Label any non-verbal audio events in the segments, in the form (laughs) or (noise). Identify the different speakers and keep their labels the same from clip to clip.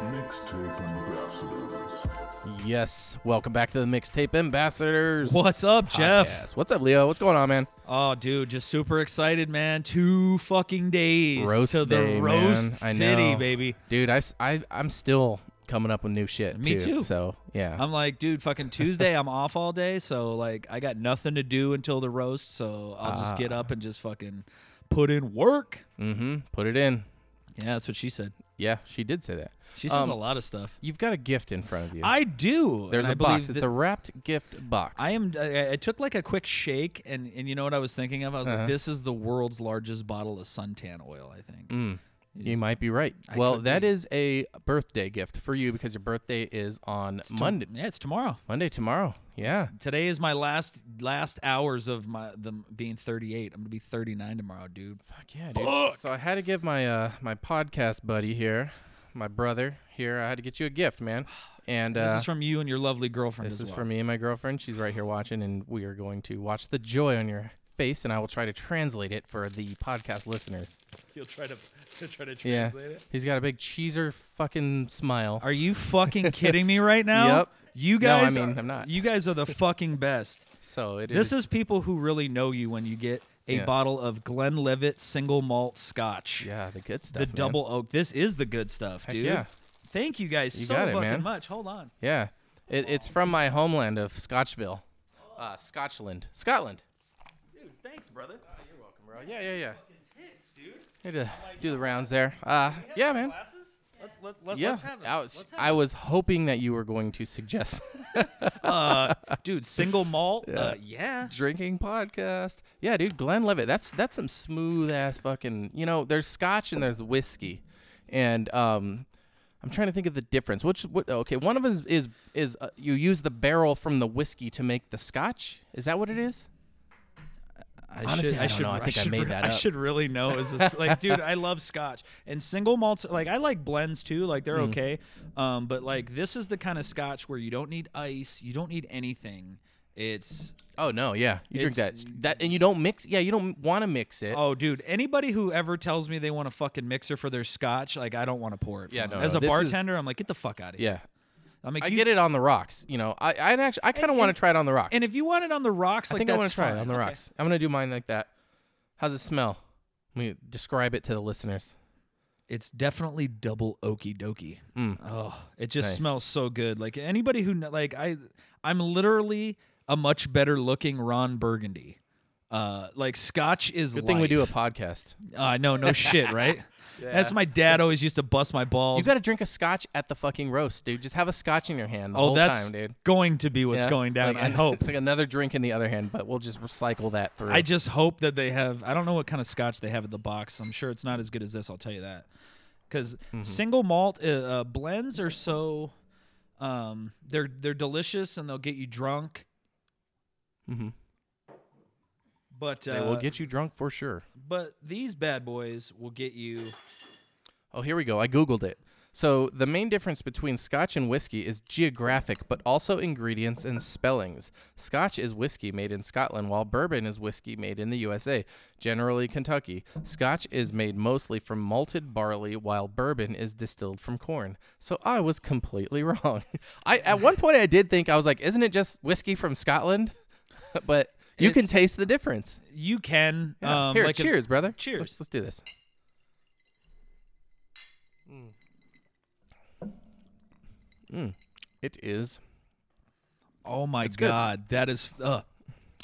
Speaker 1: Mixtape Ambassadors.
Speaker 2: Yes, welcome back to the Mixtape Ambassadors.
Speaker 3: What's up, Jeff?
Speaker 2: podcast. What's up, Leo? What's going on, man?
Speaker 3: Oh, dude, just super excited, man. Two fucking days
Speaker 2: Roast
Speaker 3: to the
Speaker 2: day,
Speaker 3: roast
Speaker 2: man. I
Speaker 3: city,
Speaker 2: know.
Speaker 3: baby.
Speaker 2: Dude, I, am still coming up with new shit.
Speaker 3: Me too.
Speaker 2: So, yeah.
Speaker 3: I'm like, dude, fucking Tuesday, I'm off all day, so like, I got nothing to do until the roast, so I'll just get
Speaker 2: Ah.
Speaker 3: up and just fucking put in work.
Speaker 2: mm-hmm. Put it in.
Speaker 3: Yeah, that's what she said.
Speaker 2: Yeah, she did say that.
Speaker 3: She says
Speaker 2: Um,
Speaker 3: a lot of stuff.
Speaker 2: You've got a gift in front of you.
Speaker 3: I do.
Speaker 2: There's a
Speaker 3: and I believe
Speaker 2: box. It's
Speaker 3: that-
Speaker 2: a wrapped gift box.
Speaker 3: I am. I, I took like a quick shake, and and you know what I was thinking of? I was
Speaker 2: Uh-huh.
Speaker 3: like, this is the world's largest bottle of suntan oil. I think.
Speaker 2: Mm, You might be right.
Speaker 3: I
Speaker 2: well,
Speaker 3: could
Speaker 2: that
Speaker 3: be.
Speaker 2: is a birthday gift for you because your birthday is on
Speaker 3: Tom-
Speaker 2: Monday.
Speaker 3: Yeah, it's tomorrow.
Speaker 2: Monday tomorrow. Yeah.
Speaker 3: Today is my last last hours of my them being 38. I'm gonna be 39 tomorrow, dude.
Speaker 2: Fuck yeah, dude. So I had to give my uh my podcast buddy here, my brother here, I had to get you a gift, man. And uh
Speaker 3: This is from you and your lovely girlfriend.
Speaker 2: This
Speaker 3: as
Speaker 2: is
Speaker 3: well.
Speaker 2: for me and my girlfriend. She's right here watching, and we are going to watch the joy on your face, and I will try to translate it for the podcast listeners.
Speaker 3: You'll try to, (laughs) try to
Speaker 2: Yeah, he's got a big cheeser fucking smile.
Speaker 3: Are you fucking kidding me
Speaker 2: (laughs)
Speaker 3: right now?
Speaker 2: Yep.
Speaker 3: You
Speaker 2: No, I
Speaker 3: guys,
Speaker 2: mean,
Speaker 3: are,
Speaker 2: I'm not.
Speaker 3: You guys are
Speaker 2: (laughs)
Speaker 3: the fucking best.
Speaker 2: So it
Speaker 3: This is people who really know you when you get a
Speaker 2: Yeah.
Speaker 3: bottle of Glenlivet single malt Scotch.
Speaker 2: yeah, the good stuff.
Speaker 3: The
Speaker 2: man.
Speaker 3: double oak. This is the good stuff, dude.
Speaker 2: yeah.
Speaker 3: Thank you guys
Speaker 2: You
Speaker 3: so
Speaker 2: got it,
Speaker 3: fucking
Speaker 2: man.
Speaker 3: much. Hold on.
Speaker 2: Yeah, it, it's from my homeland of Scotchville, uh, Scotland, Scotland. Ah,
Speaker 3: Dude, thanks, brother.
Speaker 2: You're welcome, bro. Yeah, yeah, yeah.
Speaker 3: Hits, dude.
Speaker 2: Need to do the rounds there. Uh, yeah, man.
Speaker 3: Glasses? Let's let, let,
Speaker 2: Yeah,
Speaker 3: let's have this.
Speaker 2: I was, I was hoping that you were going to suggest
Speaker 3: dude, single malt. Yeah. Uh, yeah.
Speaker 2: drinking podcast. Yeah, dude, Glenn Levitt. That's that's some smooth ass fucking. You know, there's scotch and there's whiskey, and um, I'm trying to think of the difference. Which what? Okay, one of us is is uh, you use the barrel from the whiskey to make the scotch. Is that what it is?
Speaker 3: I
Speaker 2: Honestly, I don't know. I think I
Speaker 3: should
Speaker 2: made
Speaker 3: re-
Speaker 2: that
Speaker 3: I
Speaker 2: up.
Speaker 3: should really know. Is
Speaker 2: (laughs)
Speaker 3: this like, dude? I love Scotch and single malts. Like, I like blends too.
Speaker 2: Mm.
Speaker 3: Like, they're okay. Um, but like, this is the kind of Scotch where you don't need ice. You don't need anything. It's
Speaker 2: Oh no, yeah, you drink that
Speaker 3: It's-
Speaker 2: that, and you don't mix. Yeah, you don't want to mix it.
Speaker 3: oh, dude. Anybody who ever tells me they want a fucking mixer for their Scotch, like, I don't want to pour it. for
Speaker 2: Yeah,
Speaker 3: them.
Speaker 2: no,
Speaker 3: As
Speaker 2: no,
Speaker 3: a
Speaker 2: this is-
Speaker 3: bartender, I'm like, get the fuck out of here.
Speaker 2: Yeah,
Speaker 3: I'm like,
Speaker 2: I
Speaker 3: you-
Speaker 2: get it on the rocks. You know, I I actually I kind of want to try it on the rocks.
Speaker 3: And if you want it on the rocks,
Speaker 2: I
Speaker 3: like
Speaker 2: think I
Speaker 3: that's
Speaker 2: want to try
Speaker 3: fine.
Speaker 2: it on the
Speaker 3: Okay.
Speaker 2: rocks. I'm gonna do mine like that. How's it smell? Let me describe it to the listeners.
Speaker 3: it's definitely double okie dokie. Oh, it just
Speaker 2: Nice.
Speaker 3: smells so good. Like anybody who kn- like I, I'm literally a much better looking Ron Burgundy. Uh, like Scotch is
Speaker 2: Good thing we do a
Speaker 3: life.
Speaker 2: podcast.
Speaker 3: Uh, no, no
Speaker 2: (laughs)
Speaker 3: shit, right? That's my dad always used to bust my balls.
Speaker 2: You got to drink a scotch at the fucking roast, dude. Just have a scotch in your hand the
Speaker 3: oh,
Speaker 2: whole
Speaker 3: that's
Speaker 2: time, dude.
Speaker 3: going to be what's
Speaker 2: Yeah.
Speaker 3: going down.
Speaker 2: Like,
Speaker 3: I hope.
Speaker 2: It's like another drink in the other hand, but we'll just recycle that through.
Speaker 3: I just hope that they have. I don't know what kind of scotch they have in the box. I'm sure it's not as good as this. I'll tell you that. Because
Speaker 2: Mm-hmm.
Speaker 3: single malt uh, uh, blends are so, um, they're they're delicious and they'll get you drunk. uh,
Speaker 2: Mhm.
Speaker 3: But uh,
Speaker 2: they will get you drunk for sure.
Speaker 3: But these bad boys will get you.
Speaker 2: Oh, here we go. I googled it. So the main difference between scotch and whiskey is geographic, but also ingredients and spellings. Scotch is whiskey made in Scotland, while bourbon is whiskey made in the USA, generally Kentucky. Scotch is made mostly from malted barley, while bourbon is distilled from corn. So I was completely (laughs) wrong. I at one point I did think I was like, isn't it just whiskey from Scotland? (laughs) but you can
Speaker 3: It's-
Speaker 2: taste the difference.
Speaker 3: You can
Speaker 2: Yeah.
Speaker 3: um,
Speaker 2: Here,
Speaker 3: like a-
Speaker 2: cheers, brother.
Speaker 3: Cheers.
Speaker 2: Let's, let's do this. Mm. It is.
Speaker 3: Oh my
Speaker 2: good.
Speaker 3: god, that is. Uh,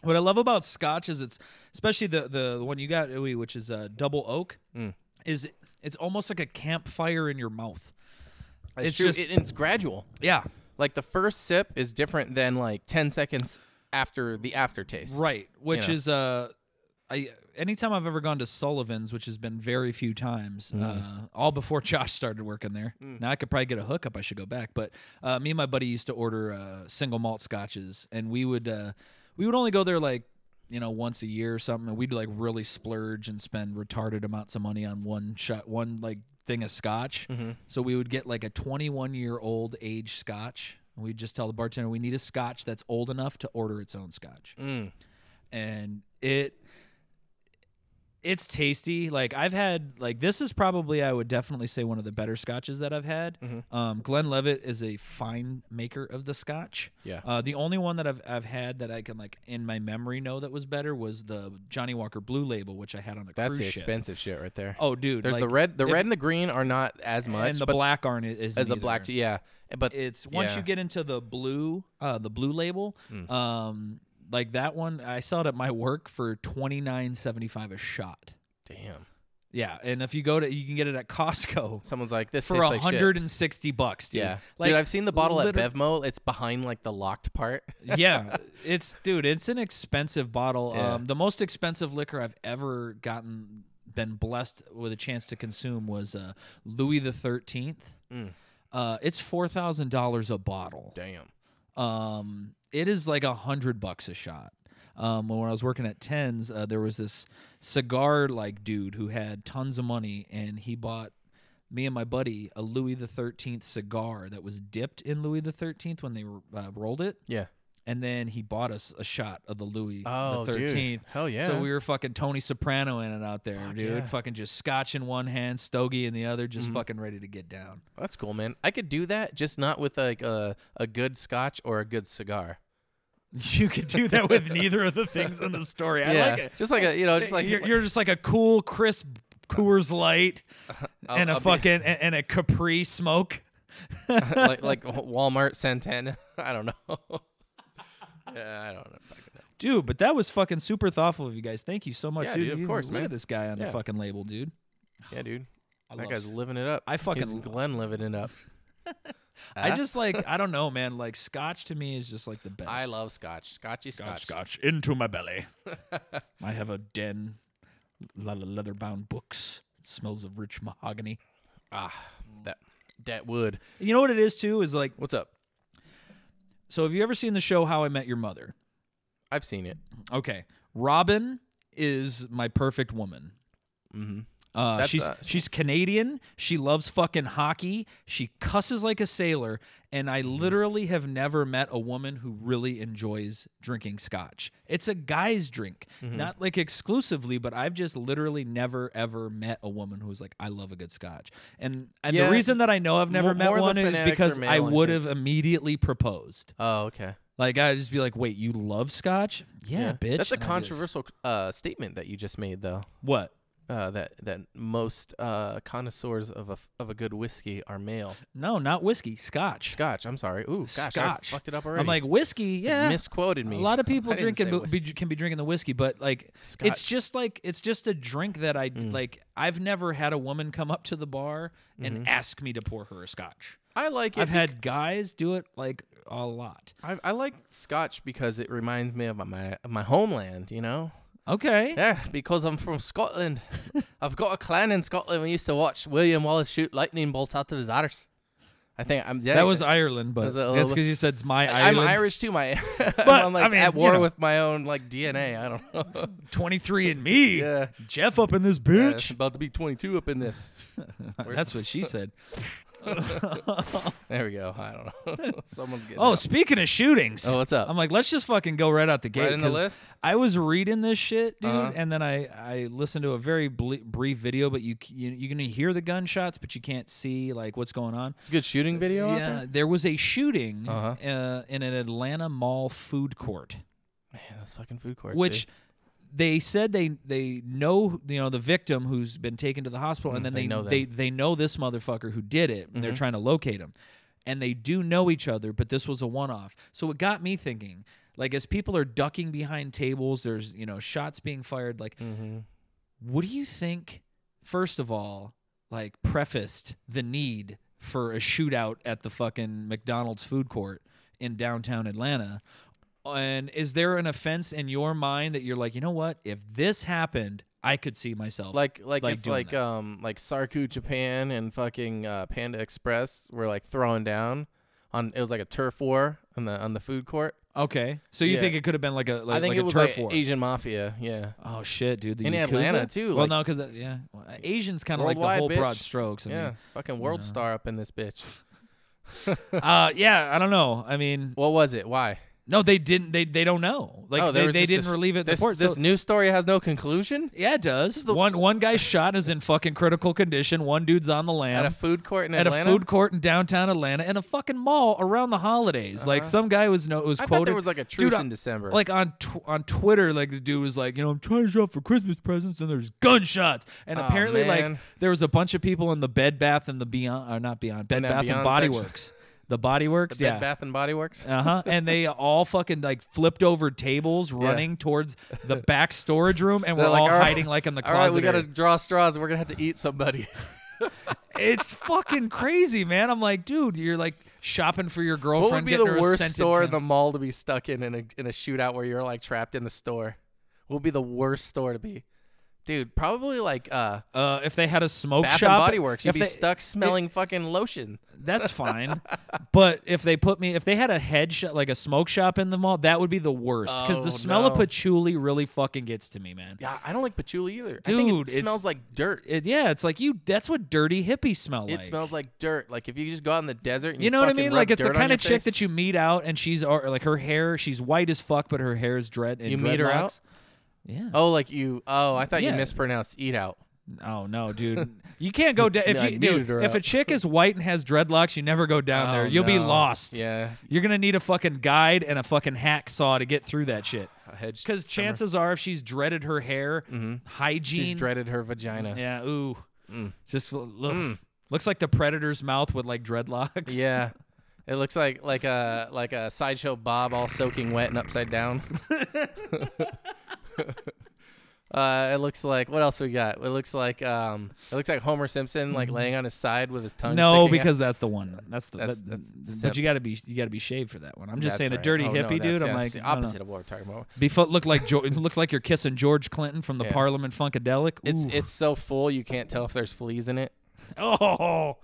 Speaker 3: what I love about Scotch is it's especially the the, the one you got, Uwe, which is uh, double oak,
Speaker 2: Mm.
Speaker 3: is it's almost like a campfire in your mouth.
Speaker 2: It's,
Speaker 3: It's
Speaker 2: true.
Speaker 3: just-
Speaker 2: it- it's gradual.
Speaker 3: Yeah,
Speaker 2: Like the first sip is different than like ten seconds after the aftertaste.
Speaker 3: right. Which
Speaker 2: Yeah.
Speaker 3: is uh, I anytime I've ever gone to Sullivan's, which has been very few times, uh, all before (laughs) Josh started working there. Now I could probably get a hookup. I should go back. But uh, me and my buddy used to order uh, single malt scotches, and we would uh, we would only go there like you know once a year or something, and we'd like really splurge and spend retarded amounts of money on one shot, one like thing of scotch. So we would get like a 21 year old age scotch. And we'd just tell the bartender we need a scotch that's old enough to order its own scotch. And it it's tasty. Like I've had like this is probably I would definitely say one of the better scotches that I've had.
Speaker 2: Mm-hmm.
Speaker 3: Um, Glenn Levitt is a fine maker of the scotch.
Speaker 2: Yeah.
Speaker 3: Uh, the only one that I've I've had that I can like in my memory know that was better was the Johnny Walker Blue Label, which I had on a
Speaker 2: That's
Speaker 3: cruise
Speaker 2: the
Speaker 3: ship.
Speaker 2: expensive shit right there.
Speaker 3: Oh, dude.
Speaker 2: There's the
Speaker 3: like,
Speaker 2: red, the
Speaker 3: if-
Speaker 2: red and the green are not as much,
Speaker 3: and the
Speaker 2: but
Speaker 3: black aren't is
Speaker 2: as the black, yeah. But
Speaker 3: it's once
Speaker 2: yeah. Hmm.
Speaker 3: you get into the blue, uh, the blue label, um, like that one, I saw it at my work for twenty nine seventy five a shot.
Speaker 2: damn,
Speaker 3: Yeah, and if you go to, you can get it at Costco
Speaker 2: someone's like this (laughs)
Speaker 3: for
Speaker 2: tastes like shit.
Speaker 3: hundred and sixty bucks, dude.
Speaker 2: Yeah,
Speaker 3: like,
Speaker 2: dude, I've seen the bottle
Speaker 3: liter-
Speaker 2: at Bevmo. It's behind like the locked part.
Speaker 3: (laughs) yeah, it's dude, it's an expensive bottle.
Speaker 2: Yeah.
Speaker 3: Um, the most expensive liquor I've ever gotten, been blessed with a chance to consume was uh, Louis the Thirteenth.
Speaker 2: Mm.
Speaker 3: Uh, it's four thousand dollars a bottle.
Speaker 2: Damn.
Speaker 3: um, it is like a hundred bucks a shot. Um, when I was working at Tens, uh, there was this cigar like dude who had tons of money, and he bought me and my buddy a Louis the Thirteenth cigar that was dipped in Louis the Thirteenth when they uh, rolled it,
Speaker 2: Yeah.
Speaker 3: and then he bought us a shot of the Louis
Speaker 2: Oh,
Speaker 3: the
Speaker 2: dude.
Speaker 3: Thirteenth.
Speaker 2: Hell yeah.
Speaker 3: So we were fucking Tony Soprano in it out there, dude.
Speaker 2: yeah. Mm-hmm.
Speaker 3: Fucking just scotch in one hand, stogie in the other, just fucking ready to get down. (laughs)
Speaker 2: That's cool, man. I could do that, just not with like a a good scotch or a good cigar.
Speaker 3: You could do that with neither of the things in the story. I
Speaker 2: yeah,
Speaker 3: like it.
Speaker 2: just like a you know, just like
Speaker 3: you're, you're just like a cool, crisp Coors Light and a
Speaker 2: I'll be-
Speaker 3: fucking and, and a Capri Smoke. (laughs)
Speaker 2: like like Walmart Santana. (laughs) I don't know. yeah, I don't know. Fucking know.
Speaker 3: Dude, but that was fucking super thoughtful of you guys. Thank you so much,
Speaker 2: Yeah,
Speaker 3: dude.
Speaker 2: dude, of
Speaker 3: You-
Speaker 2: course,
Speaker 3: look
Speaker 2: man.
Speaker 3: at this guy on
Speaker 2: Yeah.
Speaker 3: the fucking label, dude.
Speaker 2: Yeah, dude.
Speaker 3: I
Speaker 2: That
Speaker 3: love-
Speaker 2: guy's living it up.
Speaker 3: I fucking
Speaker 2: He's
Speaker 3: lo-
Speaker 2: Glenn living it up.
Speaker 3: I
Speaker 2: Huh? (laughs)
Speaker 3: just like I don't know, man. Like Scotch to me is just like the best.
Speaker 2: I love scotch. Scotchy scotch.
Speaker 3: Scotch into my
Speaker 2: (laughs)
Speaker 3: belly. I have a den, lot of leather bound books. Smells of rich mahogany.
Speaker 2: Ah, that that wood.
Speaker 3: You know what it is too is like.
Speaker 2: What's up?
Speaker 3: So have you ever seen the show How I Met Your Mother?
Speaker 2: I've seen it.
Speaker 3: Okay. Robin is my perfect woman. Mm-hmm. Uh,
Speaker 2: That's,
Speaker 3: she's
Speaker 2: uh,
Speaker 3: she's Canadian. She loves fucking hockey. She cusses like a sailor, and I
Speaker 2: Mm-hmm.
Speaker 3: literally have never met a woman who really enjoys drinking scotch. It's a guy's drink,
Speaker 2: Mm-hmm.
Speaker 3: not like exclusively, but I've just literally never ever met a woman who's like, I love a good scotch. And and
Speaker 2: Yeah.
Speaker 3: the reason that I know I've
Speaker 2: Mo-
Speaker 3: never met
Speaker 2: more the
Speaker 3: one is
Speaker 2: fanatics
Speaker 3: because
Speaker 2: are
Speaker 3: I
Speaker 2: male, I
Speaker 3: would
Speaker 2: think.
Speaker 3: have immediately proposed.
Speaker 2: Oh, okay.
Speaker 3: Like I'd just be like, wait, you love scotch? Yeah, bitch.
Speaker 2: That's a
Speaker 3: And I'd be like,
Speaker 2: controversial uh, statement that you just made, though.
Speaker 3: What?
Speaker 2: Uh, that that most uh, connoisseurs of a f- of a good whiskey are male.
Speaker 3: No, not whiskey, scotch.
Speaker 2: Scotch. I'm sorry. Ooh, gosh,
Speaker 3: Scotch.
Speaker 2: I fucked it up already.
Speaker 3: I'm like whiskey, yeah.
Speaker 2: misquoted
Speaker 3: a
Speaker 2: me.
Speaker 3: lot of people
Speaker 2: I didn't
Speaker 3: drinking
Speaker 2: say
Speaker 3: bu-
Speaker 2: whiskey.
Speaker 3: be, can be drinking the whiskey, but like it's
Speaker 2: Scotch. Mm.
Speaker 3: just like it's just a drink that I like. I've never had a woman come up to the bar and
Speaker 2: Mm-hmm.
Speaker 3: ask me to pour her a scotch.
Speaker 2: I like it.
Speaker 3: I've had guys do it like a lot.
Speaker 2: I, I like Scotch because it reminds me of my my homeland. You know.
Speaker 3: Okay,
Speaker 2: Yeah, because I'm from
Speaker 3: (laughs)
Speaker 2: Scotland. I've got a clan in Scotland. We used to watch William Wallace shoot lightning bolts out of his arse. I think I'm. Yeah,
Speaker 3: that was Ireland, but
Speaker 2: Was it a
Speaker 3: that's
Speaker 2: little-
Speaker 3: because you said it's my
Speaker 2: I'm
Speaker 3: Ireland.
Speaker 2: Irish too. My. (laughs)
Speaker 3: But,
Speaker 2: I'm like
Speaker 3: I mean,
Speaker 2: at
Speaker 3: you
Speaker 2: war
Speaker 3: know.
Speaker 2: with my own like DNA. I
Speaker 3: (laughs)
Speaker 2: don't know.
Speaker 3: Twenty three and me.
Speaker 2: Yeah.
Speaker 3: Jeff up in this
Speaker 2: (laughs) Yeah, it's
Speaker 3: bitch.
Speaker 2: about to be 22 up in this.
Speaker 3: that's
Speaker 2: (laughs)
Speaker 3: what she said.
Speaker 2: There we go. I don't know. (laughs) Someone's getting.
Speaker 3: Oh,
Speaker 2: up.
Speaker 3: speaking of shootings.
Speaker 2: Oh, what's up?
Speaker 3: I'm like, let's just fucking go right out the gate.
Speaker 2: Right in the
Speaker 3: 'cause
Speaker 2: list?
Speaker 3: I was reading this shit, dude,
Speaker 2: Uh-huh.
Speaker 3: and then I I listened to a very ble- brief video, but you, c- you you can hear the gunshots, but you can't see like what's going on.
Speaker 2: it's a good shooting video. out there?
Speaker 3: Yeah, there was a shooting
Speaker 2: Uh-huh.
Speaker 3: uh, in an Atlanta mall food court,
Speaker 2: Man, those fucking food courts.
Speaker 3: which.
Speaker 2: dude.
Speaker 3: They said they they know you know the victim who's been taken to the hospital, and then
Speaker 2: Mm, they
Speaker 3: they
Speaker 2: know them. Mm-hmm.
Speaker 3: they they know this motherfucker who did it. And They're trying to locate him, and they do know each other. But this was a one off, so it got me thinking. Like as people are ducking behind tables, there's you know shots being fired. Like, what do you think? First of all, like prefaced the need for a shootout at the fucking McDonald's food court in downtown Atlanta. And is there an offense in your mind that you're like, you know what? If this happened, I could see myself
Speaker 2: like like
Speaker 3: like
Speaker 2: if,
Speaker 3: doing
Speaker 2: like
Speaker 3: that.
Speaker 2: um like Sarku Japan and fucking uh, Panda Express were like throwing down on it was like a turf war on the on the food court.
Speaker 3: Okay, so you
Speaker 2: Yeah.
Speaker 3: think it could have been like a like,
Speaker 2: I think
Speaker 3: like
Speaker 2: it
Speaker 3: a
Speaker 2: was
Speaker 3: turf
Speaker 2: like
Speaker 3: war?
Speaker 2: Asian mafia. Yeah.
Speaker 3: Oh shit, dude! The
Speaker 2: In
Speaker 3: Yakuza?
Speaker 2: Atlanta, too,
Speaker 3: Well,
Speaker 2: like-
Speaker 3: no, because yeah, well, Asians kind of like the
Speaker 2: Worldwide,
Speaker 3: whole broad
Speaker 2: bitch.
Speaker 3: strokes. I
Speaker 2: yeah.
Speaker 3: mean.
Speaker 2: fucking world star up in this bitch. (laughs)
Speaker 3: uh, yeah, I don't know. I mean,
Speaker 2: What was it? Why?
Speaker 3: No, they didn't. They they don't know. Like
Speaker 2: oh, there
Speaker 3: they,
Speaker 2: was
Speaker 3: they
Speaker 2: this-
Speaker 3: didn't relieve it in
Speaker 2: This,
Speaker 3: the port.
Speaker 2: this
Speaker 3: so,
Speaker 2: news story has no conclusion.
Speaker 3: yeah, it does. one one guy's shot is in fucking critical condition. One dude's on the lam.
Speaker 2: At a food court in
Speaker 3: at
Speaker 2: Atlanta.
Speaker 3: a food court in downtown Atlanta and a fucking mall around the holidays. Like some guy was no was
Speaker 2: Uh-huh. I
Speaker 3: quoted.
Speaker 2: thought there was like a
Speaker 3: Dude,
Speaker 2: truce
Speaker 3: on-
Speaker 2: in December.
Speaker 3: Like on tw- on Twitter, like the dude was like, you know, I'm trying to shop for Christmas presents and there's gunshots. And
Speaker 2: Aw,
Speaker 3: apparently, like
Speaker 2: man.
Speaker 3: there was a bunch of people in the Bed Bath and the Beyond, or not Beyond, Bed
Speaker 2: that
Speaker 3: Bath and
Speaker 2: Beyond
Speaker 3: Body
Speaker 2: section.
Speaker 3: Works, the Body Works,
Speaker 2: Bed
Speaker 3: yeah.
Speaker 2: Bath and Body Works.
Speaker 3: Uh huh. And they all fucking like flipped over tables, running towards
Speaker 2: (laughs)
Speaker 3: the back storage room, and we're
Speaker 2: They're like,
Speaker 3: all
Speaker 2: "All right,
Speaker 3: hiding like in the
Speaker 2: (laughs) All
Speaker 3: closet.
Speaker 2: right, we gotta
Speaker 3: area."
Speaker 2: draw straws. We're gonna have to eat somebody.
Speaker 3: It's fucking crazy, man. I'm like, dude, you're like shopping for your girlfriend.
Speaker 2: what would be the
Speaker 3: getting her a
Speaker 2: worst
Speaker 3: scented
Speaker 2: store in
Speaker 3: candle.
Speaker 2: the mall to be stuck in in a, in a shootout where you're like trapped in the store? What would be the worst store to be? Dude, probably like uh,
Speaker 3: uh, if they had a smoke
Speaker 2: Bath
Speaker 3: shop,
Speaker 2: and Body Works. You'd
Speaker 3: if
Speaker 2: be
Speaker 3: they-
Speaker 2: stuck smelling fucking lotion. (laughs)
Speaker 3: That's fine. but if they put me, if they had a head shop, like a smoke shop in the mall, that would be the worst because
Speaker 2: Oh,
Speaker 3: the smell of
Speaker 2: no.
Speaker 3: patchouli really fucking gets to me, man.
Speaker 2: Yeah, I don't like patchouli either. I think it
Speaker 3: Dude, it's-
Speaker 2: smells like dirt.
Speaker 3: It, yeah, it's like you. That's what dirty hippies smell like.
Speaker 2: It smells like dirt. Like if you just go out in the desert, and
Speaker 3: You know what I
Speaker 2: fucking
Speaker 3: mean?
Speaker 2: rub
Speaker 3: Like it's the
Speaker 2: dirt on
Speaker 3: kind
Speaker 2: your
Speaker 3: of chick
Speaker 2: face.
Speaker 3: that you meet out, and she's or, like her hair. She's white as fuck, but her hair is dread. And
Speaker 2: You meet her out?
Speaker 3: dreadlocks. Yeah.
Speaker 2: Oh, like you. Oh, I thought
Speaker 3: Yeah.
Speaker 2: you mispronounced eat out.
Speaker 3: Oh no, dude! (laughs) You can't go down if
Speaker 2: Yeah, I
Speaker 3: you, dude,
Speaker 2: muted her
Speaker 3: if a
Speaker 2: up.
Speaker 3: chick is white and has dreadlocks, you never go down there.
Speaker 2: Oh,
Speaker 3: You'll be
Speaker 2: no.
Speaker 3: lost.
Speaker 2: Yeah,
Speaker 3: You're gonna need a fucking guide and a fucking hacksaw to get through that shit.
Speaker 2: a hedge.
Speaker 3: Because chances are, if she's dreaded her hair, hygiene,
Speaker 2: Mm-hmm. she's Mm. dreaded her vagina. Yeah.
Speaker 3: yeah, ooh, just l- look,
Speaker 2: Mm.
Speaker 3: looks like the predator's mouth with
Speaker 2: (laughs)
Speaker 3: like dreadlocks.
Speaker 2: It looks like like a like a sideshow Bob all soaking wet and upside down. (laughs) uh, it looks like what else we got? It looks like um, it looks like Homer Simpson like laying on his side with his tongue.
Speaker 3: No,
Speaker 2: sticking out.
Speaker 3: because that's the one. That's the.
Speaker 2: That's-
Speaker 3: that-
Speaker 2: that's the
Speaker 3: but
Speaker 2: simp.
Speaker 3: you gotta be you gotta be shaved for that one. I'm just
Speaker 2: That's
Speaker 3: saying a
Speaker 2: right.
Speaker 3: dirty
Speaker 2: Oh, no,
Speaker 3: hippie
Speaker 2: that's-
Speaker 3: dude.
Speaker 2: yeah,
Speaker 3: I'm like
Speaker 2: it's the
Speaker 3: I don't know.
Speaker 2: opposite of what we're talking about.
Speaker 3: Before looked like (laughs) Geor looked like you're kissing George Clinton from the
Speaker 2: Yeah.
Speaker 3: Parliament Funkadelic.
Speaker 2: It's
Speaker 3: Ooh.
Speaker 2: it's so full you can't tell if there's fleas in it.
Speaker 3: (laughs) oh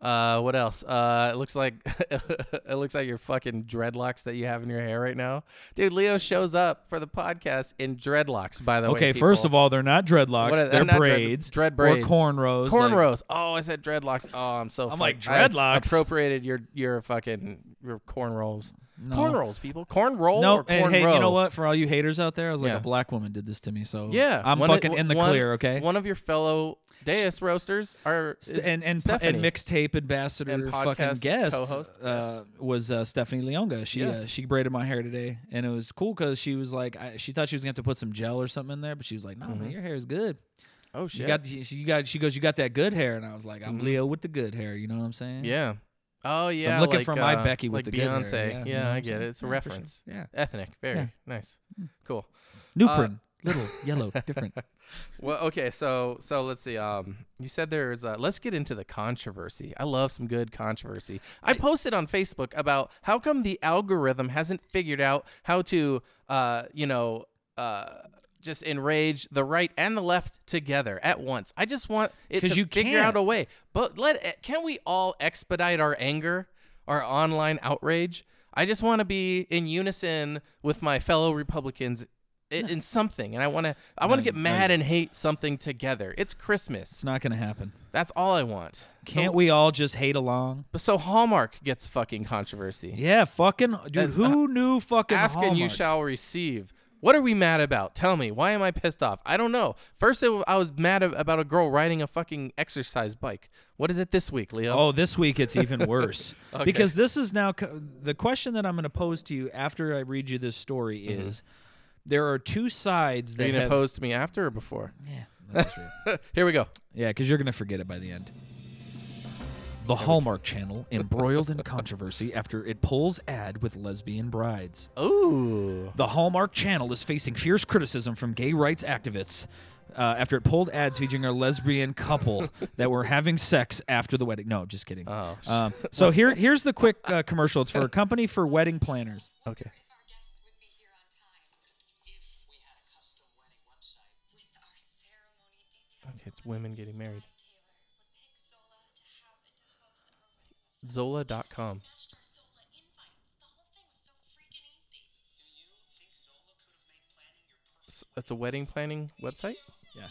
Speaker 2: Uh, what else? Uh, it looks like (laughs) it looks like your fucking dreadlocks that you have in your hair right now, dude. Leo shows up for the podcast in dreadlocks. By the way,
Speaker 3: okay. First
Speaker 2: people.
Speaker 3: of all, they're not dreadlocks.
Speaker 2: What are-
Speaker 3: they're
Speaker 2: they're not dread-
Speaker 3: braids,
Speaker 2: dread braids.
Speaker 3: or cornrows. like-
Speaker 2: cornrows. oh, I said dreadlocks. Oh, I'm so.
Speaker 3: I'm like,
Speaker 2: fucked. I
Speaker 3: dreadlocks?
Speaker 2: appropriated your your fucking your cornrows.
Speaker 3: No.
Speaker 2: Cornrows, people. Corn roll
Speaker 3: no,
Speaker 2: or corn
Speaker 3: and hey, you know
Speaker 2: row?
Speaker 3: what? For all you haters out there, I was like,
Speaker 2: Yeah.
Speaker 3: a black woman did this to me, so
Speaker 2: Yeah,
Speaker 3: I'm
Speaker 2: one of-
Speaker 3: fucking in the
Speaker 2: one-
Speaker 3: clear, okay?
Speaker 2: One of your fellow Deus roasters are is
Speaker 3: St- and and
Speaker 2: Stephanie.
Speaker 3: and mixtape ambassador
Speaker 2: And
Speaker 3: fucking
Speaker 2: podcast
Speaker 3: guest
Speaker 2: co-host,
Speaker 3: uh, was uh, Stephanie Leonga. She uh,
Speaker 2: Yes.
Speaker 3: she braided my hair today, and it was cool because she was like, I, she thought she was gonna have to put some gel or something in there, but she was like, No,
Speaker 2: Mm-hmm.
Speaker 3: man, your hair is good.
Speaker 2: oh shit.
Speaker 3: You got she, she- you got she goes, you got that good hair, and I was like, I'm Leo with the good hair. You know what I'm saying?
Speaker 2: Mm-hmm. Yeah. Oh yeah.
Speaker 3: looking
Speaker 2: like,
Speaker 3: for my
Speaker 2: uh,
Speaker 3: Becky with
Speaker 2: like
Speaker 3: the good hair,
Speaker 2: Beyonce.
Speaker 3: yeah,
Speaker 2: Yeah,
Speaker 3: you know what
Speaker 2: I
Speaker 3: I'm
Speaker 2: get
Speaker 3: saying?
Speaker 2: it. It's a
Speaker 3: Yeah, for sure.
Speaker 2: reference.
Speaker 3: Yeah.
Speaker 2: Ethnic. Very
Speaker 3: Yeah. Hmm.
Speaker 2: nice. Cool.
Speaker 3: New
Speaker 2: Uh, (laughs)
Speaker 3: print, little, yellow, different.
Speaker 2: Well, okay. So so let's see. Um, you said there's. Uh, let's get into the controversy. I love some good controversy. I posted on Facebook about how come the algorithm hasn't figured out how to, uh, you know, uh. Just enrage the right and the left together at once. I just want it
Speaker 3: 'Cause
Speaker 2: to
Speaker 3: you
Speaker 2: figure
Speaker 3: can't.
Speaker 2: out a way. But let eh, can we all expedite our anger, our online outrage? I just want to be in unison with my fellow Republicans in, in something, and I want to I want to get
Speaker 3: no,
Speaker 2: mad and hate something together. It's Christmas.
Speaker 3: it's not gonna happen.
Speaker 2: That's all I want.
Speaker 3: Can't we all just hate along?
Speaker 2: But so Hallmark gets fucking controversy.
Speaker 3: Yeah, fucking dude.
Speaker 2: As-
Speaker 3: Who knew fucking
Speaker 2: Ask and you
Speaker 3: Hallmark?
Speaker 2: shall receive. What are we mad about? Tell me. Why am I pissed off? I don't know. First, it, wa- I was mad ab- about a girl riding a fucking exercise bike. What is it this week, Leo?
Speaker 3: Oh, this week it's
Speaker 2: (laughs)
Speaker 3: even worse because this is now co- the question that I'm going to pose to you after I read you this story is there are two sides
Speaker 2: Mm-hmm. Are
Speaker 3: that
Speaker 2: you
Speaker 3: have
Speaker 2: gonna pose to me after or before? (laughs)
Speaker 3: yeah that's true. (laughs)
Speaker 2: Here we go.
Speaker 3: yeah because you're going to forget it by the end. The Hallmark Channel embroiled in controversy after it pulls ad with lesbian brides.
Speaker 2: Ooh.
Speaker 3: The Hallmark Channel is facing fierce criticism from gay rights activists uh, after it pulled ads featuring a
Speaker 2: (laughs)
Speaker 3: lesbian couple that were having sex after the wedding. No, just kidding.
Speaker 2: Oh.
Speaker 3: Um, so here, here's the quick uh, commercial. It's
Speaker 2: (laughs)
Speaker 3: for a company for wedding planners.
Speaker 2: Okay.
Speaker 4: if our guests would be here on time. If we had a custom wedding website. With our ceremony detail.
Speaker 2: Okay, it's women getting married.
Speaker 4: Taylor would pick Zola to have and to host our wedding website.
Speaker 2: Zola.com.
Speaker 4: Matched our Zola invites. The whole thing was so freaking easy. Do you think Zola could have made planning your
Speaker 2: S- It's a wedding planning website.
Speaker 3: Yeah.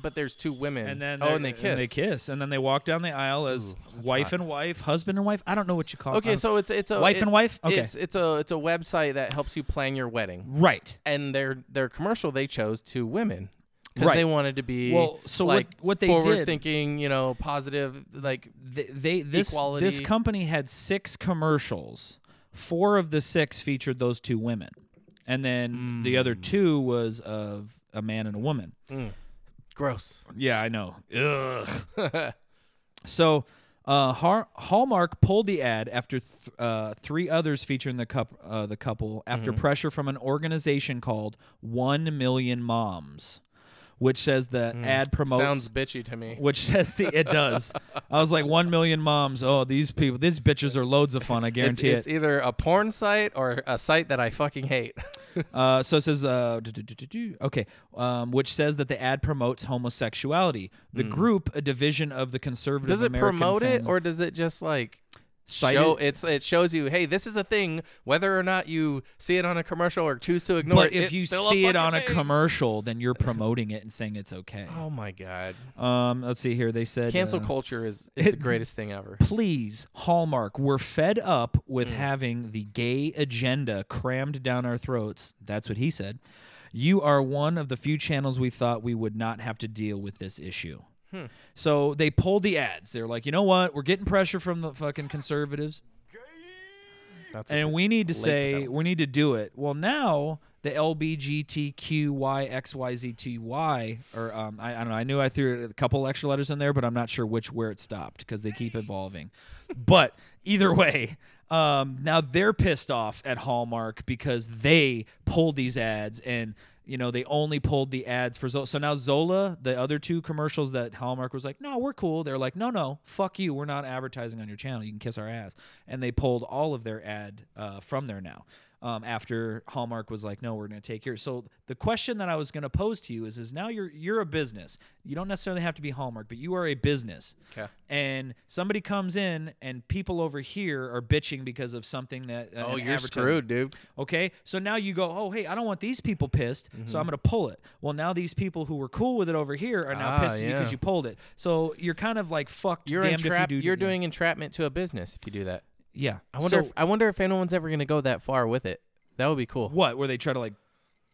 Speaker 2: But there's two women.
Speaker 3: and then
Speaker 2: oh,
Speaker 3: they're-
Speaker 2: and they kiss.
Speaker 3: And they kiss, and then they walk down the aisle as wife and wife, husband and wife. I don't know what you call.
Speaker 2: Okay,
Speaker 3: um,
Speaker 2: so it's it's a
Speaker 3: Wife
Speaker 2: it-
Speaker 3: and wife? Okay.
Speaker 2: It's it's a it's a website that helps you plan your wedding.
Speaker 3: right.
Speaker 2: And their their commercial they chose two women because
Speaker 3: Right.
Speaker 2: they wanted to be
Speaker 3: Well, so what-
Speaker 2: like
Speaker 3: what they did-
Speaker 2: forward thinking, you know, positive. Like
Speaker 3: they, they this
Speaker 2: Equality.
Speaker 3: this company had six commercials. Four of the six featured those two women, and then the other
Speaker 2: Hmm.
Speaker 3: two was of a man and a woman.
Speaker 2: gross.
Speaker 3: Yeah, I know. Ugh.
Speaker 2: (laughs)
Speaker 3: so, uh, Har- Hallmark pulled the ad after th- uh, three others featuring the cup uh, the couple after
Speaker 2: Mm-hmm.
Speaker 3: pressure from an organization called One Million Moms, which says the ad promotes
Speaker 2: Hmm. Sounds bitchy to me.
Speaker 3: which (laughs) says the it does. I was like, one million moms. Oh, these people, these bitches are loads of fun. I
Speaker 2: It's,
Speaker 3: guarantee
Speaker 2: it's
Speaker 3: it.
Speaker 2: either a porn site or a site that I fucking hate. (laughs)
Speaker 3: Uh, so it says, uh, do, do, do, do, do. okay, um, which says that the ad promotes homosexuality. The group, a division of the conservative,
Speaker 2: Hmm. does it
Speaker 3: American
Speaker 2: promote it
Speaker 3: family-
Speaker 2: or does it just like
Speaker 3: Cite
Speaker 2: show
Speaker 3: it?
Speaker 2: it's it shows you hey this is a thing whether or not you see it on a commercial or choose to ignore
Speaker 3: But
Speaker 2: it.
Speaker 3: if
Speaker 2: it's
Speaker 3: you
Speaker 2: still a
Speaker 3: see it on a
Speaker 2: fucking thing.
Speaker 3: commercial, then you're promoting it and saying it's okay.
Speaker 2: oh my god,
Speaker 3: Um, let's see here. They said
Speaker 2: cancel
Speaker 3: uh,
Speaker 2: culture is, is the greatest thing ever.
Speaker 3: please, Hallmark, we're fed up with having the gay agenda crammed down our throats. That's what he said. You are one of the few channels we thought we would not have to deal with this issue. So they pulled the ads. They're like, you know what? We're getting pressure from the fucking conservatives,
Speaker 2: That's
Speaker 3: (laughs) and we need to
Speaker 2: late
Speaker 3: say
Speaker 2: though.
Speaker 3: we need to do it. Well, now the LBGTQYXYZTY, or um, I, I don't know. I knew I threw a couple extra letters in there, but I'm not sure which where it stopped because they keep evolving. but either way, um, now they're pissed off at Hallmark because they pulled these ads and. You know, they only pulled the ads for Zola. So now Zola, the other two commercials that Hallmark was like, no, we're cool. They're like, no, no, fuck you. We're not advertising on your channel. You can kiss our ass. And they pulled all of their ad uh, from there now um, after Hallmark was like, "No, we're going to take yours." So the question that I was going to pose to you is: Is now you're you're a business. You don't necessarily have to be Hallmark, but you are a business.
Speaker 2: 'Kay.
Speaker 3: And somebody comes in, and people over here are bitching because of something that. Uh,
Speaker 2: Oh,
Speaker 3: an
Speaker 2: you're
Speaker 3: advertiser-
Speaker 2: screwed, dude.
Speaker 3: Okay, so now you go, oh hey, I don't want these people pissed,
Speaker 2: Mm-hmm.
Speaker 3: so I'm gonna pull it. Well, now these people who were cool with it over here are now
Speaker 2: Ah,
Speaker 3: pissed at you
Speaker 2: yeah.
Speaker 3: because you pulled it. So you're kind of like fucked.
Speaker 2: You're
Speaker 3: damned
Speaker 2: entrap-
Speaker 3: if you do.
Speaker 2: You're doing entrapment to a business if you do that.
Speaker 3: Yeah.
Speaker 2: I wonder.
Speaker 3: So
Speaker 2: if, I wonder if anyone's ever gonna go that far with it. That would be cool.
Speaker 3: what where they try to like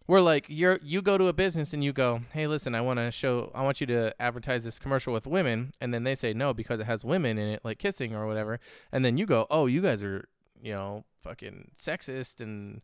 Speaker 2: We're like you're you go to a business and you go, hey, listen, I want to show, I want you to advertise this commercial with women, and then they say no because it has women in it, like kissing or whatever, and then you go, oh, you guys are, you know, fucking sexist and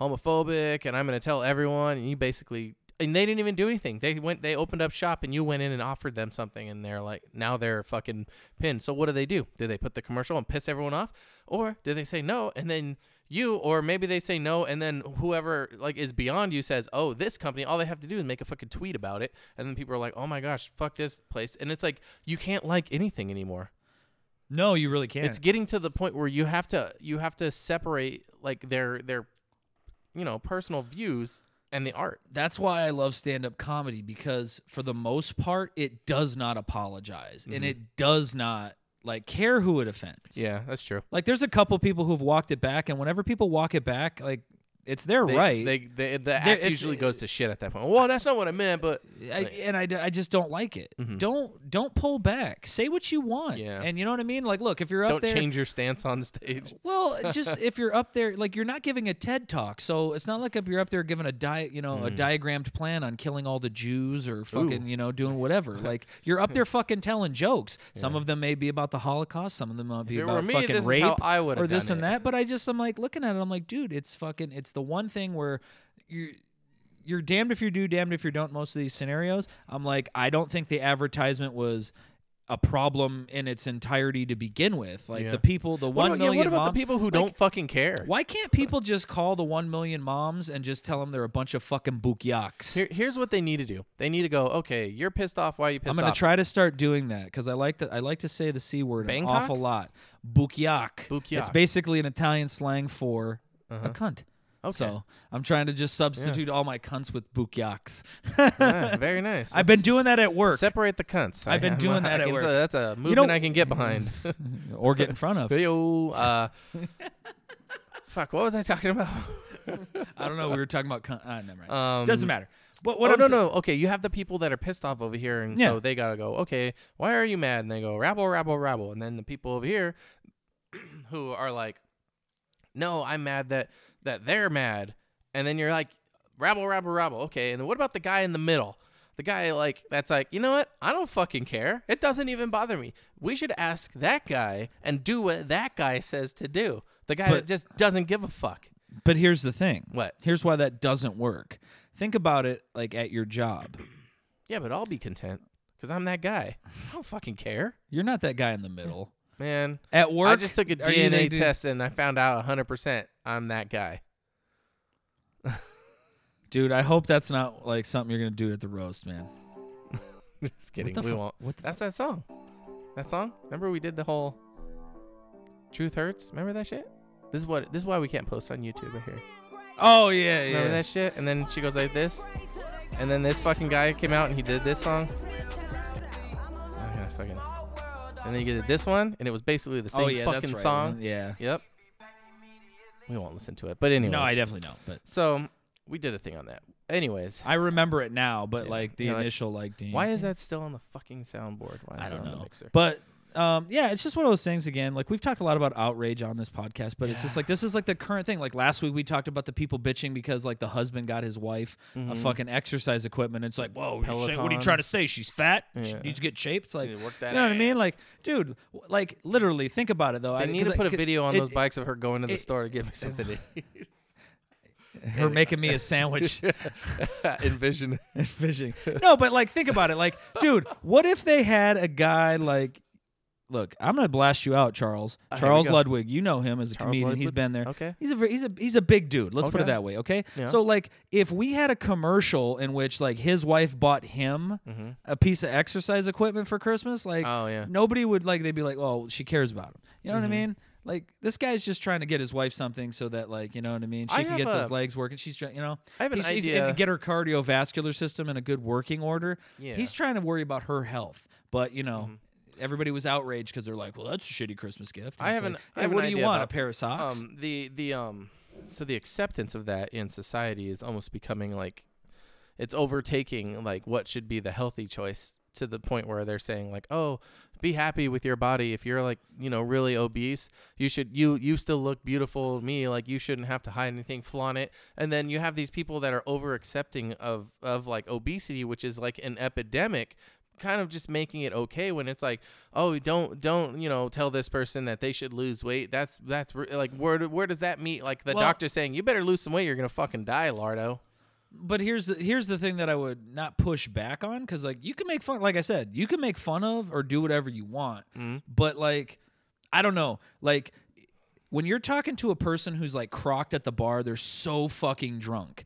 Speaker 2: homophobic, and I'm gonna tell everyone, and you basically, and they didn't even do anything. They went, they opened up shop, and you went in and offered them something, and they're like, now they're fucking pinned. So what do they do? Do they put the commercial and piss everyone off, or do they say no and then? you or maybe they say no and then whoever like is beyond you says oh this company all they have to do is make a fucking tweet about it and then people are like oh my gosh fuck this place and it's like you can't like anything anymore
Speaker 3: no, you really can't.
Speaker 2: it's getting to the point where you have to you have to separate like their their you know personal views and the art
Speaker 3: that's why I love stand up comedy because for the most part it does not apologize and it does not like care who it offends.
Speaker 2: Mm-hmm. yeah that's true
Speaker 3: Like there's a couple people who've walked it back and whenever people walk it back like it's their
Speaker 2: They-
Speaker 3: right.
Speaker 2: they, they, the
Speaker 3: There-
Speaker 2: act
Speaker 3: it's-
Speaker 2: usually goes to shit at that point well that's not what i meant but
Speaker 3: I, and I, d- I just don't like it. Don't don't pull back. Say what you want.
Speaker 2: Mm-hmm. Yeah.
Speaker 3: And you know what I mean? Like look, if you're up
Speaker 2: don't
Speaker 3: there
Speaker 2: change your stance on stage (laughs)
Speaker 3: Well, just if you're up there, like you're not giving a TED talk, so it's not like if you're up there giving a di- you know, a diagrammed plan on killing all the Jews or fucking,
Speaker 2: Hmm. Ooh.
Speaker 3: you know, doing
Speaker 2: (laughs)
Speaker 3: whatever. Like you're up there fucking telling jokes. Some of them may be about the Holocaust, some of them might be
Speaker 2: it were
Speaker 3: about
Speaker 2: me,
Speaker 3: fucking
Speaker 2: this is
Speaker 3: rape
Speaker 2: how I would've
Speaker 3: or this
Speaker 2: done
Speaker 3: and
Speaker 2: it.
Speaker 3: that. But I just I'm like looking at it, I'm like, dude, it's fucking, it's the one thing where you. You're damned if you do, damned if you don't. Most of these scenarios, I'm like, I don't think the advertisement was a problem in its entirety to begin with. Like
Speaker 2: Yeah.
Speaker 3: the people, the
Speaker 2: what,
Speaker 3: one
Speaker 2: about- yeah,
Speaker 3: million
Speaker 2: what about
Speaker 3: moms-
Speaker 2: the people who
Speaker 3: like,
Speaker 2: don't fucking care
Speaker 3: why can't people just call the one million moms and just tell them they're a bunch of fucking bookyaks?
Speaker 2: Here, here's what they need to do. They need to go. Okay, you're pissed off. Why are you pissed
Speaker 3: I'm gonna
Speaker 2: off?
Speaker 3: try to start doing that because I like that. I like to say the c word an
Speaker 2: Bangkok?
Speaker 3: awful lot. Bukyak. It's
Speaker 2: Bukyak.
Speaker 3: basically an Italian slang for a cunt.
Speaker 2: Uh-huh. Okay.
Speaker 3: So I'm trying to just substitute all my cunts with bookyaks.
Speaker 2: Ah, very nice.
Speaker 3: (laughs) I've been doing that at work
Speaker 2: Separate the cunts. (laughs)
Speaker 3: I've been
Speaker 2: I'm-
Speaker 3: doing that
Speaker 2: I
Speaker 3: at
Speaker 2: can-
Speaker 3: work.
Speaker 2: That's a movement
Speaker 3: don't-
Speaker 2: I can get behind.
Speaker 3: (laughs) or get in front of.
Speaker 2: Yo,
Speaker 3: (laughs)
Speaker 2: uh, fuck. What was I talking about?
Speaker 3: I don't know. We were talking about cunt. Ah, never mind.
Speaker 2: Um,
Speaker 3: Doesn't matter. What? What?
Speaker 2: oh,
Speaker 3: I'm
Speaker 2: no,
Speaker 3: sa-
Speaker 2: no. Okay, you have the people that are pissed off over here, and
Speaker 3: Yeah.
Speaker 2: so they gotta go. Okay, why are you mad? And they go rabble, rabble, rabble, and then the people over here, (clears throat) who are like, no, I'm mad that that they're mad, and then you're like, rabble, rabble, rabble. Okay, and then what about the guy in the middle? The guy like that's like, you know what? I don't fucking care. It doesn't even bother me. We should ask that guy and do what that guy says to do. The guy
Speaker 3: But-
Speaker 2: that just doesn't give a fuck.
Speaker 3: But here's the thing.
Speaker 2: What?
Speaker 3: Here's why that doesn't work. Think about it like at your job.
Speaker 2: Yeah, but I'll be content because I'm that guy. I don't fucking care.
Speaker 3: You're not that guy in the middle.
Speaker 2: Man,
Speaker 3: At work,
Speaker 2: I just took a
Speaker 3: are you
Speaker 2: DNA
Speaker 3: the-
Speaker 2: test and I found out 100% I'm that guy. (laughs)
Speaker 3: Dude, I hope that's not like something you're gonna do at the roast, man.
Speaker 2: Just kidding.
Speaker 3: the
Speaker 2: We
Speaker 3: fu-
Speaker 2: won't.
Speaker 3: what the
Speaker 2: That's that song. That song? Remember we did the whole Truth Hurts? Remember that shit? This is what this is why we can't post on YouTube right here.
Speaker 3: Oh yeah, yeah.
Speaker 2: Remember that shit? And then she goes like this. And then this fucking guy came out and he did this song. I'm gonna fucking- And then you did this one and it was basically the same
Speaker 3: oh yeah, that's
Speaker 2: fucking
Speaker 3: right.
Speaker 2: song.
Speaker 3: Yeah.
Speaker 2: Yep. We won't listen to it. But anyways.
Speaker 3: No, I definitely know, but
Speaker 2: So we did a thing on that. Anyways,
Speaker 3: I remember it now. But
Speaker 2: Yeah.
Speaker 3: like the
Speaker 2: Yeah, like,
Speaker 3: initial, like, damn.
Speaker 2: why is that still on the fucking soundboard? Why is
Speaker 3: I
Speaker 2: it
Speaker 3: don't
Speaker 2: on the
Speaker 3: know.
Speaker 2: mixer?
Speaker 3: But um, yeah, it's just one of those things again. Like we've talked a lot about outrage on this podcast, but it's just like this is like the current thing. Like last week we talked about the people bitching because like the husband got his wife a fucking exercise equipment. It's like, whoa, you're saying- what are you
Speaker 2: Mm-hmm. Peloton.
Speaker 3: trying to say? She's fat. She
Speaker 2: Yeah.
Speaker 3: needs to get shaped. It's like,
Speaker 2: need to work that
Speaker 3: you know what I mean?
Speaker 2: ass.
Speaker 3: Like, dude, w- like literally, think about it though.
Speaker 2: I
Speaker 3: I
Speaker 2: need
Speaker 3: 'cause
Speaker 2: to
Speaker 3: I-
Speaker 2: put a
Speaker 3: 'cause
Speaker 2: video on
Speaker 3: it-
Speaker 2: those bikes of her going to the
Speaker 3: it-
Speaker 2: store to get me something to eat.
Speaker 3: Her making me
Speaker 2: (laughs)
Speaker 3: a sandwich. (laughs)
Speaker 2: Envision.
Speaker 3: and fishing. No, but like think about it. Like, dude, what if they had a guy like Look, I'm gonna blast you out, Charles.
Speaker 2: Uh, here we
Speaker 3: Charles
Speaker 2: go.
Speaker 3: Ludwig, you know him as a comedian. He's
Speaker 2: Ludwig?
Speaker 3: been there.
Speaker 2: Okay.
Speaker 3: he's a ver- he's a he's a big dude. Let's put it
Speaker 2: Okay.
Speaker 3: that way. Okay,
Speaker 2: Yeah.
Speaker 3: so like if we had a commercial in which like his wife bought him a piece of exercise equipment for Christmas, like
Speaker 2: Mm-hmm. Oh, yeah. Mm-hmm.
Speaker 3: nobody would like they'd be like, oh, she cares about him. You know what I mean? Like this guy's just trying to get his wife something so that like you know what I mean. She
Speaker 2: I
Speaker 3: can
Speaker 2: have
Speaker 3: get those
Speaker 2: a-
Speaker 3: legs working. She's trying, you know.
Speaker 2: I have an
Speaker 3: he's, he's- and
Speaker 2: idea.
Speaker 3: get her cardiovascular system in a good working order.
Speaker 2: Yeah. Mm-hmm.
Speaker 3: He's trying to worry about her health, but you know, everybody was outraged because they're like, "Well, that's a shitty Christmas gift." And
Speaker 2: I
Speaker 3: it's
Speaker 2: have an-
Speaker 3: like,
Speaker 2: I
Speaker 3: "Hey,
Speaker 2: have
Speaker 3: what
Speaker 2: an
Speaker 3: do you
Speaker 2: idea
Speaker 3: want?
Speaker 2: about-
Speaker 3: a pair of socks?
Speaker 2: Um, the the um, so the acceptance of that in society is almost becoming like, it's overtaking like what should be the healthy choice to the point where they're saying like, oh, be happy with your body. If you're like you know really obese, you should you you still look beautiful to me. Like you shouldn't have to hide anything, flaunt it. And then you have these people that are over accepting of of like obesity, which is like an epidemic kind of just making it okay when it's like oh don't don't you know tell this person that they should lose weight that's that's re- like where do- where does that meet like the
Speaker 3: Well-
Speaker 2: doctor saying you better lose some weight you're gonna fucking die lardo
Speaker 3: but here's the here's the thing that I would not push back on because like you can make fun, like I said, you can make fun of or do whatever you want, but like I don't know, like when you're talking to a person who's like crocked at the bar, they're so fucking drunk.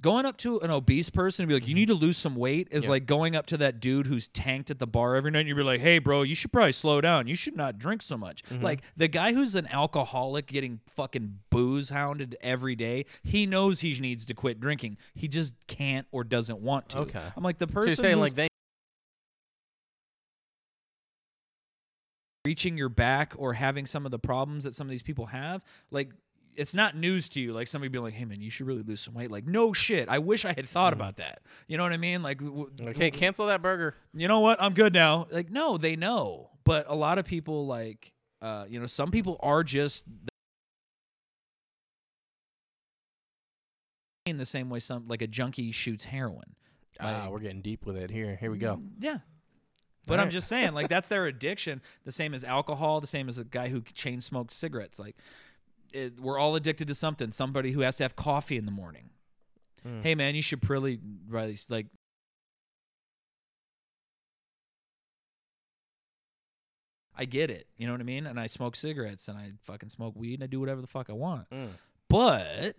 Speaker 3: Going up to an obese person and be
Speaker 2: Mm-hmm.
Speaker 3: like, "You need to lose some weight," is like going up to that dude who's tanked at the bar every night. And you'd be like, "Hey, bro, you should probably slow down. You should not drink so much."
Speaker 2: Mm-hmm.
Speaker 3: Like the guy who's an alcoholic getting fucking booze hounded every day, he knows he needs to quit drinking. He just can't or doesn't want to.
Speaker 2: Okay.
Speaker 3: I'm like the
Speaker 2: so
Speaker 3: person
Speaker 2: you're saying
Speaker 3: who's
Speaker 2: like they
Speaker 3: reaching your back or having some of the problems that some of these people have, like it's not news to you. Like somebody being like, "Hey man, you should really lose some weight." Like, no shit. I wish I had thought about that. You know what I mean? Like, w-
Speaker 2: Mm. like hey cancel that burger
Speaker 3: you know what? I'm good now. Like, no, they know. But a lot of people, like, uh, you know, some people are just in the same way some like a junkie shoots heroin.
Speaker 2: ah we're getting deep with it here here we go
Speaker 3: Yeah. But I'm
Speaker 2: Right.
Speaker 3: just saying, like that's their addiction. The same as alcohol. The same as a guy who chain smoked cigarettes. Like it, we're all addicted to something. Somebody who has to have coffee in the morning.
Speaker 2: Mm.
Speaker 3: Hey man, you should probably really like. I get it. You know what I mean? And I smoke cigarettes and I fucking smoke weed and I do whatever the fuck I want.
Speaker 2: Mm.
Speaker 3: But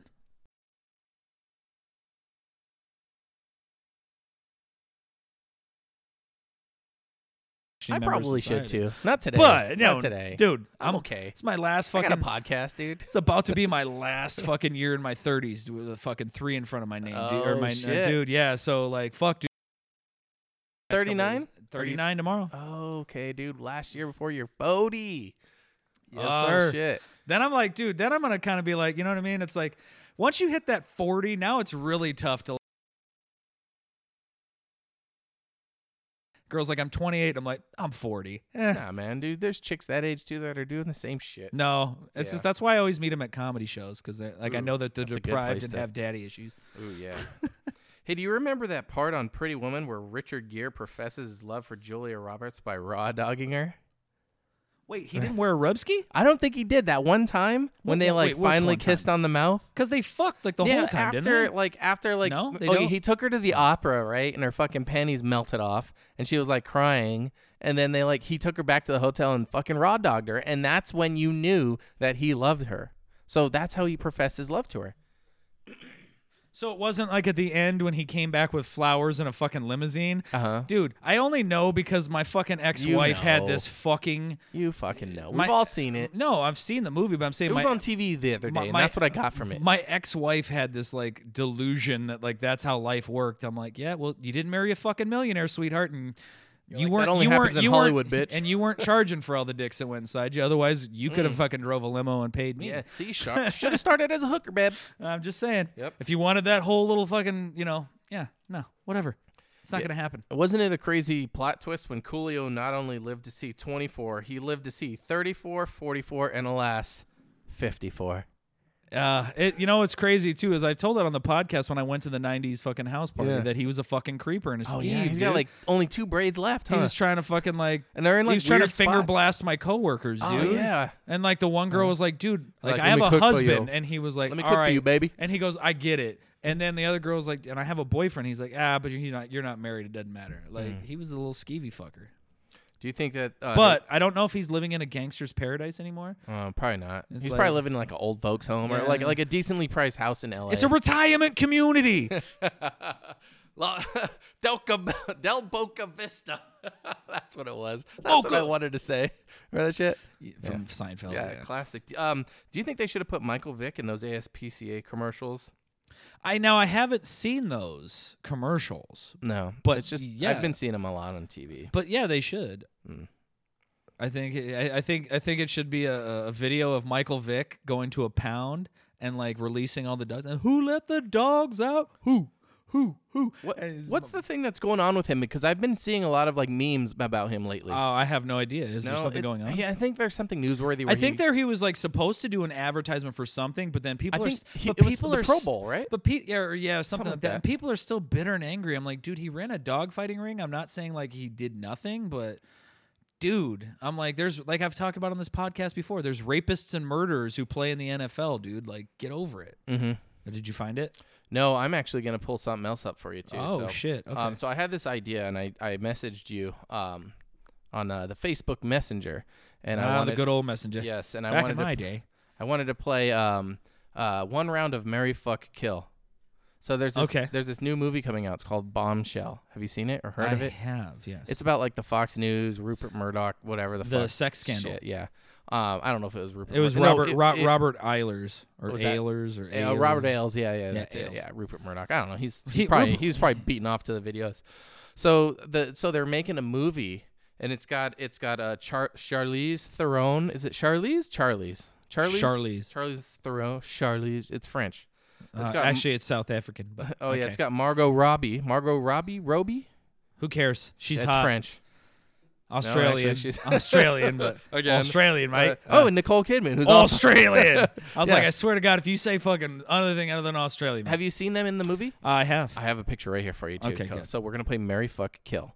Speaker 2: i
Speaker 3: member of
Speaker 2: probably should
Speaker 3: society.
Speaker 2: too not today
Speaker 3: But no,
Speaker 2: not today
Speaker 3: dude,
Speaker 2: I'm
Speaker 3: I'm,
Speaker 2: okay.
Speaker 3: It's my last
Speaker 2: i got
Speaker 3: fucking.
Speaker 2: a podcast dude
Speaker 3: It's about to
Speaker 2: (laughs)
Speaker 3: be my last fucking year in my 30s with a fucking three in front of my name, dude, or
Speaker 2: Oh,
Speaker 3: my uh,
Speaker 2: shit.
Speaker 3: dude. Yeah, so like, fuck, dude. Next couple
Speaker 2: 39?
Speaker 3: days. 39 tomorrow.
Speaker 2: okay dude last year before your 40
Speaker 3: Yes,
Speaker 2: oh, (laughs)
Speaker 3: sir.
Speaker 2: shit
Speaker 3: Then I'm like, dude. Then I'm gonna kind of be like, you know what I mean? It's like, once you hit that 40, now it's really tough to Girls like I'm 28. I'm like I'm 40. Eh.
Speaker 2: Nah, man, dude. There's chicks that age too that are doing the same shit.
Speaker 3: No, it's
Speaker 2: Yeah.
Speaker 3: just that's why I always meet them at comedy shows because like I know that they're
Speaker 2: that's a good
Speaker 3: deprived
Speaker 2: place
Speaker 3: and
Speaker 2: to-
Speaker 3: have daddy issues.
Speaker 2: Ooh, yeah. (laughs) hey, do you remember that part on Pretty Woman where Richard Gere professes his love for Julia Roberts by raw dogging her?
Speaker 3: Wait, he didn't wear a rubski
Speaker 2: I don't think he did that one time when
Speaker 3: Wh-
Speaker 2: they
Speaker 3: wh-
Speaker 2: like
Speaker 3: wait, which
Speaker 2: finally
Speaker 3: one time?
Speaker 2: kissed on the mouth.
Speaker 3: because they fucked like the whole time,
Speaker 2: after
Speaker 3: didn't they?
Speaker 2: like after like
Speaker 3: No, they
Speaker 2: oh,
Speaker 3: don't?
Speaker 2: he took her to the opera, right? And her fucking panties melted off, and she was like crying. And then they like he took her back to the hotel and fucking raw dogged her, and that's when you knew that he loved her. So that's how he professed his love to her.
Speaker 3: So it wasn't like at the end when he came back with flowers and a fucking limousine.
Speaker 2: Uh-huh.
Speaker 3: Dude, I only know because my fucking ex-wife had
Speaker 2: know.
Speaker 3: this fucking.
Speaker 2: You fucking know. We've
Speaker 3: my-
Speaker 2: all seen it.
Speaker 3: No, I've seen the movie, but I'm saying
Speaker 2: It was
Speaker 3: my
Speaker 2: on TV the other day,
Speaker 3: my-
Speaker 2: and
Speaker 3: my-
Speaker 2: that's what I got from it.
Speaker 3: My ex-wife had this like delusion that like that's how life worked. I'm like, yeah, well, you didn't marry a fucking millionaire, sweetheart, and you
Speaker 2: like,
Speaker 3: weren't.
Speaker 2: "That only
Speaker 3: you
Speaker 2: happens
Speaker 3: weren't,
Speaker 2: in
Speaker 3: you weren't-
Speaker 2: Hollywood, bitch." Mm.
Speaker 3: And you
Speaker 2: (laughs)
Speaker 3: weren't charging for all the dicks that went inside you. Otherwise, you could have fucking drove a limo and paid me. (laughs)
Speaker 2: yeah, see, should have started as a hooker, babe.
Speaker 3: I'm just saying.
Speaker 2: Yep.
Speaker 3: If you wanted that whole little fucking, you know, yeah, no, whatever. It's not gonna happen.
Speaker 2: Wasn't it a crazy plot twist when Coolio not only lived to see 24, he lived to see 34, 44, and alas, 54.
Speaker 3: Uh, it, you know what's crazy too is I told it on the podcast when I went to the '90s fucking house party
Speaker 2: Yeah.
Speaker 3: that he was a fucking creeper and a
Speaker 2: Oh
Speaker 3: skeeve.
Speaker 2: yeah, he's got
Speaker 3: dude.
Speaker 2: like only two braids left, huh?
Speaker 3: He was trying to fucking like,
Speaker 2: And they're in, like,
Speaker 3: he was trying to
Speaker 2: weird
Speaker 3: finger
Speaker 2: spots.
Speaker 3: blast my coworkers, dude.
Speaker 2: Oh, yeah.
Speaker 3: And like the one girl was like, dude, like,
Speaker 2: Like,
Speaker 3: I
Speaker 2: let
Speaker 3: have
Speaker 2: me
Speaker 3: a
Speaker 2: cook for you.
Speaker 3: husband, and he was like,
Speaker 2: Let me
Speaker 3: "All
Speaker 2: cook for you,
Speaker 3: right."
Speaker 2: baby.
Speaker 3: And he goes, I get it. And then the other girl's like, and I have a boyfriend. He's like, ah, but you're not, you're not married. It doesn't matter. Like he was a little skeevy fucker.
Speaker 2: Do you think that? Uh,
Speaker 3: But I don't know if he's living in a gangster's paradise anymore.
Speaker 2: uh, probably not.
Speaker 3: It's
Speaker 2: he's
Speaker 3: like-
Speaker 2: probably living in like an old folks home or like
Speaker 3: Yeah.
Speaker 2: like a decently priced house in L.A.
Speaker 3: It's a
Speaker 2: (laughs)
Speaker 3: retirement community.
Speaker 2: La- (laughs) Del, Cab- Del Boca Vista. (laughs) That's what it was. That's what I
Speaker 3: Boca.
Speaker 2: wanted to say. Remember that shit?
Speaker 3: From Seinfeld.
Speaker 2: Oh, Yeah,
Speaker 3: yeah.
Speaker 2: classic. Um, do you think they should have put Michael Vick in those ASPCA commercials?
Speaker 3: I now I haven't seen those commercials,
Speaker 2: No,
Speaker 3: But,
Speaker 2: it's just
Speaker 3: yeah.
Speaker 2: I've been seeing him a lot on TV.
Speaker 3: but yeah, they should.
Speaker 2: Hmm.
Speaker 3: I think I, I think I think it should be a, a video of Michael Vick going to a pound and like releasing all the dogs. And who let the dogs out? Who? Who? Who?
Speaker 2: What,
Speaker 3: And his
Speaker 2: what's
Speaker 3: mom-
Speaker 2: the thing that's going on with him? Because I've been seeing a lot of like memes about him lately.
Speaker 3: Oh, I have no idea. Is there something
Speaker 2: Uh, it-
Speaker 3: going on?
Speaker 2: Yeah, I think there's something newsworthy. Where
Speaker 3: I think
Speaker 2: he,
Speaker 3: there he was like supposed to do an advertisement for something, but then people
Speaker 2: I
Speaker 3: are
Speaker 2: think
Speaker 3: s-
Speaker 2: he-
Speaker 3: but
Speaker 2: it was
Speaker 3: people
Speaker 2: the
Speaker 3: are
Speaker 2: Pro
Speaker 3: s-
Speaker 2: Bowl, right?
Speaker 3: But pe- yeah, or yeah,
Speaker 2: Something
Speaker 3: something, like
Speaker 2: like
Speaker 3: that. And
Speaker 2: that.
Speaker 3: people are still bitter and angry. I'm like, dude, he ran a dogfighting ring. I'm not saying like he did nothing, but dude, I'm like, there's like I've talked about on this podcast before. There's rapists and murderers who play in the NFL, dude. Like, get over it.
Speaker 2: Mhm.
Speaker 3: Or Did you find it?
Speaker 2: No, I'm actually gonna pull something else up for you too.
Speaker 3: Oh,
Speaker 2: so,
Speaker 3: shit, okay.
Speaker 2: Um, so I had this idea, and I I messaged you um on uh, the Facebook Messenger, and I
Speaker 3: Ah,
Speaker 2: wanted
Speaker 3: the good old messenger.
Speaker 2: yes, and I
Speaker 3: Back
Speaker 2: wanted
Speaker 3: in
Speaker 2: to
Speaker 3: my day.
Speaker 2: I wanted to play um, uh, one round of Merry Fuck Kill. So there's this,
Speaker 3: Okay.
Speaker 2: there's this new movie coming out. It's called Bombshell. Have you seen it or heard
Speaker 3: I
Speaker 2: of it?
Speaker 3: have, yes.
Speaker 2: It's about like the Fox News, Rupert Murdoch, whatever the,
Speaker 3: The
Speaker 2: fuck
Speaker 3: sex scandal.
Speaker 2: shit, Yeah. Um, I don't know if it was Rupert.
Speaker 3: it was
Speaker 2: Murdoch. No,
Speaker 3: Robert
Speaker 2: it-
Speaker 3: Ro-
Speaker 2: it-
Speaker 3: Robert Eilers or
Speaker 2: Was that-
Speaker 3: Eilers or
Speaker 2: yeah,
Speaker 3: Ayler.
Speaker 2: Robert Ailes. Yeah, yeah, that's it.
Speaker 3: Ailes.
Speaker 2: Yeah, Rupert Murdoch. I don't know. He's
Speaker 3: He-
Speaker 2: he, probably
Speaker 3: Rupert-
Speaker 2: he was probably beaten off to the videos. So the so they're making a movie, and it's got it's got a Char- Charlize Theron. Is it Charlize? Charlize. Charlize.
Speaker 3: Charlize.
Speaker 2: Charlize Theron. Charlize. It's French. It's
Speaker 3: Uh,
Speaker 2: got-
Speaker 3: actually, it's South African. But
Speaker 2: (laughs) Oh yeah,
Speaker 3: okay.
Speaker 2: it's got Margot Robbie. Margot Robbie. Robbie.
Speaker 3: Who cares? She's
Speaker 2: That's
Speaker 3: hot.
Speaker 2: French.
Speaker 3: Australian.
Speaker 2: actually, she's- (laughs)
Speaker 3: (laughs) Australian, but
Speaker 2: Again.
Speaker 3: Australian, mate.
Speaker 2: Uh, oh, and Nicole Kidman, who's
Speaker 3: Uh,
Speaker 2: also. (laughs)
Speaker 3: Australian. I was like,
Speaker 2: Yeah.
Speaker 3: I swear to God, if you say fucking other thing other than Australian,
Speaker 2: Have you seen them in the movie?
Speaker 3: I have.
Speaker 2: I have a picture right here for you too.
Speaker 3: Okay,
Speaker 2: Kyle.
Speaker 3: good.
Speaker 2: So we're gonna play marry, fuck, kill.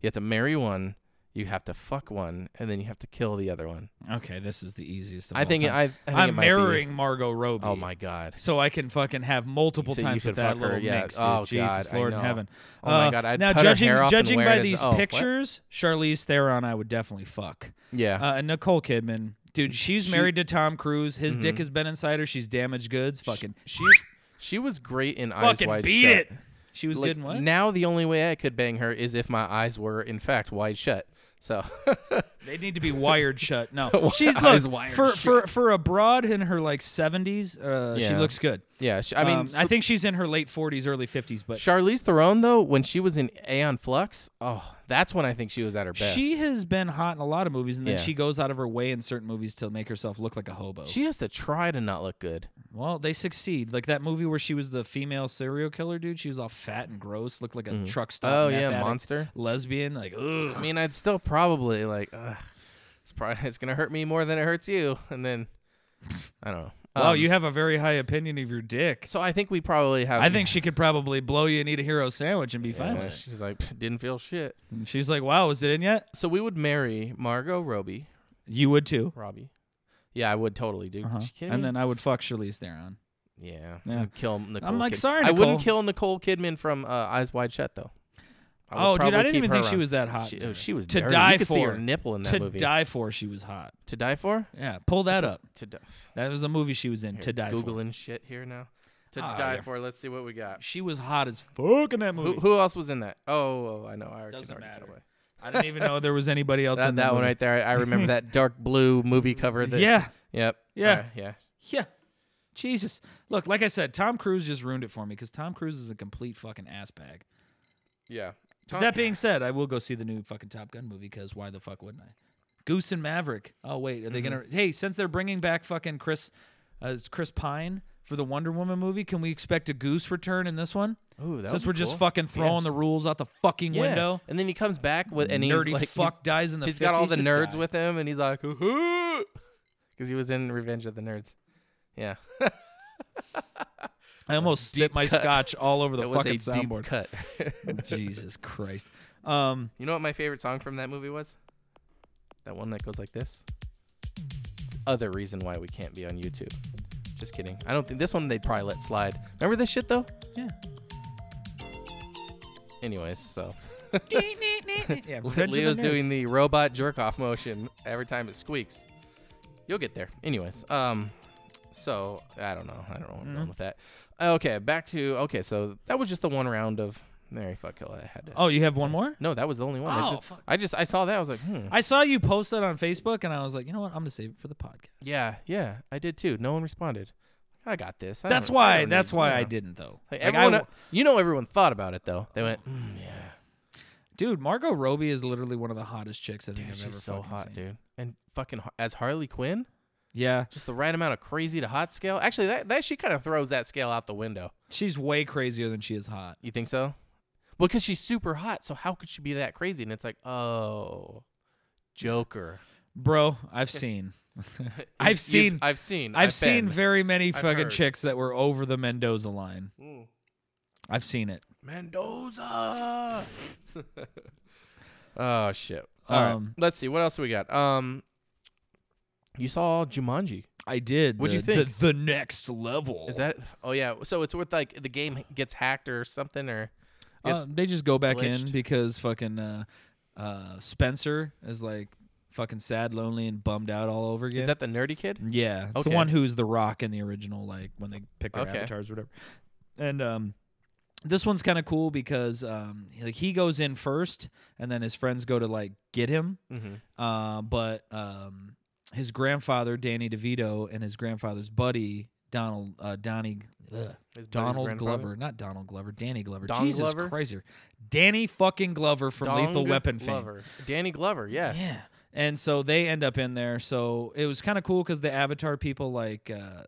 Speaker 2: You have to marry one, you have to fuck one, and then you have to kill the other one.
Speaker 3: Okay, this is the easiest. Of
Speaker 2: I
Speaker 3: all
Speaker 2: think it-
Speaker 3: time.
Speaker 2: I, I think it
Speaker 3: am
Speaker 2: might be-
Speaker 3: marrying Margot Robbie.
Speaker 2: Oh my god.
Speaker 3: So I can fucking have multiple
Speaker 2: So you
Speaker 3: times
Speaker 2: could
Speaker 3: with that
Speaker 2: fuck her,
Speaker 3: little
Speaker 2: yeah.
Speaker 3: mix.
Speaker 2: Oh,
Speaker 3: dude. Jesus,
Speaker 2: God, I
Speaker 3: Lord in
Speaker 2: know.
Speaker 3: heaven.
Speaker 2: Oh, my
Speaker 3: Uh,
Speaker 2: God, I'd
Speaker 3: now,
Speaker 2: cut her
Speaker 3: judging
Speaker 2: hair off and
Speaker 3: judging
Speaker 2: wear
Speaker 3: by
Speaker 2: it as-
Speaker 3: these
Speaker 2: oh, what?
Speaker 3: pictures, Charlize Theron, I would definitely fuck.
Speaker 2: Yeah.
Speaker 3: Uh, and Nicole Kidman, dude, she's
Speaker 2: She- Mm-hmm.
Speaker 3: married to Tom Cruise. His dick has been inside her. She's damaged goods. Fucking,
Speaker 2: she she was great in Eyes
Speaker 3: fucking
Speaker 2: Wide
Speaker 3: beat
Speaker 2: Shut.
Speaker 3: it. She was
Speaker 2: Like,
Speaker 3: good in what?
Speaker 2: Now the only way I could bang her is if my eyes were in fact wide shut. So (laughs)
Speaker 3: They need to be wired shut. No,
Speaker 2: Wi-
Speaker 3: she's
Speaker 2: (laughs)
Speaker 3: look,
Speaker 2: eyes wired
Speaker 3: for for for a broad in her like seventies. Uh, she
Speaker 2: Yeah.
Speaker 3: looks good.
Speaker 2: yeah, sh- I mean,
Speaker 3: Um, I think she's in her late forties, early fifties. But
Speaker 2: Charlize Theron though, when she was in Aeon Flux, oh, that's when I think she was at her best.
Speaker 3: she has been hot in a lot of movies, and then
Speaker 2: Yeah.
Speaker 3: she goes out of her way in certain movies to make herself look like a hobo.
Speaker 2: she has to try to not look good.
Speaker 3: well, they succeed. Like that movie where she was the female serial killer dude. She was all fat and gross, looked like a truck stop.
Speaker 2: Oh,
Speaker 3: meth
Speaker 2: yeah,
Speaker 3: addict,
Speaker 2: Monster.
Speaker 3: lesbian. Like, ugh.
Speaker 2: I mean, I'd still probably like, ugh, it's probably (laughs) it's gonna hurt me more than it hurts you, and then I don't know.
Speaker 3: wow,
Speaker 2: Um,
Speaker 3: you have a very high opinion of your dick.
Speaker 2: So I think we probably have.
Speaker 3: I think she could probably blow you and eat a hero sandwich and be
Speaker 2: Yeah,
Speaker 3: fine with it.
Speaker 2: she's like "Pff, didn't feel shit.
Speaker 3: And She's like, "Wow, is it in yet?"
Speaker 2: So we would marry Margot Robbie.
Speaker 3: You would too.
Speaker 2: Robbie. Yeah, I would totally, dude.
Speaker 3: Uh-huh.
Speaker 2: You kidding
Speaker 3: And
Speaker 2: me?
Speaker 3: then I would fuck Charlize Theron.
Speaker 2: yeah,
Speaker 3: Yeah.
Speaker 2: I'd kill Nicole.
Speaker 3: like,
Speaker 2: Kid-
Speaker 3: "Sorry,
Speaker 2: I wouldn't
Speaker 3: Nicole."
Speaker 2: kill Nicole Kidman from uh, Eyes Wide Shut though. would
Speaker 3: Oh, dude,
Speaker 2: probably
Speaker 3: I didn't
Speaker 2: keep
Speaker 3: even
Speaker 2: her
Speaker 3: think she
Speaker 2: around.
Speaker 3: was that hot.
Speaker 2: She,
Speaker 3: in
Speaker 2: oh,
Speaker 3: there.
Speaker 2: she was
Speaker 3: to
Speaker 2: dirty.
Speaker 3: die
Speaker 2: You could
Speaker 3: for.
Speaker 2: see her nipple in that
Speaker 3: to
Speaker 2: movie.
Speaker 3: die for, she was hot.
Speaker 2: To die for?
Speaker 3: Yeah, pull that up.
Speaker 2: To die.
Speaker 3: That was a movie she was in.
Speaker 2: Here,
Speaker 3: to die for.
Speaker 2: Googling shit here now. To
Speaker 3: Ah,
Speaker 2: die
Speaker 3: yeah.
Speaker 2: for. Let's see what we got.
Speaker 3: She was hot as fuck in that movie.
Speaker 2: Who, who else was in that? Oh, oh I know. I already-
Speaker 3: Doesn't
Speaker 2: already
Speaker 3: matter.
Speaker 2: Tell
Speaker 3: I didn't even know there was anybody else
Speaker 2: that
Speaker 3: in
Speaker 2: that one right there. I, I remember
Speaker 3: (laughs)
Speaker 2: that dark blue movie cover. That,
Speaker 3: Yeah,
Speaker 2: Yep.
Speaker 3: Yeah.
Speaker 2: Alright, yeah.
Speaker 3: yeah. Jesus, look, like I said, Tom Cruise just ruined it for me because Tom Cruise is a complete fucking ass bag.
Speaker 2: Yeah.
Speaker 3: But that being said, I will go see the new fucking Top Gun movie because why the fuck wouldn't I? Goose and Maverick. Oh wait,
Speaker 2: Mm-hmm.
Speaker 3: are they gonna? Hey, since they're bringing back fucking Chris, uh, is Chris Pine for the Wonder Woman movie, can we expect a goose return in this one?
Speaker 2: Ooh, that
Speaker 3: since
Speaker 2: would
Speaker 3: we're
Speaker 2: be
Speaker 3: just
Speaker 2: cool.
Speaker 3: fucking throwing
Speaker 2: Yes.
Speaker 3: the rules out the fucking
Speaker 2: Yeah.
Speaker 3: window.
Speaker 2: And then he comes back with and he's
Speaker 3: Nerdy
Speaker 2: like
Speaker 3: fuck
Speaker 2: he's,
Speaker 3: dies in the.
Speaker 2: he's got all the
Speaker 3: 50s, just
Speaker 2: nerds
Speaker 3: die.
Speaker 2: with him and he's like (laughs) because he was in Revenge of the Nerds. Yeah.
Speaker 3: I almost spit my
Speaker 2: cut.
Speaker 3: scotch all over the
Speaker 2: that was a
Speaker 3: fucking
Speaker 2: deep
Speaker 3: soundboard.
Speaker 2: cut. (laughs)
Speaker 3: (laughs) Jesus Christ. Um,
Speaker 2: you know what my favorite song from that movie was? That one that goes like this. Other reason why we can't be on YouTube. Just kidding. I don't think this one they'd probably let slide. Remember this shit though?
Speaker 3: yeah.
Speaker 2: Anyways,
Speaker 3: (laughs)
Speaker 2: so
Speaker 3: yeah. Revenge of the
Speaker 2: Leo's
Speaker 3: Nerds.
Speaker 2: doing the robot jerk off motion every time it squeaks. You'll get there. Anyways, um, so I don't know. I don't know what I'm
Speaker 3: Mm-hmm.
Speaker 2: going with that. Okay, back to okay. So that was just the one round of Mary fuck kill I had. To,
Speaker 3: Oh, you have one more.
Speaker 2: no, that was the only one. I,
Speaker 3: Oh,
Speaker 2: just,
Speaker 3: fuck.
Speaker 2: I just I saw that. I was like, hmm.
Speaker 3: I saw you post that on Facebook, and I was like, you know what? I'm gonna save it for the podcast.
Speaker 2: yeah, yeah, I did too. No one responded. I got this. I
Speaker 3: That's
Speaker 2: don't-
Speaker 3: why.
Speaker 2: don't
Speaker 3: that's
Speaker 2: need-
Speaker 3: why
Speaker 2: you
Speaker 3: I
Speaker 2: know.
Speaker 3: didn't
Speaker 2: Oh,
Speaker 3: though.
Speaker 2: Like,
Speaker 3: Like, I
Speaker 2: everyone, e-
Speaker 3: w-
Speaker 2: you know, everyone thought about it though. They went, mm, yeah,
Speaker 3: dude, Margot Robbie is literally one of the hottest chicks I think
Speaker 2: dude,
Speaker 3: I've ever
Speaker 2: she's so
Speaker 3: fucking
Speaker 2: hot,
Speaker 3: seen.
Speaker 2: dude, and fucking har- as Harley Quinn.
Speaker 3: Yeah,
Speaker 2: just the right amount of crazy to hot scale. Actually, that, that she kind of throws that scale out the window.
Speaker 3: she's way crazier than she is hot.
Speaker 2: You think so? Because she's super hot, so how could she be that crazy? And it's like, oh, Joker.
Speaker 3: Bro,
Speaker 2: (laughs)
Speaker 3: I've seen,
Speaker 2: You've-
Speaker 3: I've
Speaker 2: you've-
Speaker 3: seen,
Speaker 2: I've seen,
Speaker 3: I've seen
Speaker 2: been.
Speaker 3: very many
Speaker 2: I've
Speaker 3: fucking
Speaker 2: heard.
Speaker 3: chicks that were over the Mendoza line.
Speaker 2: Mm.
Speaker 3: I've seen it.
Speaker 2: Mendoza. (laughs) oh shit. All right,
Speaker 3: Um,
Speaker 2: let's see what else we got. Um, you saw Jumanji.
Speaker 3: I did.
Speaker 2: What'd you
Speaker 3: the- the-
Speaker 2: think?
Speaker 3: The, next level
Speaker 2: Is that? Oh yeah. So it's with like the game gets hacked or something or.
Speaker 3: Uh, they just go back in
Speaker 2: glitched.
Speaker 3: because fucking uh, uh, Spencer is like fucking sad, lonely, and bummed out all over again.
Speaker 2: Is that the nerdy kid?
Speaker 3: Yeah, it's
Speaker 2: Okay.
Speaker 3: the one who's the Rock in the original, like when they pick their
Speaker 2: Okay.
Speaker 3: avatars or whatever. And um, this one's kind of cool because um, he- like he goes in first, and then his friends go to like get him.
Speaker 2: Mm-hmm.
Speaker 3: Uh, but um, his grandfather Danny DeVito and his grandfather's buddy Donald uh, Donnie ugh,
Speaker 2: His buddy's
Speaker 3: Donald
Speaker 2: grandfather?
Speaker 3: Glover, not Donald Glover, Danny Glover.
Speaker 2: Don
Speaker 3: Jesus
Speaker 2: Glover?
Speaker 3: Christ, here. Danny fucking Glover from Lethal
Speaker 2: Dong
Speaker 3: Weapon fame.
Speaker 2: Glover. Danny Glover, yeah.
Speaker 3: Yeah. And so they end up in there. So it was kind of cool because the Avatar people, like uh,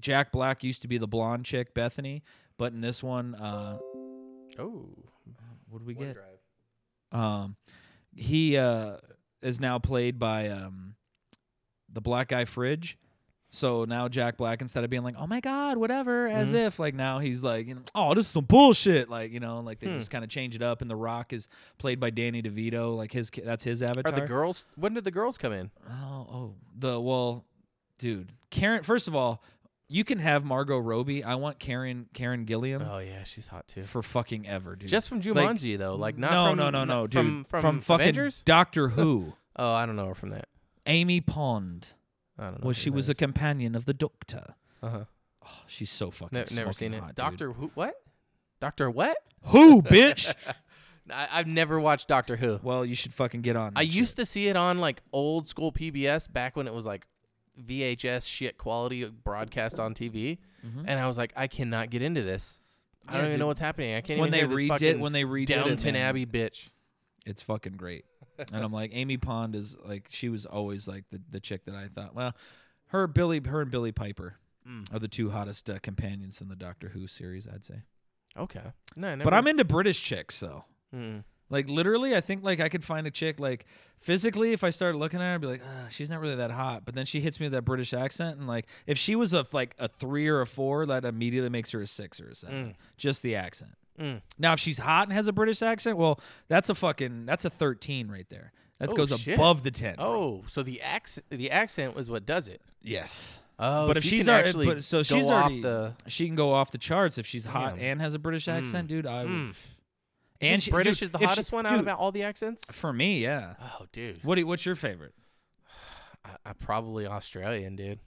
Speaker 3: Jack Black, used to be the blonde chick, Bethany. But in this one, uh,
Speaker 2: Oh,
Speaker 3: what do we get? Um, he uh, is now played by um, the black guy Fridge. So now Jack Black, instead of being like, "Oh my God, whatever," as
Speaker 2: Mhm.
Speaker 3: if like now he's like, you know, "Oh, this is some bullshit," like you know, like they
Speaker 2: Hmm.
Speaker 3: just kind of change it up. And The Rock is played by Danny DeVito, like his ki- that's his
Speaker 2: Are
Speaker 3: avatar.
Speaker 2: the girls? When did the girls come in?
Speaker 3: Oh, oh, the well, dude, Karen. First of all, you can have Margot Robbie. I want Karen, Karen Gilliam
Speaker 2: Oh yeah, she's hot too.
Speaker 3: for fucking ever, dude.
Speaker 2: Just from
Speaker 3: Um, Like,
Speaker 2: Jumanji though, like not
Speaker 3: no,
Speaker 2: from
Speaker 3: no, no, no,
Speaker 2: not
Speaker 3: dude,
Speaker 2: from from,
Speaker 3: fucking
Speaker 2: Avengers.
Speaker 3: Doctor Who.
Speaker 2: oh, I don't know her from that.
Speaker 3: Amy Pond.
Speaker 2: I don't know.
Speaker 3: Well, she was a companion of the Doctor.
Speaker 2: uh huh.
Speaker 3: Oh, she's so fucking.
Speaker 2: never seen
Speaker 3: smoking
Speaker 2: it.
Speaker 3: hot, dude. (laughs)
Speaker 2: Doctor who? What? Doctor what?
Speaker 3: Who, bitch?
Speaker 2: I, I've never watched Doctor Who.
Speaker 3: Well, you should fucking get on.
Speaker 2: I
Speaker 3: that shit.
Speaker 2: used to see it on like old school PBS back when it was like VHS shit quality broadcast on TV,
Speaker 3: Mm-hmm.
Speaker 2: and I was like, I cannot get into this. I
Speaker 3: Yeah,
Speaker 2: don't even know
Speaker 3: dude.
Speaker 2: what's happening. I can't
Speaker 3: when
Speaker 2: even
Speaker 3: they
Speaker 2: hear this
Speaker 3: redid
Speaker 2: fucking
Speaker 3: when they redid
Speaker 2: Downton
Speaker 3: it, man,
Speaker 2: Abbey bitch.
Speaker 3: It's fucking great. And I'm like, Amy Pond is like, she was always like the, the chick that I thought. Well, her Billy, her and Billy Piper
Speaker 2: Mm.
Speaker 3: are the two hottest uh, companions in the Doctor Who series, I'd say.
Speaker 2: Okay, no, I never,
Speaker 3: But I'm into British chicks though.
Speaker 2: Mm.
Speaker 3: Like literally, I think like I could find a chick like physically. If I started looking at her, I'd be like, ah, she's not really that hot. But then she hits me with that British accent, and like if she was a like a three or a four, that immediately makes her a six or a seven. Just the accent.
Speaker 2: Mm.
Speaker 3: Now if she's hot and has a British accent, well, that's a fucking that's a thirteen right there. That
Speaker 2: Oh,
Speaker 3: goes
Speaker 2: shit.
Speaker 3: above the ten.
Speaker 2: Oh, so the accent the accent was what does it.
Speaker 3: yes.
Speaker 2: Oh,
Speaker 3: but
Speaker 2: so
Speaker 3: if
Speaker 2: you
Speaker 3: she's
Speaker 2: can
Speaker 3: already,
Speaker 2: actually
Speaker 3: but, so
Speaker 2: go
Speaker 3: she's
Speaker 2: off
Speaker 3: already,
Speaker 2: the
Speaker 3: she can go off the charts if she's hot
Speaker 2: Damn.
Speaker 3: and has a British accent, dude. I would.
Speaker 2: Mm.
Speaker 3: And
Speaker 2: and
Speaker 3: she,
Speaker 2: British
Speaker 3: dude,
Speaker 2: is the
Speaker 3: if she-
Speaker 2: hottest one out
Speaker 3: dude,
Speaker 2: of all the accents.
Speaker 3: For me, yeah.
Speaker 2: Oh, dude,
Speaker 3: What do you- what's your favorite?
Speaker 2: I, I probably Australian, dude.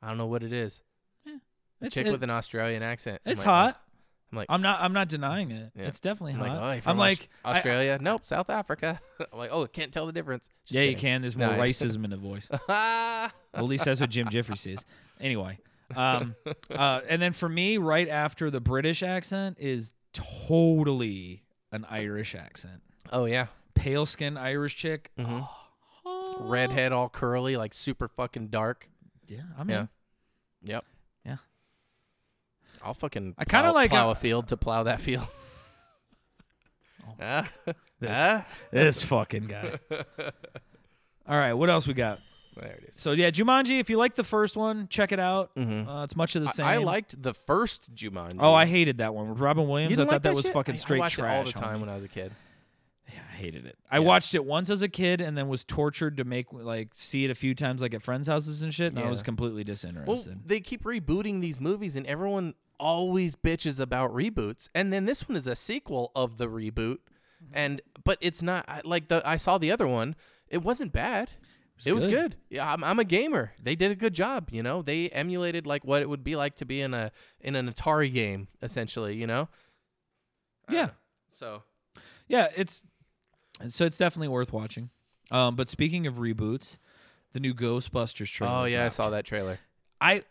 Speaker 2: I don't know what it is. A
Speaker 3: It's-
Speaker 2: chick
Speaker 3: it-
Speaker 2: with an Australian accent. I'm
Speaker 3: It's
Speaker 2: like,
Speaker 3: hot.
Speaker 2: I'm like-
Speaker 3: I'm not. I'm not denying it.
Speaker 2: Yeah.
Speaker 3: It's definitely
Speaker 2: I'm
Speaker 3: hot.
Speaker 2: like, oh, you from
Speaker 3: I'm like,
Speaker 2: Aus-
Speaker 3: I-
Speaker 2: Australia? nope, South Africa. (laughs) I'm like, oh, can't tell the difference. Just
Speaker 3: yeah, you
Speaker 2: kidding.
Speaker 3: can. There's
Speaker 2: No,
Speaker 3: more
Speaker 2: I-
Speaker 3: racism in the voice. Well, at least that's what Jim Jeffries says. Anyway, um, uh, and then for me, right after the British accent is totally an Irish accent.
Speaker 2: (laughs) oh yeah, Mm-hmm.
Speaker 3: Pale skin Irish chick.
Speaker 2: Mm. redhead, all curly, like super fucking dark.
Speaker 3: Yeah, I'm
Speaker 2: Yeah.
Speaker 3: in.
Speaker 2: Yep.
Speaker 3: Mm-hmm. Yeah.
Speaker 2: I'll fucking.
Speaker 3: I kinda
Speaker 2: plow-
Speaker 3: like uh,
Speaker 2: plow
Speaker 3: a-
Speaker 2: a field to plow that
Speaker 3: (laughs)
Speaker 2: field. (laughs) Ah.
Speaker 3: This-
Speaker 2: Ah.
Speaker 3: This
Speaker 2: (laughs)
Speaker 3: fucking guy. All right, what else we got?
Speaker 2: There it is.
Speaker 3: So yeah, Jumanji. If you like the first one, check it out. Uh, it's much of the same.
Speaker 2: Mm-hmm. I, I liked the first Jumanji.
Speaker 3: Oh, I hated that one with Robin
Speaker 2: You
Speaker 3: Williams.
Speaker 2: didn't
Speaker 3: I thought
Speaker 2: like
Speaker 3: that, was
Speaker 2: shit?
Speaker 3: fucking
Speaker 2: I-
Speaker 3: straight
Speaker 2: I watched
Speaker 3: trash.
Speaker 2: it all the time
Speaker 3: homie.
Speaker 2: when I was a kid.
Speaker 3: Yeah, I hated it. I watched it once as a kid and then was tortured to make like see it a few times like at friends' houses and shit, and I was
Speaker 2: Yeah.
Speaker 3: completely
Speaker 2: Well,
Speaker 3: disinterested.
Speaker 2: they keep rebooting these movies, and everyone always bitches about reboots. And then this one is a sequel of the reboot,
Speaker 3: Mm-hmm.
Speaker 2: and but it's not I- like the I saw the other one. It wasn't bad. It was,
Speaker 3: good.
Speaker 2: good. Yeah, I'm, I'm a gamer. They did a good job. You know, they emulated like what it would be like to be in a in an Atari game, essentially. You know,
Speaker 3: yeah,
Speaker 2: so
Speaker 3: yeah, it's so it's definitely worth watching. Um, but speaking of reboots, the new Ghostbusters trailer.
Speaker 2: oh yeah, I
Speaker 3: dropped.
Speaker 2: saw that trailer.
Speaker 3: I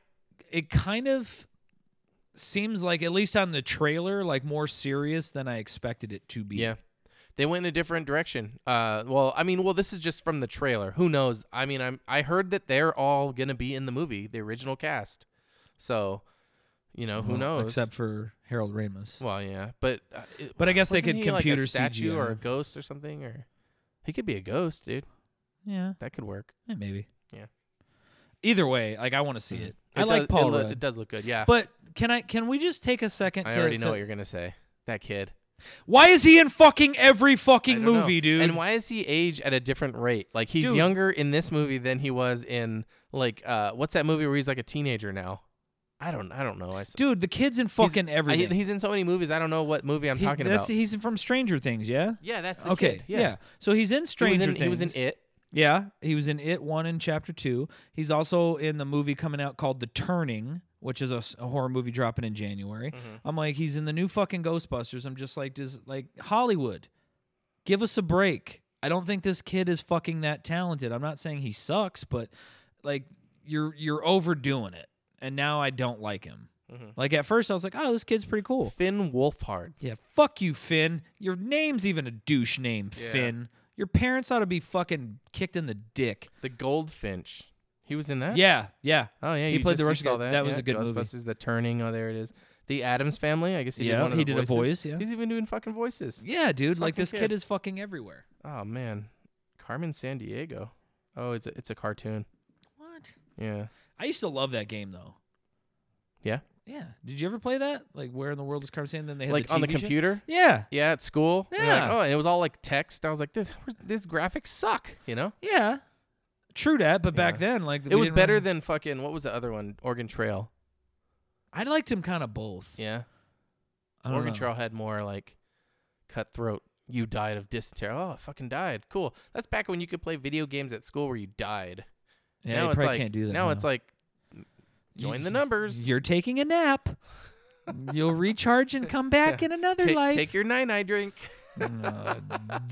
Speaker 3: it kind of seems like at least on the trailer like more serious than I expected it to be.
Speaker 2: Yeah. They went in a different direction. Uh, well, I mean, well, this is just from the trailer. Who knows? I mean, I'm I heard that they're all gonna be in the movie, the original cast. So, you know, who
Speaker 3: Well,
Speaker 2: knows?
Speaker 3: Except for Harold Ramis.
Speaker 2: well, yeah, but uh, it-
Speaker 3: But I guess they
Speaker 2: wasn't
Speaker 3: could
Speaker 2: he, like, a
Speaker 3: computer
Speaker 2: statue
Speaker 3: CGI.
Speaker 2: or a ghost or something, or he could be a ghost, dude.
Speaker 3: yeah,
Speaker 2: That could work.
Speaker 3: eh, maybe.
Speaker 2: Yeah. Mm-hmm.
Speaker 3: Either way, like I want to see it. I
Speaker 2: It
Speaker 3: like
Speaker 2: does-
Speaker 3: Paul
Speaker 2: It, loo-
Speaker 3: Rudd.
Speaker 2: it does look good, yeah.
Speaker 3: But can I can we just take a second
Speaker 2: I
Speaker 3: to,
Speaker 2: already
Speaker 3: to-
Speaker 2: know what you're gonna say. That kid.
Speaker 3: Why is he in fucking every
Speaker 2: I
Speaker 3: fucking
Speaker 2: don't know.
Speaker 3: movie, dude?
Speaker 2: And why is he age at a different rate? Like he's
Speaker 3: Dude.
Speaker 2: younger in this movie than he was in like uh what's that movie where he's like a teenager now? I don't I don't know. I s-
Speaker 3: dude, the kid's in
Speaker 2: he's-
Speaker 3: fucking
Speaker 2: I-
Speaker 3: everything.
Speaker 2: he's in so many movies. I don't know what movie I'm
Speaker 3: He-
Speaker 2: talking
Speaker 3: that's,
Speaker 2: about.
Speaker 3: He's from Stranger Things, yeah?
Speaker 2: yeah, that's the
Speaker 3: Okay,
Speaker 2: kid.
Speaker 3: yeah. So he's in
Speaker 2: He was,
Speaker 3: Stranger
Speaker 2: in,
Speaker 3: Things.
Speaker 2: he was in it.
Speaker 3: Yeah, he was in It One and Chapter Two. He's also in the movie coming out called The Turning, which is a, s- a horror movie dropping in January. I'm like, he's in the new fucking Ghostbusters. I'm just like, does like Hollywood, give us a break. I don't think this kid is fucking that talented. I'm not saying he sucks, but like you're you're overdoing it. And now I don't like him. Like at first I was like, oh, this kid's pretty cool.
Speaker 2: Finn Wolfhard.
Speaker 3: Yeah, fuck you, Finn. Your name's even a douche name, Finn. Your parents ought to be fucking kicked in the dick.
Speaker 2: The Goldfinch. He was in that?
Speaker 3: Yeah, yeah.
Speaker 2: Oh yeah,
Speaker 3: he
Speaker 2: you
Speaker 3: played
Speaker 2: just,
Speaker 3: the
Speaker 2: you
Speaker 3: Russian
Speaker 2: saw
Speaker 3: guy.
Speaker 2: that.
Speaker 3: That was
Speaker 2: yeah.
Speaker 3: a good movie.
Speaker 2: Ghostbusters, The Turning. Oh, there it is. The Adams Family. I guess he
Speaker 3: Yeah,
Speaker 2: did one of
Speaker 3: he
Speaker 2: the
Speaker 3: did a
Speaker 2: voices.
Speaker 3: voice, yeah.
Speaker 2: He's even doing fucking voices.
Speaker 3: Yeah, dude.
Speaker 2: This
Speaker 3: Like
Speaker 2: fucking
Speaker 3: this kid.
Speaker 2: kid.
Speaker 3: is fucking everywhere.
Speaker 2: Oh man, Carmen San Diego. Oh, it's a, it's a cartoon.
Speaker 3: What?
Speaker 2: Yeah.
Speaker 3: I used to love that game though.
Speaker 2: Yeah.
Speaker 3: Yeah. Did you ever play that? Like where in the world is Carmen Sandiego? Then they had
Speaker 2: Like on the
Speaker 3: TV show?
Speaker 2: computer.
Speaker 3: Yeah.
Speaker 2: Yeah, at school. And you're like,
Speaker 3: Yeah.
Speaker 2: oh, and it was all like text. I was like, this where's- this graphics suck. You know.
Speaker 3: Yeah. True that, but back
Speaker 2: Yeah.
Speaker 3: then, like
Speaker 2: It was better than fucking what was the other one? Oregon Trail.
Speaker 3: I liked him kind of both.
Speaker 2: Yeah.
Speaker 3: I don't
Speaker 2: Oregon
Speaker 3: know.
Speaker 2: Trail had more like cutthroat. You died of dysentery. Oh, I fucking died. Cool. That's back when you could play video games at school where you died.
Speaker 3: Yeah,
Speaker 2: now
Speaker 3: you
Speaker 2: it's
Speaker 3: probably
Speaker 2: like
Speaker 3: can't do that.
Speaker 2: now
Speaker 3: huh?
Speaker 2: it's like join
Speaker 3: (laughs)
Speaker 2: the numbers.
Speaker 3: You're
Speaker 2: (laughs)
Speaker 3: taking a nap. You'll recharge and come back in another
Speaker 2: Ta-
Speaker 3: life.
Speaker 2: Take your nine eye drink. (laughs)
Speaker 5: Uh,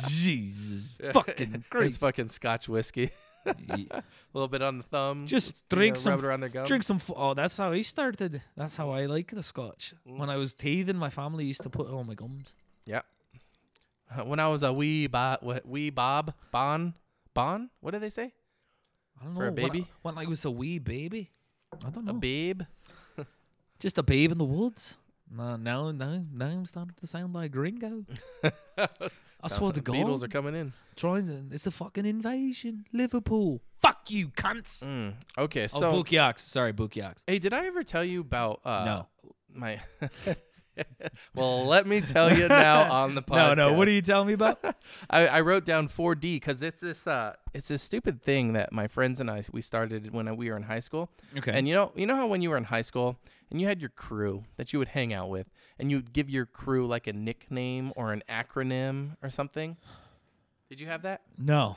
Speaker 5: Jesus fucking
Speaker 2: It's
Speaker 5: Christ.
Speaker 2: fucking Scotch whiskey. (laughs) A little bit on the thumb.
Speaker 5: Just
Speaker 2: you
Speaker 5: drink
Speaker 2: know,
Speaker 5: some.
Speaker 2: Rub it around their gum.
Speaker 5: Drink some. F- oh, that's how I started. That's how I like the scotch.
Speaker 2: Mm.
Speaker 5: When I was teething, my family used to put it on my gums.
Speaker 2: Yep. Uh, When I was a wee bob, wee bob, bon, bon. What do they say?
Speaker 5: I don't know.
Speaker 2: For a
Speaker 5: when I-
Speaker 2: baby?
Speaker 5: When I, was a wee baby. I don't know.
Speaker 2: A babe.
Speaker 5: Just a babe in the woods. No, now, now, now I'm starting to sound like Ringo.
Speaker 2: (laughs)
Speaker 5: I swear to
Speaker 2: The
Speaker 5: God.
Speaker 2: Beatles are coming in.
Speaker 5: trying to. It's a fucking invasion. Liverpool. Fuck you, cunts.
Speaker 2: Mm. Okay,
Speaker 5: Oh,
Speaker 2: so
Speaker 5: Bukiaks. Sorry, Bukiaks.
Speaker 2: hey, did I ever tell you about uh,
Speaker 5: No.
Speaker 2: my? (laughs) well, let me tell you (laughs) now on the
Speaker 5: No,
Speaker 2: podcast.
Speaker 5: no. What are you telling me
Speaker 2: (laughs)
Speaker 5: about?
Speaker 2: I, I wrote down 4D because it's this uh it's this stupid thing that my friends and I we started when we were in high school.
Speaker 5: Okay.
Speaker 2: And you know you know how when you were in high school and you had your crew that you would hang out with and you'd give your crew like a nickname or an acronym or something. Did you have that?
Speaker 5: no.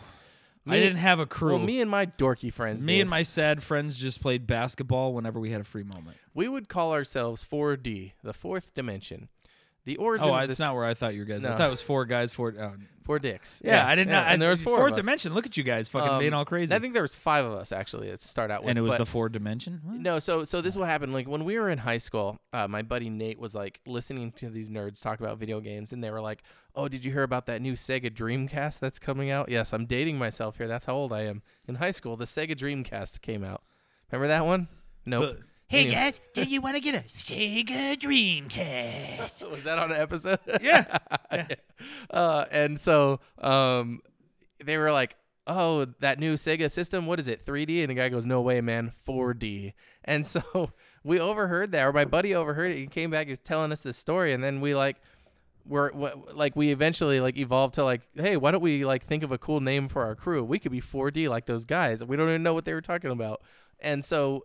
Speaker 5: I
Speaker 2: Me-
Speaker 5: didn't have a crew.
Speaker 2: Well, me and my dorky friends.
Speaker 5: Me
Speaker 2: did.
Speaker 5: and my sad friends just played basketball whenever we had a free moment.
Speaker 2: we would call ourselves 4D, the fourth dimension. The origin.
Speaker 5: Oh,
Speaker 2: of
Speaker 5: it's
Speaker 2: this,
Speaker 5: not where I thought you guys. I
Speaker 2: No.
Speaker 5: thought it was four guys, four. Oh.
Speaker 2: four dicks.
Speaker 5: Yeah, I didn't know.
Speaker 2: And there was four
Speaker 5: fourth
Speaker 2: of us.
Speaker 5: dimension. Look at you guys, fucking
Speaker 2: Um,
Speaker 5: being all crazy.
Speaker 2: I think there was five of us actually to start out with.
Speaker 5: and it was
Speaker 2: but-
Speaker 5: the four dimension. What?
Speaker 2: No, so so this is what happened. Like when we were in high school, uh, my buddy Nate was like listening to these nerds talk about video games, and they were like, "Oh, did you hear about that new Sega Dreamcast that's coming out?" Yes, I'm dating myself here. That's how old I am. In high school, the Sega Dreamcast came out. Remember that one? Nope. Hey (laughs) guys, do you want to get a Sega Dreamcast? (laughs) was that on an episode? (laughs)
Speaker 5: Yeah.
Speaker 2: uh, and so um, they were like, "Oh, that new Sega system, what is it? 3D?" And the guy goes, "No way, man, 4D." And (laughs) so we overheard that, or my buddy overheard it. He came back, he's telling us this story, and then we like we're wh- like we eventually like evolved to like hey why don't we like think of a cool name for our crew we could be 4d like those guys we don't even know what they were talking about and so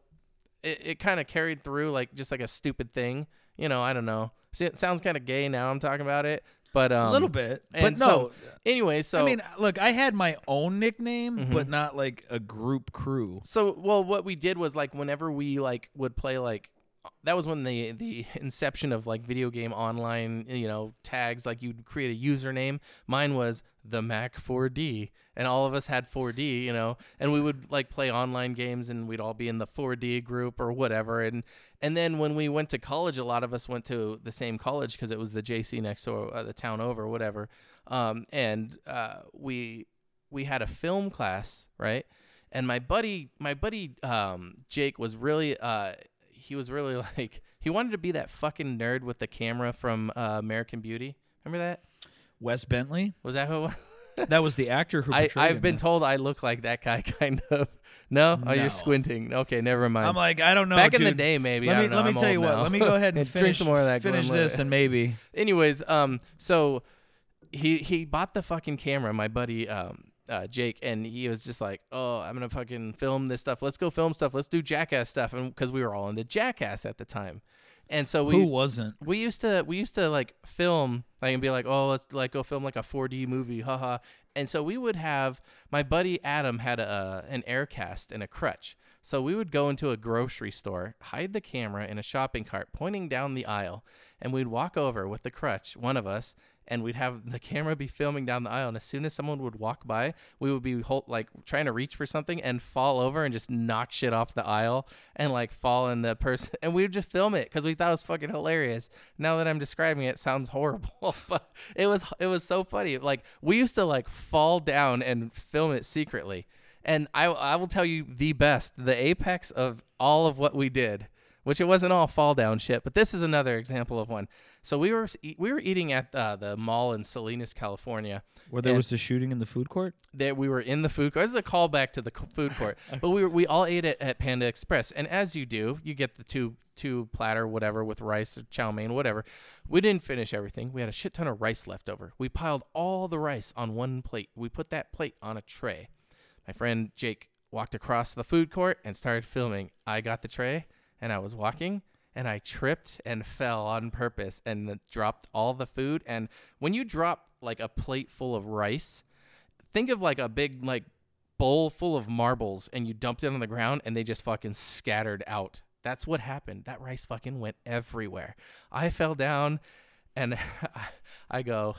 Speaker 2: it, it kind of carried through like just like a stupid thing you know i don't know See, it sounds kind of gay now i'm talking about it but um
Speaker 5: a little bit, but
Speaker 2: and
Speaker 5: no.
Speaker 2: so- anyway, so Mm-hmm.
Speaker 5: I mean, look, I had my own nickname, but not like a group crew.
Speaker 2: so well, what we did was like whenever we like would play like that was when the the (laughs) inception of like video game online you know tags like you'd create a username. Mine was the Mac 4D, and all of us had 4D, you know, and we would like play online games, and we'd all be in the 4D group or whatever, and. And then when we went to college, a lot of us went to the same college because it was the JC next door, uh, the town over, whatever. Um, and uh, we we had a film class, right? And my buddy, my buddy um, Jake was really, uh, he was really (laughs) like, he wanted to be that fucking nerd with the camera from uh, American Beauty. Remember that?
Speaker 5: Wes Bentley,
Speaker 2: Was that
Speaker 5: (laughs)
Speaker 2: who? it was?
Speaker 5: that was the actor who.
Speaker 2: (laughs) I
Speaker 5: portrayed
Speaker 2: I've
Speaker 5: him,
Speaker 2: been
Speaker 5: yeah.
Speaker 2: told I look like that guy, (laughs) kind of. No, oh,
Speaker 5: No.
Speaker 2: you're squinting. Okay, never mind.
Speaker 5: I'm like, I don't know.
Speaker 2: Back in the
Speaker 5: dude.
Speaker 2: day, maybe.
Speaker 5: Let
Speaker 2: I
Speaker 5: me
Speaker 2: don't know.
Speaker 5: let me
Speaker 2: I'm
Speaker 5: tell
Speaker 2: old
Speaker 5: you
Speaker 2: now.
Speaker 5: what. Let me go
Speaker 2: (laughs)
Speaker 5: ahead and
Speaker 2: Drink
Speaker 5: finish
Speaker 2: some more of that
Speaker 5: Finish
Speaker 2: Glenlivet.
Speaker 5: this and maybe.
Speaker 2: anyways, um, so he he bought the fucking camera, my buddy um uh, Jake, and he was just like, "Oh, I'm gonna fucking film this stuff. Let's go film stuff. Let's do Jackass stuff," and because we were all into Jackass at the time, and so we
Speaker 5: Who wasn't?
Speaker 2: we used to we used to like film like and be like oh let's like go film like a 4D movie haha and so we would have my buddy Adam had a uh, an air cast and a crutch so we would go into a grocery store hide the camera in a shopping cart pointing down the aisle and we'd walk over with the crutch one of us and we'd have the camera be filming down the aisle and as soon as someone would walk by we would be hol- like trying to reach for something and fall over and just knock shit off the aisle and like fall in the person (laughs) and we would just film it because we thought it was fucking hilarious now that i'm describing it, it sounds (laughs) horrible but it was it was so funny like we used to like fall down and film it secretly and i i will tell you the best the apex of all of what we did which it wasn't all fall down shit, but this is another example of one. So we were e, we were eating at uh, the mall in Salinas, California.
Speaker 5: Where there
Speaker 2: And-
Speaker 5: was a shooting in the food court.
Speaker 2: That we were in the food court. This is a callback to the c- food court, but we were, we all ate it at Panda Express, and as you do, you get the two two platter whatever with rice or chow mein whatever. We didn't finish everything. We had a shit ton of rice left over. We piled all the rice on one plate. We put that plate on a tray. My friend Jake walked across the food court and started filming. I got the tray and I was walking and I tripped and fell on purpose and then dropped all the food. And when you drop like a plate full of rice, think of like a big like bowl full of marbles and you dumped it on the ground and they just fucking scattered out. That's what happened. That rice fucking (laughs) went everywhere. I fell down and I go,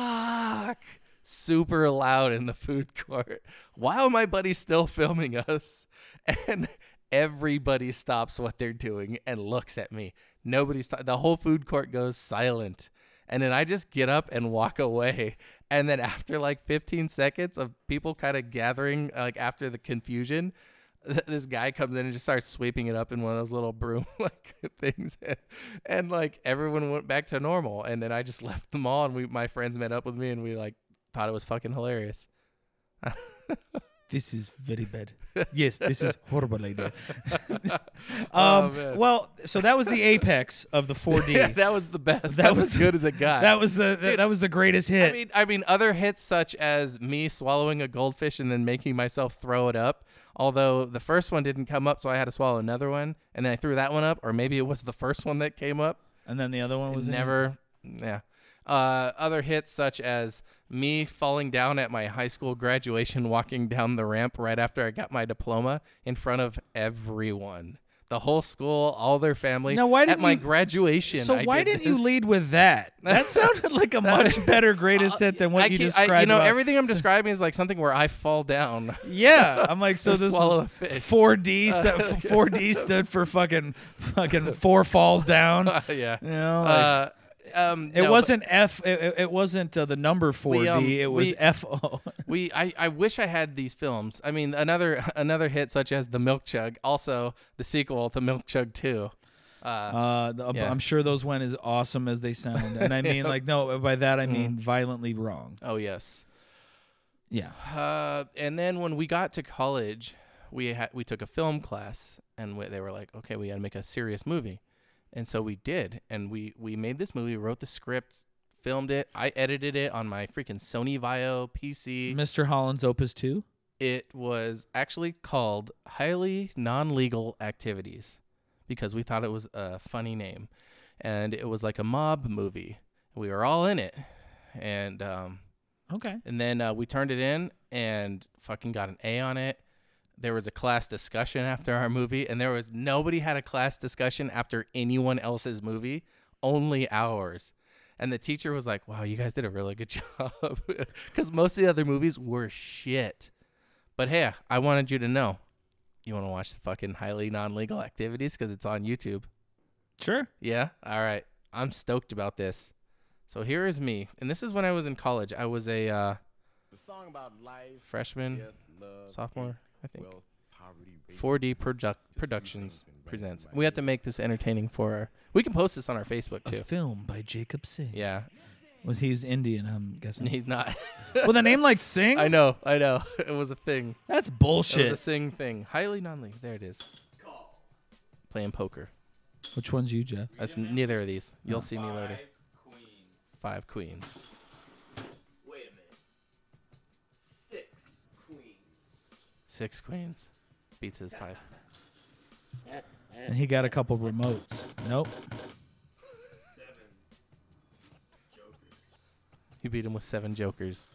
Speaker 2: fuck super loud in the food court while my buddy's still filming us (laughs) and everybody stops what they're doing and looks at me nobody sto- the whole food court goes silent and then i just get up and walk away and then after like 15 seconds of people kind of gathering like after the confusion th- (laughs) this guy comes in and just starts sweeping it up in one of those little broom (laughs) like things and, and, like everyone went back to normal and then i just (laughs) left them all and we my friends met up with me and we like thought it was fucking hilarious (laughs)
Speaker 6: This is very bad. Yes, this is horrible
Speaker 2: (laughs)
Speaker 3: (laughs)
Speaker 6: idea. um,
Speaker 2: Oh, man.
Speaker 6: well, so that
Speaker 2: (laughs)
Speaker 6: was the apex of the 4D.
Speaker 2: yeah that was the best that,
Speaker 6: That
Speaker 2: was
Speaker 6: was-
Speaker 2: as good as it (laughs) got
Speaker 6: that was the that, that was the greatest hit.
Speaker 2: I mean, I mean, other hits such as me swallowing a goldfish and then making myself throw it up. Although the first one didn't come up, so I had to swallow another one, and then I threw that one up, or maybe it was the first one that came up.
Speaker 6: and then the other one was in-
Speaker 2: Never, yeah. Uh, other hits such as me falling down at my high school graduation, walking down the ramp right after I got my diploma in front of everyone, the whole school, all their family.
Speaker 3: Now, why
Speaker 2: at
Speaker 3: didn't
Speaker 2: my
Speaker 3: you-
Speaker 2: graduation?
Speaker 3: So
Speaker 2: I
Speaker 3: why
Speaker 2: did
Speaker 3: didn't you
Speaker 2: this.
Speaker 3: lead
Speaker 2: (laughs)
Speaker 3: with that? That sounded like a much better greatest hit than what
Speaker 2: I
Speaker 3: you
Speaker 2: keep- I-
Speaker 3: described.
Speaker 2: you know,
Speaker 3: about-
Speaker 2: everything
Speaker 3: (laughs)
Speaker 2: I'm describing is like something where I fall down. (laughs)
Speaker 3: Yeah, I'm like, so
Speaker 2: Or
Speaker 3: this
Speaker 2: swallow a
Speaker 3: is
Speaker 2: fish. (laughs)
Speaker 3: 4D. so 4D stood for fucking fucking four falls
Speaker 2: (laughs)
Speaker 3: down.
Speaker 2: yeah.
Speaker 3: You know, like,
Speaker 2: Uh, um,
Speaker 3: it
Speaker 2: no, but
Speaker 3: wasn't F. It, it- it wasn't uh, the number 4D.
Speaker 2: um,
Speaker 3: it was
Speaker 2: we-
Speaker 3: FO.
Speaker 2: We I, I wish I had these films. I mean, another (laughs) another hit such as The Milk Chug, also the sequel to Milk Chug Two.
Speaker 3: (laughs) Uh, the-
Speaker 2: Yeah.
Speaker 3: I'm sure those went as awesome as they sound,
Speaker 2: (laughs)
Speaker 3: and I mean, like, no, by that I
Speaker 2: Mm.
Speaker 3: mean violently wrong.
Speaker 2: Oh yes.
Speaker 3: Yeah,
Speaker 2: Uh, and then when we got to college, we had we took a film class, and we, they were like, "Okay, we got to make a serious movie," and so we did, and we we made this movie, wrote the script, filmed it, I edited it on my freaking Sony Vaio PC.
Speaker 3: Mr. Holland's Opus Two.
Speaker 2: It was actually called Highly Non-Legal Activities because we thought it was a funny name, and it was like a mob movie. We were all in it, and um,
Speaker 3: Okay.
Speaker 2: and then uh, we turned it in and fucking got an A on it. There was a class discussion after our movie, and there was nobody had a class discussion after anyone else's movie, only ours. And the teacher was like, "Wow, you guys did a really good (laughs) job," because most of the other movies were shit. But hey, I wanted you to know. You want to watch the fucking highly non-legal activities because it's on YouTube.
Speaker 3: Sure.
Speaker 2: Yeah. All right. I'm stoked about this. So here is me, and this is when I was in college. I was a uh,
Speaker 7: The song about life,
Speaker 2: freshman,
Speaker 7: death, love,
Speaker 2: sophomore, I think.
Speaker 7: wealth, poverty, racism.
Speaker 2: 4D produ- Productions presents. We have to make this entertaining for our. We can post this on our Facebook
Speaker 3: A
Speaker 2: too.
Speaker 3: film by Jacob Singh.
Speaker 2: Yeah,
Speaker 3: Was he's Indian? I'm
Speaker 2: (laughs)
Speaker 3: guessing.
Speaker 2: he's (laughs) not.
Speaker 3: (laughs) With a name like Singh,
Speaker 2: I know. I know. (laughs) It was a thing.
Speaker 3: that's
Speaker 2: It was a
Speaker 3: bullshit.
Speaker 2: sing thing. Highly non-league. There it is. Playing poker.
Speaker 3: Which one's you, Jeff?
Speaker 2: That's n- neither of these. You'll see me later. Five queens.
Speaker 1: Wait a minute. Six queens.
Speaker 2: Six queens. Beats his five.
Speaker 3: And he got a couple remotes. Nope.
Speaker 2: You beat him with seven jokers.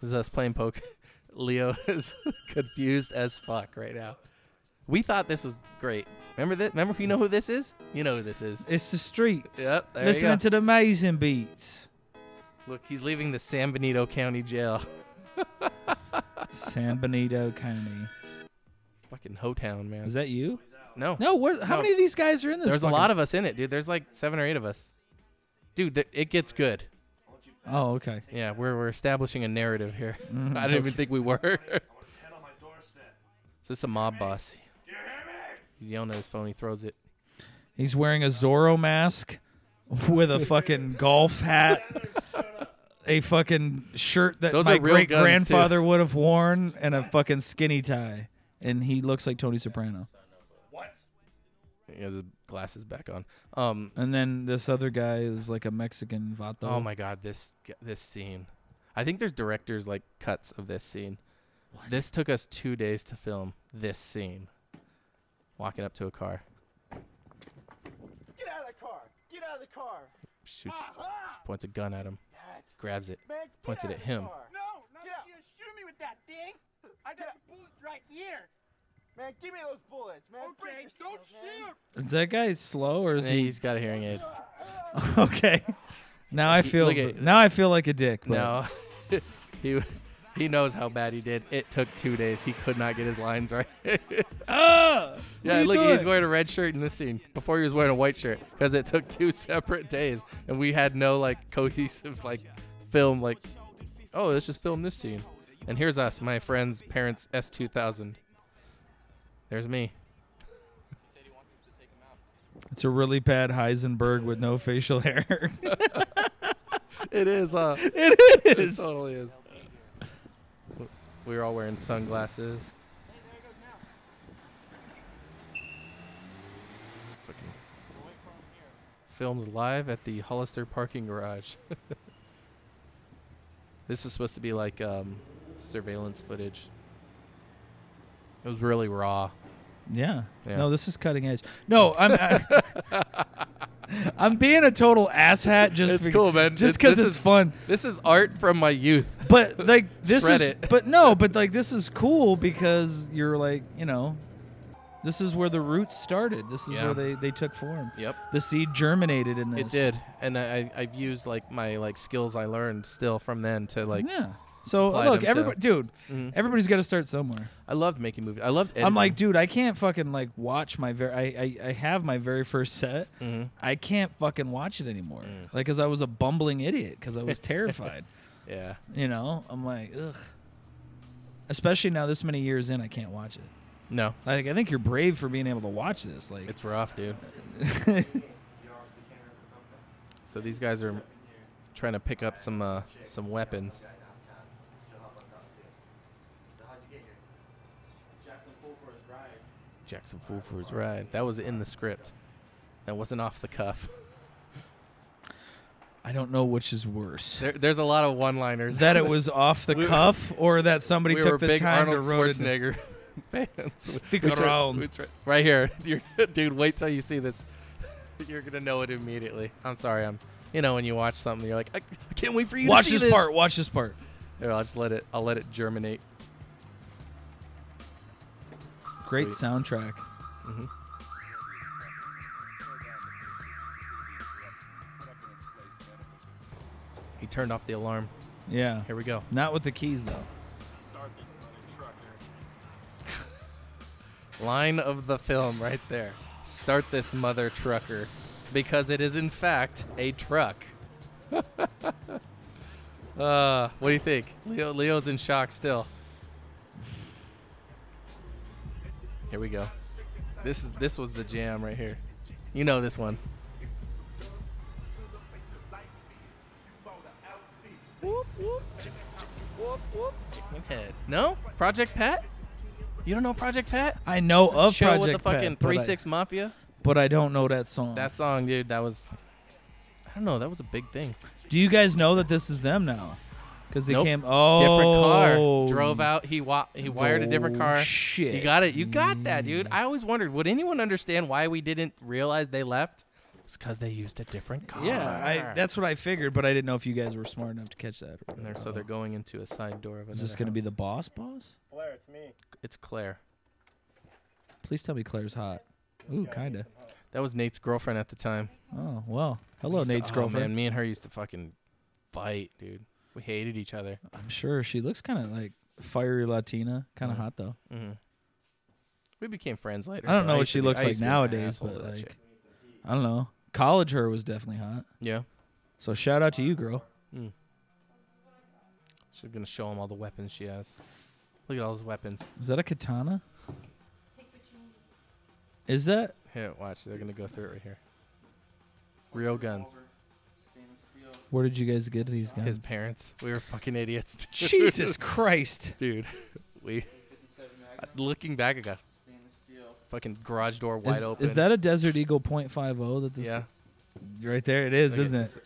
Speaker 2: This is us playing poker. (laughs) Leo is confused as fuck right now. We thought this was great. Remember that? Remember you know who this is? You know who this is.
Speaker 3: It's the streets.
Speaker 2: Yep, there you
Speaker 3: Listening
Speaker 2: go.
Speaker 3: to the amazing beats.
Speaker 2: Look, he's leaving the San Benito County Jail. (laughs)
Speaker 3: San Benito County.
Speaker 2: Fucking Ho Town, man.
Speaker 3: Is that you?
Speaker 2: no,
Speaker 3: No. What? How
Speaker 2: No.
Speaker 3: many of these guys are in this?
Speaker 2: There's a lot of us in it, dude. There's like seven or eight of us. Dude, th- it gets good.
Speaker 3: Oh, okay.
Speaker 2: Yeah, we're we're establishing a narrative here. (laughs)
Speaker 3: Mm-hmm.
Speaker 2: I didn't even think we were. (laughs) Is this a mob boss? He's yelling at his phone. He throws it.
Speaker 3: He's wearing a Zorro mask (laughs) with a fucking golf hat, a fucking shirt that
Speaker 2: Those
Speaker 3: my
Speaker 2: are real
Speaker 3: great
Speaker 2: guns, too.
Speaker 3: grandfather would have worn, and a fucking skinny tie. And he looks like Tony Soprano.
Speaker 2: He has his glasses back on. Um.
Speaker 3: And then this other guy is like a Mexican vato.
Speaker 2: Oh my God, this this scene. I think there's directors like cuts of this scene. This took us two days to film this scene. Walking up to a car,
Speaker 7: Get out of the car! Get out of the car!
Speaker 2: shoots, points a gun at him, grabs it.
Speaker 7: Man, get
Speaker 2: Points it
Speaker 7: out
Speaker 2: at
Speaker 7: of the
Speaker 2: him.
Speaker 7: car.
Speaker 8: No, not
Speaker 7: Get
Speaker 8: if
Speaker 7: out.
Speaker 8: you shoot me with that thing. I got a bullet right here.
Speaker 7: Man, give me those bullets, man. Break
Speaker 8: Okay,
Speaker 7: yourself,
Speaker 8: don't
Speaker 7: man.
Speaker 8: shoot.
Speaker 3: Is that guy slow or is
Speaker 2: Hey,
Speaker 3: he?
Speaker 2: he's got a hearing aid.
Speaker 3: (laughs) okay. Now I feel
Speaker 2: look at-
Speaker 3: now I feel like a dick. But
Speaker 2: No, (laughs) he he knows how bad he did. It took two days. He could not get his lines right. yeah,
Speaker 3: you
Speaker 2: look, he's
Speaker 3: doing?
Speaker 2: wearing a red shirt in this scene. Before he was wearing a white shirt because it took two (laughs) separate days, and we had no like cohesive like film. Like, oh, let's just film this scene. And here's us, my friend's parents S2000. There's me.
Speaker 3: it's a really bad Heisenberg with no facial hair. (laughs)
Speaker 2: It is. Uh, (laughs)
Speaker 3: it
Speaker 2: it
Speaker 3: is.
Speaker 2: totally is. W- We were all wearing sunglasses. Fucking Filmed live at the Hollister parking garage. (laughs) this was supposed to be like um, surveillance footage. It was really raw.
Speaker 3: Yeah.
Speaker 2: Yeah.
Speaker 3: No, this is cutting edge. No, I'm I, (laughs) I'm being a total asshat just
Speaker 2: It's
Speaker 3: be-
Speaker 2: cool, man. It's-
Speaker 3: Just because
Speaker 2: this
Speaker 3: it's,
Speaker 2: is-
Speaker 3: fun.
Speaker 2: This is art from my youth. (laughs)
Speaker 3: But like this
Speaker 2: Shred
Speaker 3: is
Speaker 2: it.
Speaker 3: but no, but like this is cool because you're like, you know, this is where the roots started. This is
Speaker 2: Yeah.
Speaker 3: where they they took form.
Speaker 2: Yep.
Speaker 3: The seed germinated in this.
Speaker 2: It did, and I, I I've used like my like skills I learned still from then to like
Speaker 3: Yeah. So
Speaker 2: applied them
Speaker 3: look,
Speaker 2: to- Mm-hmm.
Speaker 3: everybody, dude, everybody's got to start somewhere.
Speaker 2: I loved making movies. I loved. Editing.
Speaker 3: I'm like, dude, I can't fucking like watch my very. I, I I have my very first set.
Speaker 2: Mm-hmm.
Speaker 3: I can't fucking watch it anymore.
Speaker 2: Mm.
Speaker 3: Like, cause I was a bumbling idiot. Cause I was terrified. (laughs)
Speaker 2: yeah,
Speaker 3: You know, I'm like, ugh. Especially now, this many years in, I can't watch it.
Speaker 2: no,
Speaker 3: Like, I think you're brave for being able to watch this. Like,
Speaker 2: it's rough, dude. So these guys are trying to pick up some uh, some weapons. Jackson Fool for his ride. That was in the script. That wasn't off the cuff.
Speaker 3: I don't know which is worse.
Speaker 2: There, there's a lot of one-liners. (laughs)
Speaker 3: That it was off the
Speaker 2: We were-
Speaker 3: cuff, or that somebody
Speaker 2: we
Speaker 3: took
Speaker 2: were
Speaker 3: the
Speaker 2: big
Speaker 3: time
Speaker 2: Arnold
Speaker 3: to wrote it. (laughs)
Speaker 2: Schwarzenegger fans.
Speaker 3: Stick
Speaker 2: We try-
Speaker 3: around.
Speaker 2: we try- right here, (laughs) You're- dude. Wait till you see this. (laughs) You're gonna know it immediately. I'm sorry. I'm. You know when you watch something, you're like, I, I can't wait for you
Speaker 3: Watch
Speaker 2: to see
Speaker 3: this, part. Watch this part.
Speaker 2: Here, I'll just let it. I'll let it germinate.
Speaker 3: Great
Speaker 2: Sweet.
Speaker 3: soundtrack.
Speaker 2: He turned off the alarm.
Speaker 3: Yeah.
Speaker 2: Here we go.
Speaker 3: Not with the keys though.
Speaker 2: Line of the film right there. Start this mother trucker, because it is in fact a truck. (laughs) uh, what do you think? Leo, Leo's in shock still. Here we go. This is this was the jam right here. You know this one. Whoop, whoop, chick, chick, whoop, whoop, chicken head. No? Project Pat? You don't know Project Pat?
Speaker 3: I know of
Speaker 2: show
Speaker 3: Project
Speaker 2: with the fucking
Speaker 3: Pat, but I-
Speaker 2: Three Six Mafia.
Speaker 3: but I don't know that song.
Speaker 2: That song, dude, that was. I don't know. That was a big thing.
Speaker 3: Do you guys know that this is them now? Because they
Speaker 2: Nope.
Speaker 3: came.
Speaker 2: Different
Speaker 3: Oh,
Speaker 2: car. Drove out. He wa- he wired a different
Speaker 3: Oh,
Speaker 2: car.
Speaker 3: shit. Mm.
Speaker 2: You got it. You got that, dude. I always wondered would anyone understand why we didn't realize they left? It's because they used a different car.
Speaker 3: Yeah, I, that's what I figured, but I didn't know if you guys were smart enough to catch that.
Speaker 2: And they're, so they're going into a side door of.
Speaker 3: Is this
Speaker 2: another
Speaker 3: going to be
Speaker 2: house.
Speaker 3: the boss? Boss?
Speaker 8: Blair, it's me.
Speaker 2: It's Claire.
Speaker 3: Please tell me Claire's hot. Ooh, kinda.
Speaker 2: That was Nate's girlfriend at the time.
Speaker 3: Oh well. Hello, Nate's
Speaker 2: oh,
Speaker 3: girlfriend.
Speaker 2: Man, me and her used to fucking fight, dude. We hated each other.
Speaker 3: I'm sure she looks kind of like fiery Latina. Kind of hot though.
Speaker 2: We became friends later.
Speaker 3: I
Speaker 2: but
Speaker 3: don't know what
Speaker 2: used to
Speaker 3: she
Speaker 2: be-
Speaker 3: looks
Speaker 2: I
Speaker 3: like
Speaker 2: used to be an
Speaker 3: nowadays,
Speaker 2: asshole
Speaker 3: but,
Speaker 2: to that
Speaker 3: like-
Speaker 2: shit.
Speaker 3: I don't know. College her was definitely hot.
Speaker 2: yeah.
Speaker 3: So shout out to you, girl.
Speaker 2: She's gonna show him all the weapons she has. Look at all those weapons.
Speaker 3: Is that a katana? Is that?
Speaker 2: Here, watch. They're gonna go through it right here. Real guns.
Speaker 3: Where did you guys get these guys? (laughs)
Speaker 2: His parents. We were fucking idiots. (laughs) dude.
Speaker 9: (laughs) Jesus Christ.
Speaker 2: dude. We. uh, Looking back, I got fucking garage door wide
Speaker 3: is,
Speaker 2: open.
Speaker 3: is that a Desert Eagle .50 that this?
Speaker 2: yeah?
Speaker 3: Right there, it is,
Speaker 2: Look at
Speaker 3: isn't
Speaker 2: this.
Speaker 3: it?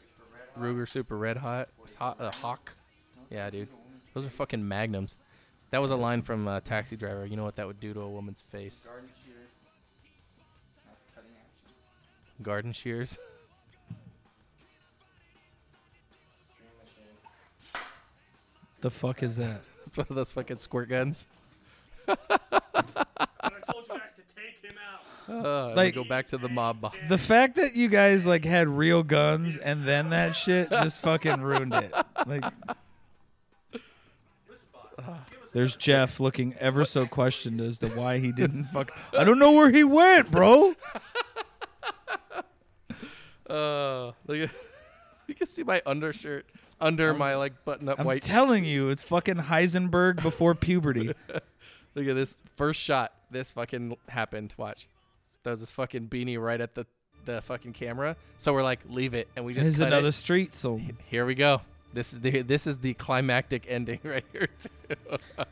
Speaker 2: Ruger Super Red Hot. It's hot uh, Hawk. Yeah, dude. Those are fucking magnums. That was a line from uh, Taxi Driver. You know what that would do to a woman's face? Garden shears.
Speaker 3: The fuck is that?
Speaker 2: It's one of those fucking squirt guns.
Speaker 8: But I told you guys to take him
Speaker 2: Uh,
Speaker 3: Like-
Speaker 2: like go back to the mob boss.
Speaker 3: The fact that you guys like had real guns and then that shit
Speaker 2: (laughs)
Speaker 3: just fucking ruined it. Like
Speaker 5: There's Jeff looking ever so questioned as to why he
Speaker 2: (laughs)
Speaker 5: didn't fuck.
Speaker 3: I don't know where he went, bro.
Speaker 2: (laughs) Uh, look at- (laughs) you can see my undershirt under my like button-up
Speaker 3: I'm
Speaker 2: white.
Speaker 3: telling you, it's fucking Heisenberg before puberty.
Speaker 2: Look at this first shot. This fucking happened. Watch. That was this fucking beanie right at the the fucking camera. So we're like, leave it, and we just
Speaker 3: There's
Speaker 2: cut
Speaker 3: another
Speaker 2: it.
Speaker 3: street so
Speaker 2: Here we go. This is the this is the climactic ending (laughs) right here. Too.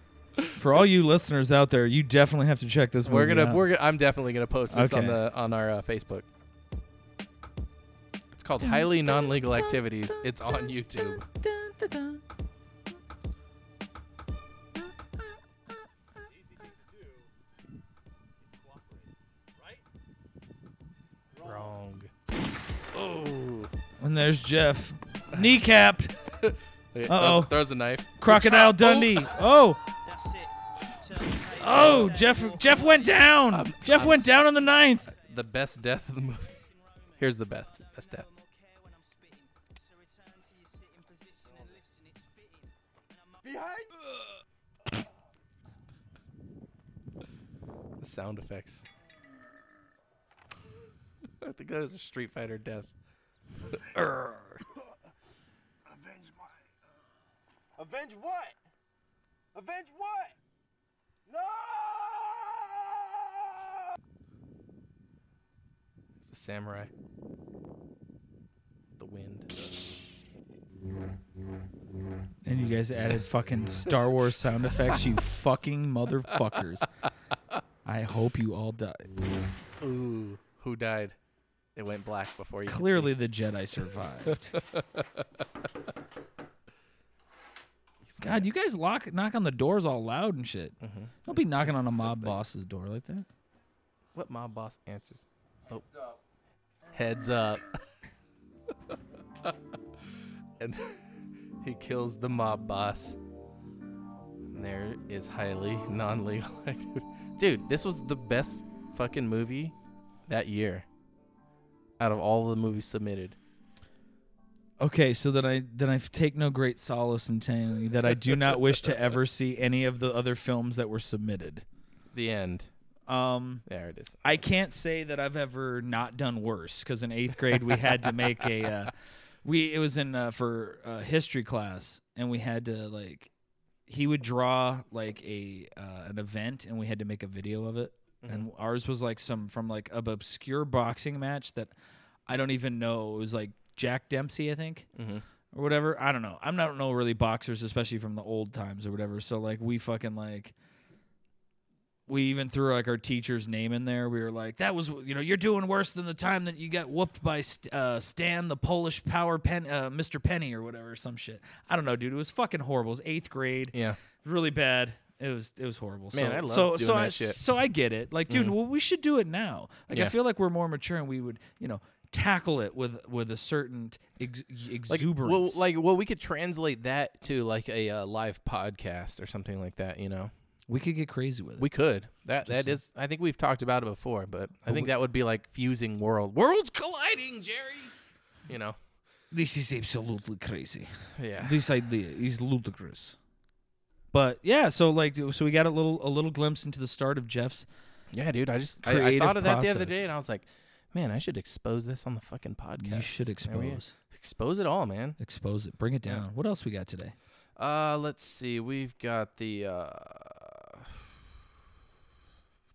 Speaker 3: For all you listeners out there, you definitely have to check this
Speaker 2: We're
Speaker 3: movie
Speaker 2: gonna
Speaker 3: out.
Speaker 2: we're gonna, I'm definitely gonna post this on
Speaker 3: Oh, Okay.
Speaker 2: the on our uh, Facebook. It's called highly non-legal activities. It's on YouTube. Wrong. Oh.
Speaker 3: And there's Jeff. Kneecap.
Speaker 2: Okay,
Speaker 3: Uh-oh.
Speaker 2: Throws, throws a knife.
Speaker 3: Crocodile Dundee. Oh.
Speaker 10: That's it. Tell me how you
Speaker 3: Oh,
Speaker 10: feel.
Speaker 3: Jeff Jeff went down. Jeff went down on the ninth.
Speaker 2: The best death of the movie. Here's the best best death.
Speaker 7: Behind?
Speaker 2: The sound effects. (laughs) I think that was a Street Fighter (laughs) death.
Speaker 7: Avenge my. Avenge what? Avenge what? No!
Speaker 2: It's a samurai. The wind.
Speaker 3: And you guys added fucking Star Wars sound effects, you fucking
Speaker 2: (laughs)
Speaker 3: motherfuckers. I hope you all die.
Speaker 2: Ooh, who died? It went black before you. could see.
Speaker 3: Clearly, the Jedi (laughs) survived. God, you guys lock knock on the doors all loud and shit. Don't be knocking on a mob boss's door like that.
Speaker 2: What mob boss answers? Oh. Heads up. (laughs) and he kills the mob boss. And there is highly non legal (laughs) activity. Dude, this was the best fucking movie that year out of all the movies submitted.
Speaker 3: Okay, so then I then I take no great solace in telling you that I do not wish to ever see any of the other films that were submitted.
Speaker 2: The end.
Speaker 3: Um,
Speaker 2: There it is.
Speaker 3: I can't say that I've ever not done worse because in eighth grade we had to make a uh, we it was in uh, for uh, history class and we had to like he would draw like a uh, an event and we had to make a video of it and ours was like some from like an obscure boxing match that I don't even know it was like Jack Dempsey I think or whatever I don't know I'm not know really boxers especially from the old times or whatever so like we fucking like we even threw like our teacher's name in there. We were like, "That was you know, you're doing worse than the time that you got whooped by St- uh, Stan, the Polish power pen, uh, Mr. Penny or whatever, some shit." I don't know, dude. It was fucking horrible. It was eighth grade,
Speaker 2: Yeah.
Speaker 3: really bad. It was it was horrible.
Speaker 2: Man,
Speaker 3: so,
Speaker 2: I love
Speaker 3: so,
Speaker 2: doing
Speaker 3: so
Speaker 2: that
Speaker 3: I,
Speaker 2: shit. Mm-hmm.
Speaker 3: So I get it. Like, dude, well, we should do it now. Like, I
Speaker 2: Yeah.
Speaker 3: feel like we're more mature and we would you know tackle it with with a certain ex-
Speaker 2: Like,
Speaker 3: exuberance.
Speaker 2: well, like, well, we could translate that to like a uh, live podcast or something like that, you know?
Speaker 3: we could get crazy with it.
Speaker 2: We could. That that is. I think we've talked about it before, but I think that would be like fusing world. Worlds colliding, Jerry. You know.
Speaker 3: this is absolutely crazy.
Speaker 2: Yeah.
Speaker 3: this idea is ludicrous. But yeah, so like, so we got a little a little glimpse into the start of Jeff's.
Speaker 2: Yeah, dude. I just I, I
Speaker 3: creative
Speaker 2: thought of that the other
Speaker 3: process.
Speaker 2: day, and I was like, man, I should expose this on the fucking podcast.
Speaker 3: You should
Speaker 2: There we go.
Speaker 3: expose
Speaker 2: expose it all, man.
Speaker 3: expose it, bring it down. What else we got today?
Speaker 2: Uh, let's see. We've got the. uh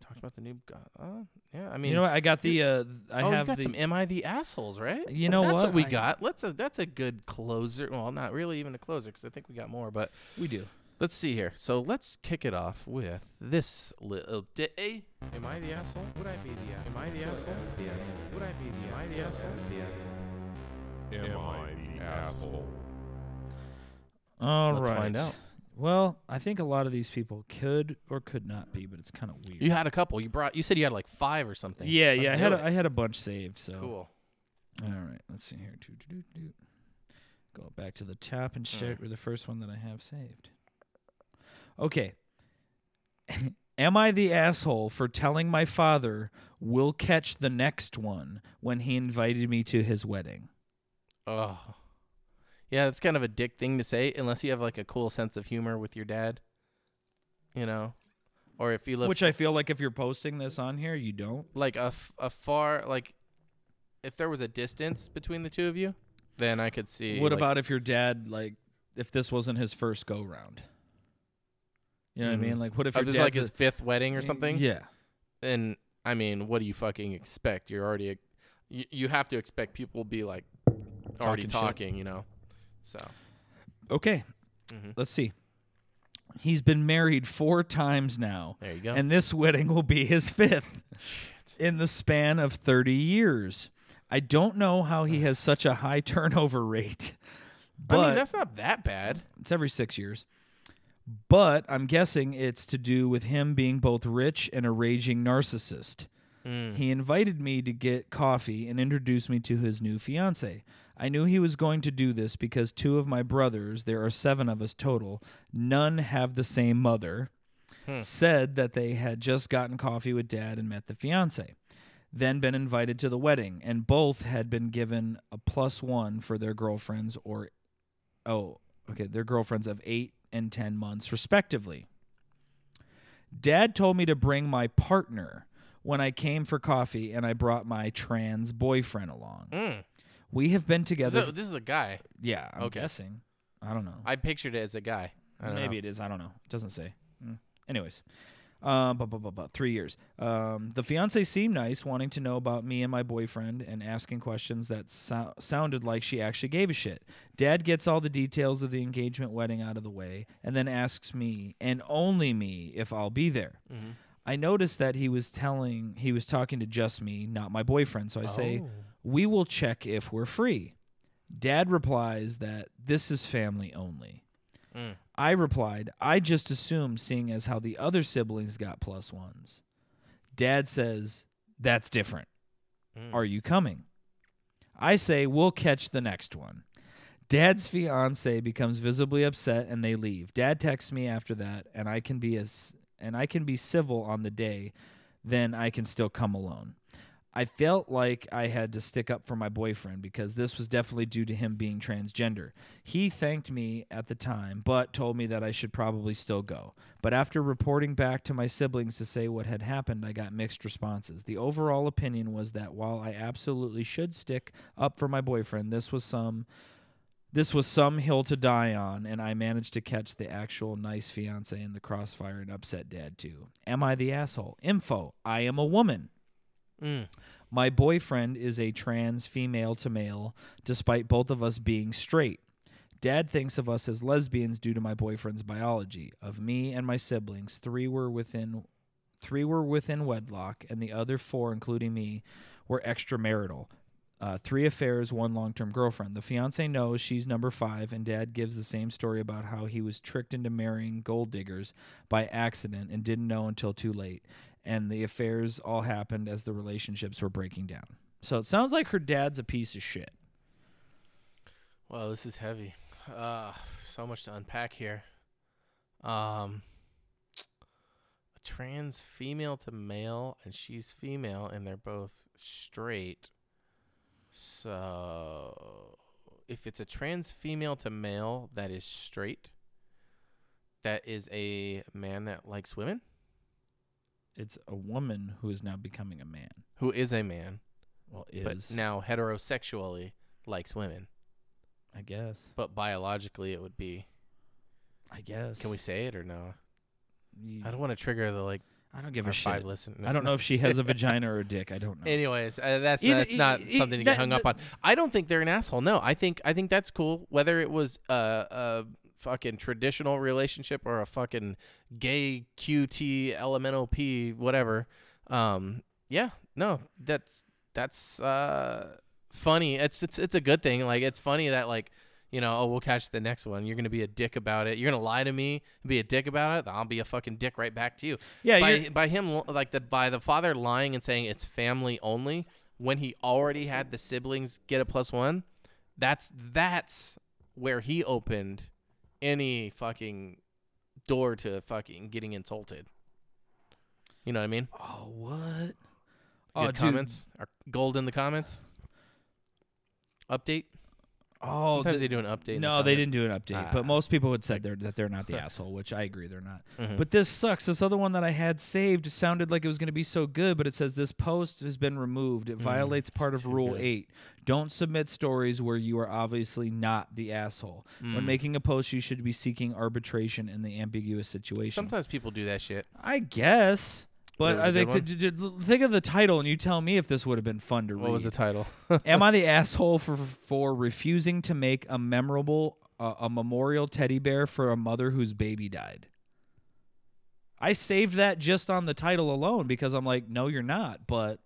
Speaker 2: Talked about the new. go- Uh, yeah, I mean.
Speaker 3: You know, what? I got the uh, I
Speaker 2: oh,
Speaker 3: have
Speaker 2: we got
Speaker 3: the
Speaker 2: some "Am I the assholes?" Right?
Speaker 3: You know
Speaker 2: that's
Speaker 3: what?
Speaker 2: what we
Speaker 3: I-
Speaker 2: got. Let's. A, that's a good closer. Well, not really even a closer because I think we got more, but
Speaker 3: we do.
Speaker 2: Let's see here. So let's kick it off with this little. Di- eh? Am I the asshole? Would I be the asshole? Am I the asshole? Would I be the? Am I the asshole?
Speaker 1: Am I the asshole?
Speaker 3: All right.
Speaker 2: Let's find out.
Speaker 3: Well, I think a lot of these people could or could not be, but it's kind of weird.
Speaker 2: You had a couple. You brought. You said you had like five or something.
Speaker 3: yeah,
Speaker 2: Let's
Speaker 3: yeah. I
Speaker 2: do
Speaker 3: had
Speaker 2: it.
Speaker 3: a, I had a bunch saved. So
Speaker 2: cool.
Speaker 3: All right, let's see here. Doo, doo, doo, doo. Go back to the top and start with the first one that I have saved. Okay. (laughs) Am I the asshole for telling my father we'll catch the next one when he invited me to his wedding?
Speaker 2: Oh. Yeah, it's kind of a dick thing to say unless you have like a cool sense of humor with your dad. You know? Or if you live
Speaker 3: Which I feel like if you're posting this on here, you don't.
Speaker 2: like a, f- a far like if there was a distance between the two of you, then I could see
Speaker 3: What
Speaker 2: like-
Speaker 3: about if your dad like if this wasn't his first go round? You know what I mean? Like what if
Speaker 2: oh,
Speaker 3: your
Speaker 2: this
Speaker 3: dad's
Speaker 2: is like
Speaker 3: a-
Speaker 2: his fifth wedding or something?
Speaker 3: Yeah.
Speaker 2: And I mean, what do you fucking expect? You're already a, you, you have to expect people will be like already
Speaker 3: Talking shit.
Speaker 2: talking, you know. So,
Speaker 3: Okay.
Speaker 2: Mm-hmm.
Speaker 3: Let's see. He's been married four times now.
Speaker 2: There you go.
Speaker 3: And this wedding will be his fifth in the span of 30 years. I don't know how he has such a high turnover rate. But
Speaker 2: I mean, that's not that bad.
Speaker 3: it's every six years. But I'm guessing it's to do with him being both rich and a raging narcissist. He invited me to get coffee and introduced me to his new fiance. I knew he was going to do this because two of my brothers, there are seven of us total, none have the same mother, said that they had just gotten coffee with dad and met the fiance, then been invited to the wedding, and both had been given a plus one for their girlfriends or oh, okay, their girlfriends of eight and 10 months, respectively. Dad told me to bring my partner when I came for coffee, and I brought my trans boyfriend along. We have been together.
Speaker 2: Mm. So, this is a guy.
Speaker 3: yeah, I'm
Speaker 2: okay.
Speaker 3: guessing. I don't know.
Speaker 2: I pictured it as a guy. I don't
Speaker 3: Maybe it is. I don't know. It doesn't say. Mm. Anyways, uh, bu- bu- bu- bu- three years. Um, the fiance seemed nice, wanting to know about me and my boyfriend and asking questions that so- sounded like she actually gave a shit. Dad gets all the details of the engagement wedding out of the way and then asks me, and only me, if I'll be there.
Speaker 2: Mm-hmm.
Speaker 3: I noticed that he was telling, he was talking to just me, not my boyfriend. So I say,
Speaker 2: Oh.
Speaker 3: We will check if we're free. Dad replies that this is family only. I replied, I just assumed seeing as how the other siblings got plus ones. Dad says, That's different. Are you coming? I say, We'll catch the next one. Dad's fiance becomes visibly upset and they leave. Dad texts me after that and I can be as and I can be civil on the day, then I can still come alone. I felt like I had to stick up for my boyfriend because this was definitely due to him being transgender. He thanked me at the time, but told me that I should probably still go. But after reporting back to my siblings to say what had happened, I got mixed responses. The overall opinion was that while I absolutely should stick up for my boyfriend, this was some this was some hill to die on, and I managed to catch the actual nice fiance in the crossfire and upset dad too. Am I the asshole? Info. I am a woman. My boyfriend is a trans female to male, despite both of us being straight. Dad thinks of us as lesbians due to my boyfriend's biology. Of me and my siblings, three were within three were within wedlock, and the other four, including me, were extramarital. Uh, three affairs, one long term girlfriend. The fiance knows she's number five, and dad gives the same story about how he was tricked into marrying gold diggers by accident and didn't know until too late. And the affairs all happened as the relationships were breaking down. So it sounds like her dad's a piece of shit.
Speaker 2: know. Well, this is heavy. Uh, so much to unpack here. Um, a trans female to male, and she's female, and they're both straight. So, if it's a trans female to male that is straight, that is a man that likes women,
Speaker 3: It's a woman who is now becoming a man.
Speaker 2: who is a man,
Speaker 3: Well,
Speaker 2: but
Speaker 3: is
Speaker 2: now heterosexually likes women.
Speaker 3: I guess.
Speaker 2: But biologically, it would be.
Speaker 3: I guess.
Speaker 2: Can we say it or no?
Speaker 3: You-
Speaker 2: I don't want to trigger the like
Speaker 3: I don't give
Speaker 2: our
Speaker 3: a
Speaker 2: five
Speaker 3: shit.
Speaker 2: listen.
Speaker 3: I don't know if she
Speaker 2: (laughs)
Speaker 3: has a vagina or a dick. I don't know.
Speaker 2: Anyways, uh, that's
Speaker 3: Either-
Speaker 2: that's not
Speaker 3: e- e-
Speaker 2: something to get
Speaker 3: that-
Speaker 2: hung up on. I don't think they're an asshole. No, I think I think that's cool. Whether it was a a fucking traditional relationship or a fucking gay QT LMNOP whatever. Um, yeah, no, that's that's uh funny. It's it's it's a good thing. Like it's funny that like. You know, oh, we'll catch the next one. You're gonna be a dick about it. You're gonna lie to me, be a dick about it. then I'll be a fucking dick right back to you
Speaker 3: Yeah,
Speaker 2: by,
Speaker 3: you're-
Speaker 2: by him lo- like the by the father lying and saying it's family only when he already had the siblings get a plus one that's that's where he opened any fucking door to fucking getting insulted You know what I mean?
Speaker 3: Oh, what?
Speaker 2: Good
Speaker 3: oh, dude.
Speaker 2: comments. Our gold in the comments. Update.
Speaker 3: Oh,
Speaker 2: Sometimes they
Speaker 3: the-
Speaker 2: do an update. in the
Speaker 3: No, they
Speaker 2: comment.
Speaker 3: didn't do an update,
Speaker 2: Ah.
Speaker 3: but most people would say they're, that they're
Speaker 2: (laughs)
Speaker 3: not the asshole, which I agree they're not.
Speaker 2: Mhm.
Speaker 3: But this sucks. This other one that I had saved sounded like it was going to be so good, but it says this post has been removed.
Speaker 2: Mm,
Speaker 3: It violates part of Rule 8. Don't submit stories where you are obviously not the asshole.
Speaker 2: Mm.
Speaker 3: When making a post, you should be seeking arbitration in the ambiguous situation.
Speaker 2: Sometimes people do that shit.
Speaker 3: I guess. But
Speaker 2: That was
Speaker 3: I
Speaker 2: a good
Speaker 3: think that, d- d- think of the title, and you tell me if this would have been fun to read.
Speaker 2: What was the title?
Speaker 3: Am I the asshole for for refusing to make a memorable uh, a memorial teddy bear for a mother whose baby died? I saved that just on the title alone because I'm like, no, you're not. But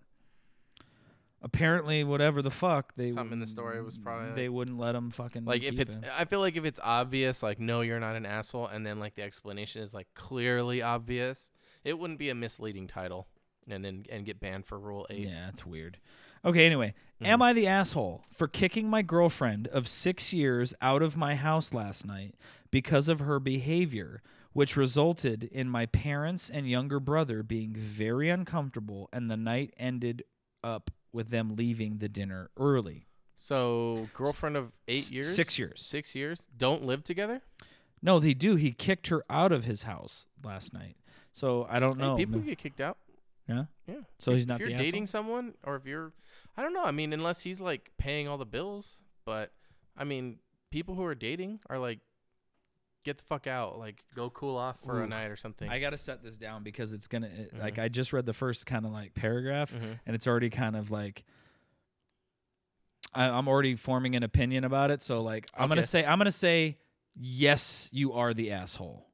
Speaker 3: apparently, whatever the fuck,
Speaker 2: (laughs)
Speaker 3: they
Speaker 2: Something in the story was probably
Speaker 3: they wouldn't let him fucking
Speaker 2: like if
Speaker 3: keep
Speaker 2: it's.
Speaker 3: it.
Speaker 2: I feel like if it's obvious, like no, you're not an asshole, and then like the explanation is like clearly obvious, it wouldn't be a misleading title, and then and get banned for Rule Eight.
Speaker 3: Yeah, that's weird. Okay, anyway,
Speaker 2: Mm-hmm.
Speaker 3: am I the asshole for kicking my girlfriend of six years out of my house last night because of her behavior, which resulted in my parents and younger brother being very uncomfortable, and the night ended up with them leaving the dinner early?
Speaker 2: So girlfriend of eight
Speaker 3: S-
Speaker 2: years,
Speaker 3: six years.
Speaker 2: six years, don't live together.
Speaker 3: No, they do. He kicked her out of his house last night. So I don't
Speaker 2: Hey,
Speaker 3: know.
Speaker 2: people
Speaker 3: Ma-
Speaker 2: get kicked out.
Speaker 3: yeah.
Speaker 2: Yeah.
Speaker 3: So he's not
Speaker 2: If you're
Speaker 3: the
Speaker 2: dating someone, or if you're, I don't know. I mean, unless he's like paying all the bills, but I mean, people who are dating are like, get the fuck out, like go cool off for a
Speaker 3: Ooh.
Speaker 2: night or something.
Speaker 3: I got to set this down because it's going to,
Speaker 2: Mm-hmm.
Speaker 3: like, I just read the first kind of like paragraph and it's already kind of like, I, I'm already forming an opinion about it. So, like, I'm going
Speaker 2: Okay.
Speaker 3: to say, I'm going to say, yes, you are the asshole.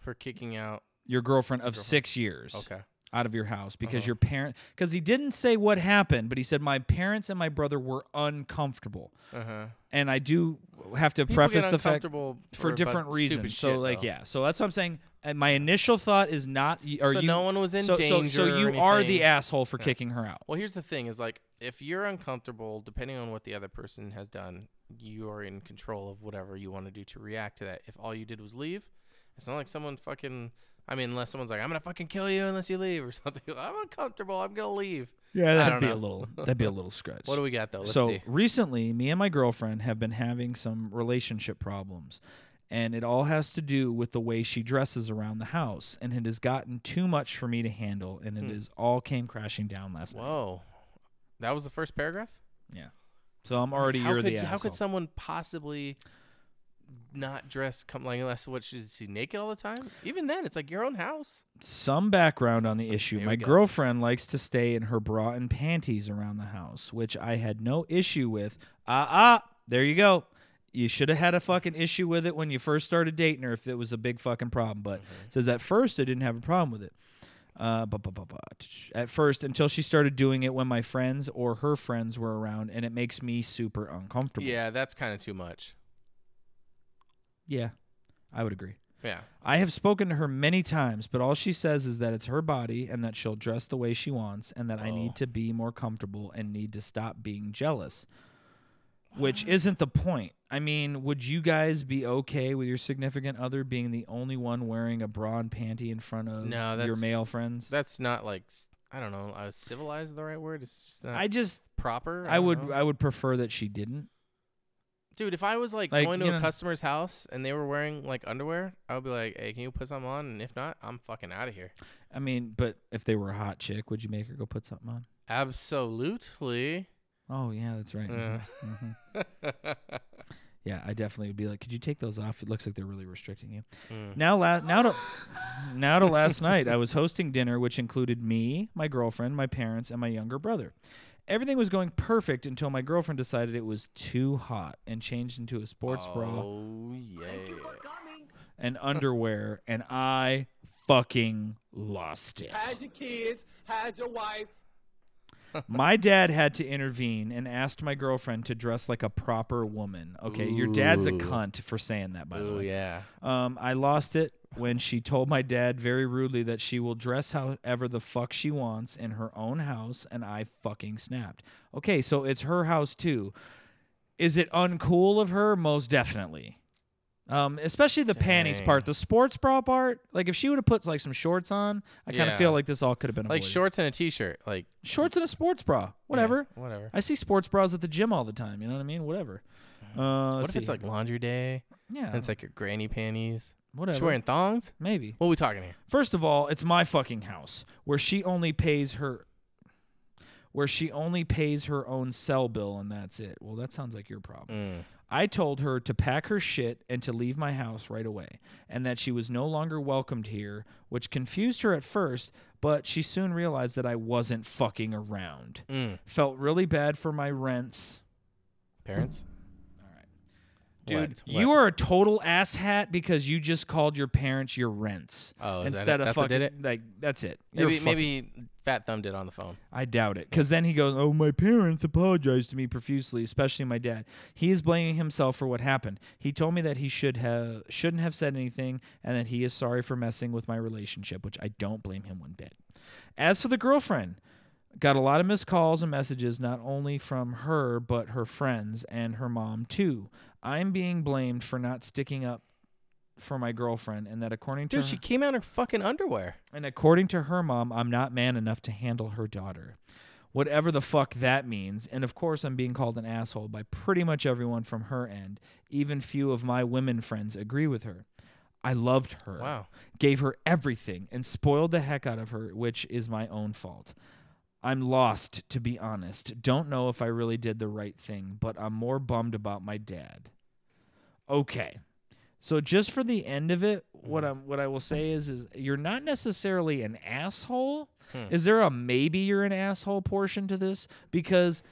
Speaker 2: for kicking out.
Speaker 3: Your girlfriend of six years
Speaker 2: Okay. Uh-huh.
Speaker 3: out of your house because your parent, because he didn't say what happened, but he said, my parents and my brother were uncomfortable.
Speaker 2: Uh huh.
Speaker 3: And I do have to
Speaker 2: People
Speaker 3: preface
Speaker 2: get
Speaker 3: the fact
Speaker 2: uncomfortable
Speaker 3: for
Speaker 2: about
Speaker 3: different
Speaker 2: stupid
Speaker 3: reasons. so
Speaker 2: shit,
Speaker 3: like
Speaker 2: though.
Speaker 3: yeah, so that's what I'm saying. And my initial thought is not y- are
Speaker 2: So
Speaker 3: you
Speaker 2: no one was in
Speaker 3: so, so-
Speaker 2: danger
Speaker 3: So,
Speaker 2: or
Speaker 3: you are the
Speaker 2: anything?
Speaker 3: asshole for kicking her out.
Speaker 2: Well, here's the thing: is like if you're uncomfortable, depending on what the other person has done, you are in control of whatever you want to do to react to that. If all you did was leave, it's not like someone fucking. I mean, unless someone's like, "I'm gonna fucking kill you unless you leave" or (laughs) something. I'm uncomfortable. I'm gonna leave.
Speaker 3: Yeah,
Speaker 2: don't
Speaker 3: that'd be
Speaker 2: know.
Speaker 3: a little that'd be
Speaker 2: (laughs)
Speaker 3: a little stretch.
Speaker 2: What do we got though? Let's
Speaker 3: so
Speaker 2: see.
Speaker 3: recently, me and my girlfriend have been having some relationship problems, and it all has to do with the way she dresses around the house, and it has gotten too much for me to handle, and it is all came crashing down last night.
Speaker 2: Hmm. Whoa, that was the first paragraph.
Speaker 3: Yeah, so I'm already
Speaker 2: How
Speaker 3: you're
Speaker 2: could
Speaker 3: the asshole.
Speaker 2: how could someone possibly not dress come like unless what she's she naked all the time? Even then, it's like your own house.
Speaker 3: some background on the issue.
Speaker 2: Here we
Speaker 3: My
Speaker 2: go.
Speaker 3: girlfriend likes to stay in her bra and panties around the house, which I had no issue with. Ah, ah, there you go. You should have had a fucking issue with it when you first started dating her if it was a big fucking problem. But
Speaker 2: Mm-hmm.
Speaker 3: it says at first I didn't have a problem with it. Uh, bu- bu- bu- bu- tch- at first until she started doing it when my friends or her friends were around, and it makes me super uncomfortable.
Speaker 2: Yeah, that's kind of too much.
Speaker 3: yeah, I would agree.
Speaker 2: Yeah.
Speaker 3: I have spoken to her many times, but all she says is that it's her body and that she'll dress the way she wants and that I
Speaker 2: Oh.
Speaker 3: need to be more comfortable and need to stop being jealous.
Speaker 2: (sighs)
Speaker 3: Which isn't the point. I mean, would you guys be okay with your significant other being the only one wearing a bra and panty in front of
Speaker 2: No,
Speaker 3: your
Speaker 2: that's-
Speaker 3: male friends?
Speaker 2: that's not like s- I don't know. Uh, civilized the right word? It's just not
Speaker 3: I just
Speaker 2: proper.
Speaker 3: I
Speaker 2: don't
Speaker 3: would
Speaker 2: know.
Speaker 3: I would prefer that she didn't.
Speaker 2: dude. If I was like,
Speaker 3: Like,
Speaker 2: going to
Speaker 3: you
Speaker 2: a
Speaker 3: know-
Speaker 2: customer's house and they were wearing like underwear, I would be like, "Hey, can you put something on?" And if not, I'm fucking out of here.
Speaker 3: I mean, but if they were a hot chick, would you make her go put something on?
Speaker 2: Absolutely.
Speaker 3: Oh yeah, that's right.
Speaker 2: Yeah.
Speaker 3: Mhm.
Speaker 2: (laughs)
Speaker 3: Yeah, I definitely would be like, could you take those off? It looks like they're really restricting you.
Speaker 2: Mm.
Speaker 3: Now, la-
Speaker 2: (laughs)
Speaker 3: now to now to last night, I was hosting dinner, which included me, my girlfriend, my parents, and my younger brother. Everything was going perfect until my girlfriend decided it was too hot and changed into a sports bra
Speaker 2: Oh yeah.
Speaker 3: and underwear, and I fucking lost it.
Speaker 8: How's your kids? How's your wife?
Speaker 3: My dad had to intervene and asked my girlfriend to dress like a proper woman. Okay, your dad's a
Speaker 2: Ooh.
Speaker 3: cunt for saying that, by the
Speaker 2: Oh
Speaker 3: way.
Speaker 2: yeah.
Speaker 3: Um, I lost it when she told my dad very rudely that she will dress however the fuck she wants in her own house, and I fucking snapped. Okay, so it's her house too. Is it uncool of her? Most definitely. Um, especially the panties
Speaker 2: Dang.
Speaker 3: part, the sports bra part. Like if she would have put like some shorts on, I kind of
Speaker 2: Yeah.
Speaker 3: feel like this all could have been
Speaker 2: Like
Speaker 3: avoided.
Speaker 2: shorts and a t-shirt. Like
Speaker 3: shorts and a sports bra, whatever.
Speaker 2: yeah, whatever.
Speaker 3: I see sports bras at the gym all the time. You know what I mean? Whatever. Uh,
Speaker 2: What
Speaker 3: let's
Speaker 2: if it's
Speaker 3: see.
Speaker 2: like laundry day
Speaker 3: yeah,
Speaker 2: and it's like your granny panties? She's
Speaker 3: Oh. whatever.
Speaker 2: wearing thongs.
Speaker 3: Maybe.
Speaker 2: What are we talking here?
Speaker 3: First of all, it's my fucking house where she only pays her where she only pays her own cell bill and that's it. Well, that sounds like your problem.
Speaker 2: Mm.
Speaker 3: I told her to pack her shit and to leave my house right away and that she was no longer welcomed here, which confused her at first, but she soon realized that I wasn't fucking around.
Speaker 2: Mm.
Speaker 3: Felt really bad for my rents.
Speaker 2: Parents.
Speaker 3: Dude,
Speaker 2: What?
Speaker 3: you
Speaker 2: What?
Speaker 3: are a total asshat because you just called your parents your rents
Speaker 2: Oh, is that
Speaker 3: instead
Speaker 2: it?
Speaker 3: of
Speaker 2: That's what
Speaker 3: fucking
Speaker 2: did
Speaker 3: like that's it. You're
Speaker 2: Maybe
Speaker 3: fucking-
Speaker 2: maybe Fat Thumb did on the phone.
Speaker 3: I doubt it. Because then he goes, Oh, my parents apologized to me profusely, especially my dad. He is blaming himself for what happened. He told me that he should have shouldn't have said anything and that he is sorry for messing with my relationship, which I don't blame him one bit. As for the girlfriend, got a lot of missed calls and messages not only from her, but her friends and her mom too. I'm being blamed for not sticking up for my girlfriend and that according to
Speaker 2: Dude,
Speaker 3: her,
Speaker 2: she came out in her fucking underwear.
Speaker 3: and according to her mom, I'm not man enough to handle her daughter. Whatever the fuck that means. And of course, I'm being called an asshole by pretty much everyone from her end. Even few of my women friends agree with her. I loved her.
Speaker 2: Wow.
Speaker 3: Gave her everything and spoiled the heck out of her, which is my own fault. I'm lost, to be honest. Don't know if I really did the right thing, but I'm more bummed about my dad. Okay. So just for the end of it, what
Speaker 2: Mm-hmm.
Speaker 3: I'm what I will say is is you're not necessarily an asshole.
Speaker 2: Hmm.
Speaker 3: Is there a maybe you're an asshole portion to this? Because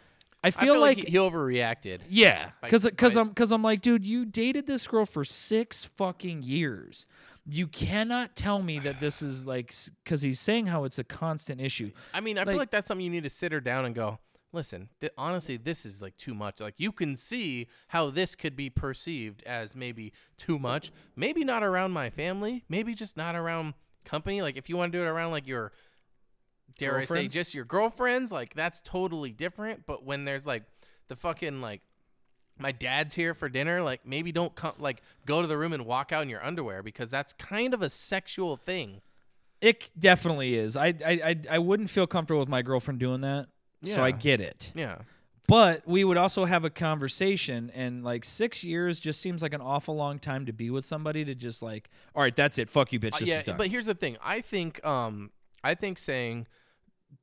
Speaker 3: I feel,
Speaker 2: I feel
Speaker 3: like,
Speaker 2: like, he, he overreacted.
Speaker 3: yeah,
Speaker 2: Like,
Speaker 3: because because
Speaker 2: I-
Speaker 3: I'm because I'm like, dude, you dated this girl for six fucking years. You cannot tell me that this is like because he's saying how it's a constant issue.
Speaker 2: I mean, I feel
Speaker 3: Like-
Speaker 2: like that's something you need to sit her down and go, listen, th- honestly, this is like too much. Like, you can see how this could be perceived as maybe too much. Maybe not around my family. Maybe just not around company. Like, if you want to do it around, like, your, dare I say,
Speaker 3: Girlfriends?
Speaker 2: just your girlfriends, like, that's totally different. But when there's like the fucking, like, my dad's here for dinner. Like, maybe don't come, like, go to the room and walk out in your underwear because that's kind of a sexual thing.
Speaker 3: It definitely is. I I I, I wouldn't feel comfortable with my girlfriend doing that. So I
Speaker 2: Yeah.
Speaker 3: get it.
Speaker 2: Yeah.
Speaker 3: But we would also have a conversation, and like six years just seems like an awful long time to be with somebody to just like, all right, that's it. Fuck you, bitch.
Speaker 2: Uh,
Speaker 3: This
Speaker 2: yeah,
Speaker 3: is done.
Speaker 2: but here's the thing. I think um I think saying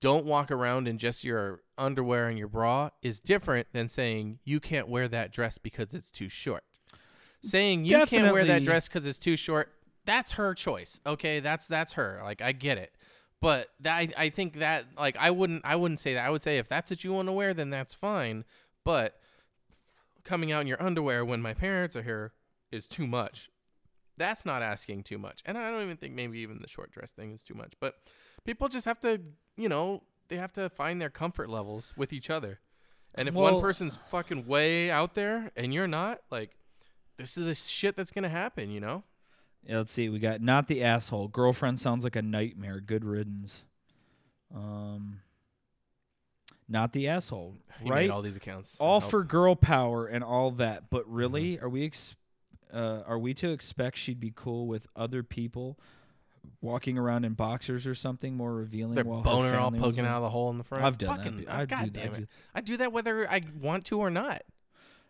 Speaker 2: don't walk around in just your underwear and your bra is different than saying you can't wear that dress because it's too short. Saying you can't wear that
Speaker 3: Definitely.
Speaker 2: dress cuz it's too short, that's her choice. Okay? That's that's her. Like I get it. But that, I I think that like I wouldn't I wouldn't say that. I would say if that's what you want to wear then that's fine, but coming out in your underwear when my parents are here is too much that's not asking too much. And I don't even think maybe even the short dress thing is too much. But people just have to, you know, they have to find their comfort levels with each other. And if
Speaker 3: Well-
Speaker 2: one person's fucking way out there and you're not, like, this is the shit that's gonna happen, you know?
Speaker 3: Yeah, let's see. We got not the asshole. Girlfriend sounds like a nightmare. Good riddance. Um, not the asshole.
Speaker 2: He made
Speaker 3: right.
Speaker 2: all these accounts. to
Speaker 3: all
Speaker 2: help.
Speaker 3: for girl power and all that but really
Speaker 2: Mm-hmm.
Speaker 3: are we ex- uh, are we to expect she'd be cool with other people walking around in boxers or something more revealing
Speaker 2: their
Speaker 3: while her
Speaker 2: boner all
Speaker 3: family was
Speaker 2: poking
Speaker 3: in-
Speaker 2: out of the hole in the front.
Speaker 3: I've done that,
Speaker 2: Fucking,
Speaker 3: dude.
Speaker 2: oh,
Speaker 3: I do
Speaker 2: God
Speaker 3: that,
Speaker 2: damn
Speaker 3: I
Speaker 2: it.
Speaker 3: do-
Speaker 2: I do that whether I want to or not.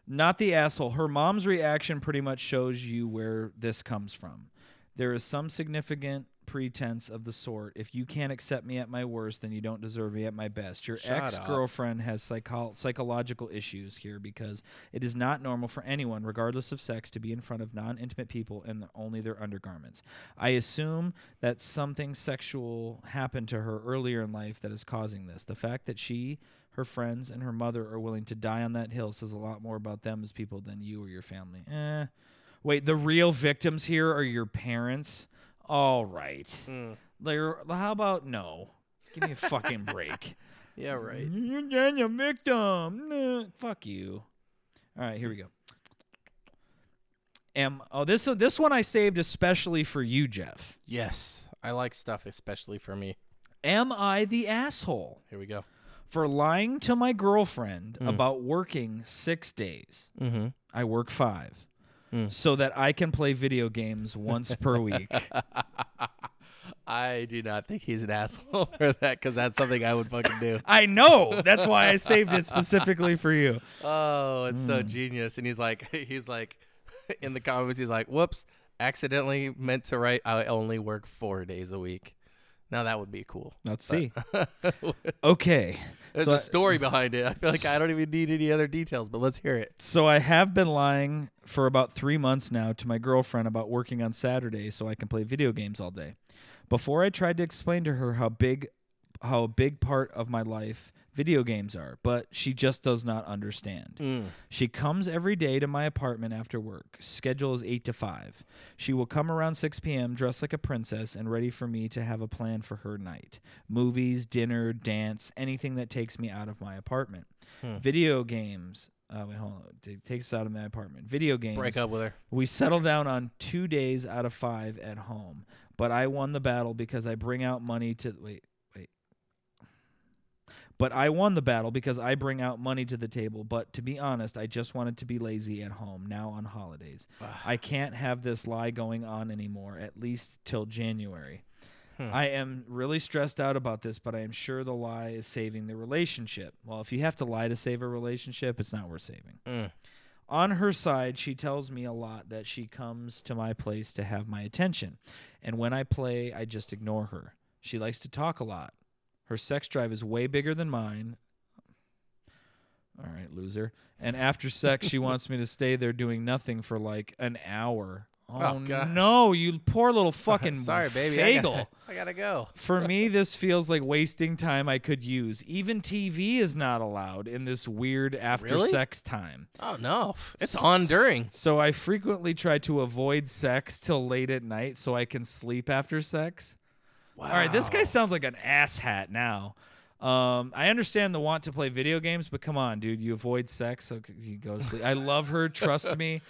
Speaker 3: not the asshole her mom's reaction pretty much shows you where this comes from there is some significant pretense of the sort if you can't accept me at my worst then you don't deserve me at my best your
Speaker 2: Shut up.
Speaker 3: ex-girlfriend has psycho- psychological issues here because it is not normal for anyone regardless of sex to be in front of non-intimate people in only their undergarments i assume that something sexual happened to her earlier in life that is causing this the fact that she her friends and her mother are willing to die on that hill says a lot more about them as people than you or your family eh Wait, the real victims here are your parents? All right. They're, how about no? Give me a fucking break.
Speaker 2: Yeah, right.
Speaker 3: You're then a victim. Nah, Fuck you. All right, here we go. Am oh this this one I saved especially for you, Jeff.
Speaker 2: Yes. I like stuff especially for me.
Speaker 3: Am I the asshole?
Speaker 2: Here we go.
Speaker 3: for lying to my girlfriend about working six days.
Speaker 2: Mm. Mm-hmm. Mm.
Speaker 3: I work five. so that I can play video games once
Speaker 2: (laughs)
Speaker 3: per week.
Speaker 2: I do not think he's an (laughs) asshole for that because that's something I would fucking do.
Speaker 3: I know. That's why I saved it specifically for you.
Speaker 2: (laughs) Oh, it's so genius. And he's like, (laughs) he's like, in the comments, he's like, whoops, accidentally meant to write, I only work four days a week. Now that would be cool. (laughs)
Speaker 3: Let's see. Okay.
Speaker 2: There's
Speaker 3: So I-
Speaker 2: a story behind it. I feel like I don't even need any other details, but let's hear it.
Speaker 3: So I have been lying for about three months now to my girlfriend about working on Saturday so I can play video games all day. Before I tried to explain to her how big how a big part of my life video games are, but she just does not understand. She comes every day to my apartment after work. Schedule is 8 to 5. She will come around 6 p.m. dressed like a princess and ready for me to have a plan for her night. Movies, dinner, dance, anything that takes me out of my apartment. Video games. Uh, wait, hold on. It takes us out of my apartment. Video games.
Speaker 2: Break up (laughs) with her.
Speaker 3: We settle down on two days out of five at home, but I won the battle because I bring out money to wait, wait. But I won the battle because I bring out money to the table. But to be honest, I just wanted to be lazy at home now on holidays. I can't have this lie going on anymore, at least till January.
Speaker 2: Hmm.
Speaker 3: I am really stressed out about this, but I am sure the lie is saving the relationship. Well, if you have to lie to save a relationship, it's not worth saving.
Speaker 2: Mm.
Speaker 3: On her side, she tells me a lot that she comes to my place to have my attention. And when I play, I just ignore her. She likes to talk a lot. Her sex drive is way bigger than mine. All right, loser. And after
Speaker 2: (laughs)
Speaker 3: sex, she wants me to stay there doing nothing for like an hour. Oh,
Speaker 2: Oh, gosh.
Speaker 3: no, you poor little
Speaker 2: (laughs)
Speaker 3: fucking
Speaker 2: Sorry, baby. I
Speaker 3: fagel.
Speaker 2: gotta, I gotta go.
Speaker 3: For me, this feels like wasting time I could use. Even TV is not allowed in this weird after sex time.
Speaker 2: Oh, no. It's on during.
Speaker 3: So I frequently try to avoid sex till late at night so I can sleep after sex. All right, this guy sounds like an asshat now. Um, I understand the want to play video games, but come on, dude, you avoid sex, so c- you go to sleep. I love her,
Speaker 2: (laughs)
Speaker 3: trust me.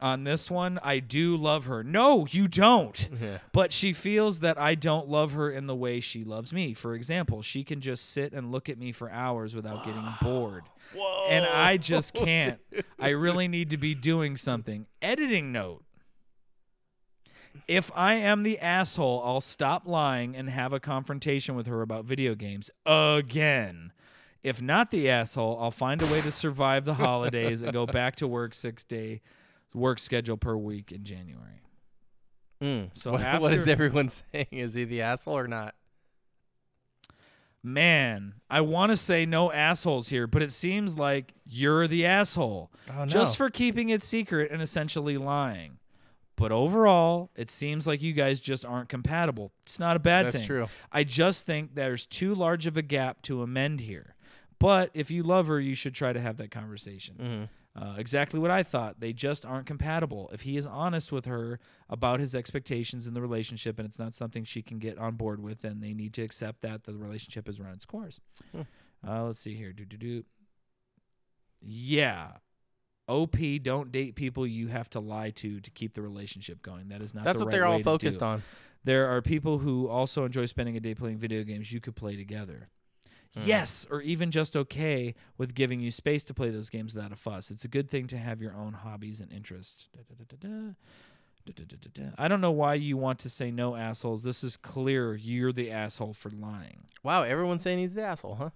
Speaker 3: On this one, I do love her. No, you don't. But she feels that I don't love her in the way she loves me. For example, she can just sit and look at me for hours without getting bored. Whoa. And I just can't. I really need to be doing something. Editing note. If I am the asshole, I'll stop lying and have a confrontation with her about video games again. If not the asshole, I'll find a way to survive the holidays and go back to work six day work schedule per week in January.
Speaker 2: Mm.
Speaker 3: So
Speaker 2: What- what is
Speaker 3: after-
Speaker 2: everyone (laughs) saying? Is he the asshole or not?
Speaker 3: Man, I want to say no assholes here, but it seems like you're the asshole
Speaker 2: Oh,
Speaker 3: just for keeping it secret and essentially lying. But overall, it seems like you guys just aren't compatible. It's not a bad
Speaker 2: That's
Speaker 3: thing.
Speaker 2: true.
Speaker 3: I just think there's too large of a gap to amend here. But if you love her, you should try to have that
Speaker 2: Mm-hmm.
Speaker 3: conversation. Uh, exactly what I thought. They just aren't compatible. If he is honest with her about his expectations in the relationship and it's not something she can get on board with, then they need to accept that the relationship has run its course. Uh, let's see here. Do, do, do. Yeah. OP, don't date people you have to lie to to keep the relationship going. That is not
Speaker 2: That's
Speaker 3: the
Speaker 2: what
Speaker 3: right
Speaker 2: they're all
Speaker 3: way to do
Speaker 2: focused
Speaker 3: it.
Speaker 2: on.
Speaker 3: There are people who also enjoy spending a day playing video games you could play together.
Speaker 2: Hmm.
Speaker 3: Yes, or even just okay with giving you space to play those games without a fuss. It's a good thing to have your own hobbies and interests. Da, da, da, da, da. Da, da, da, da, da. I don't know why you want to say no, assholes. This is clear. You're the asshole for lying.
Speaker 2: Wow, everyone's saying he's the asshole, huh?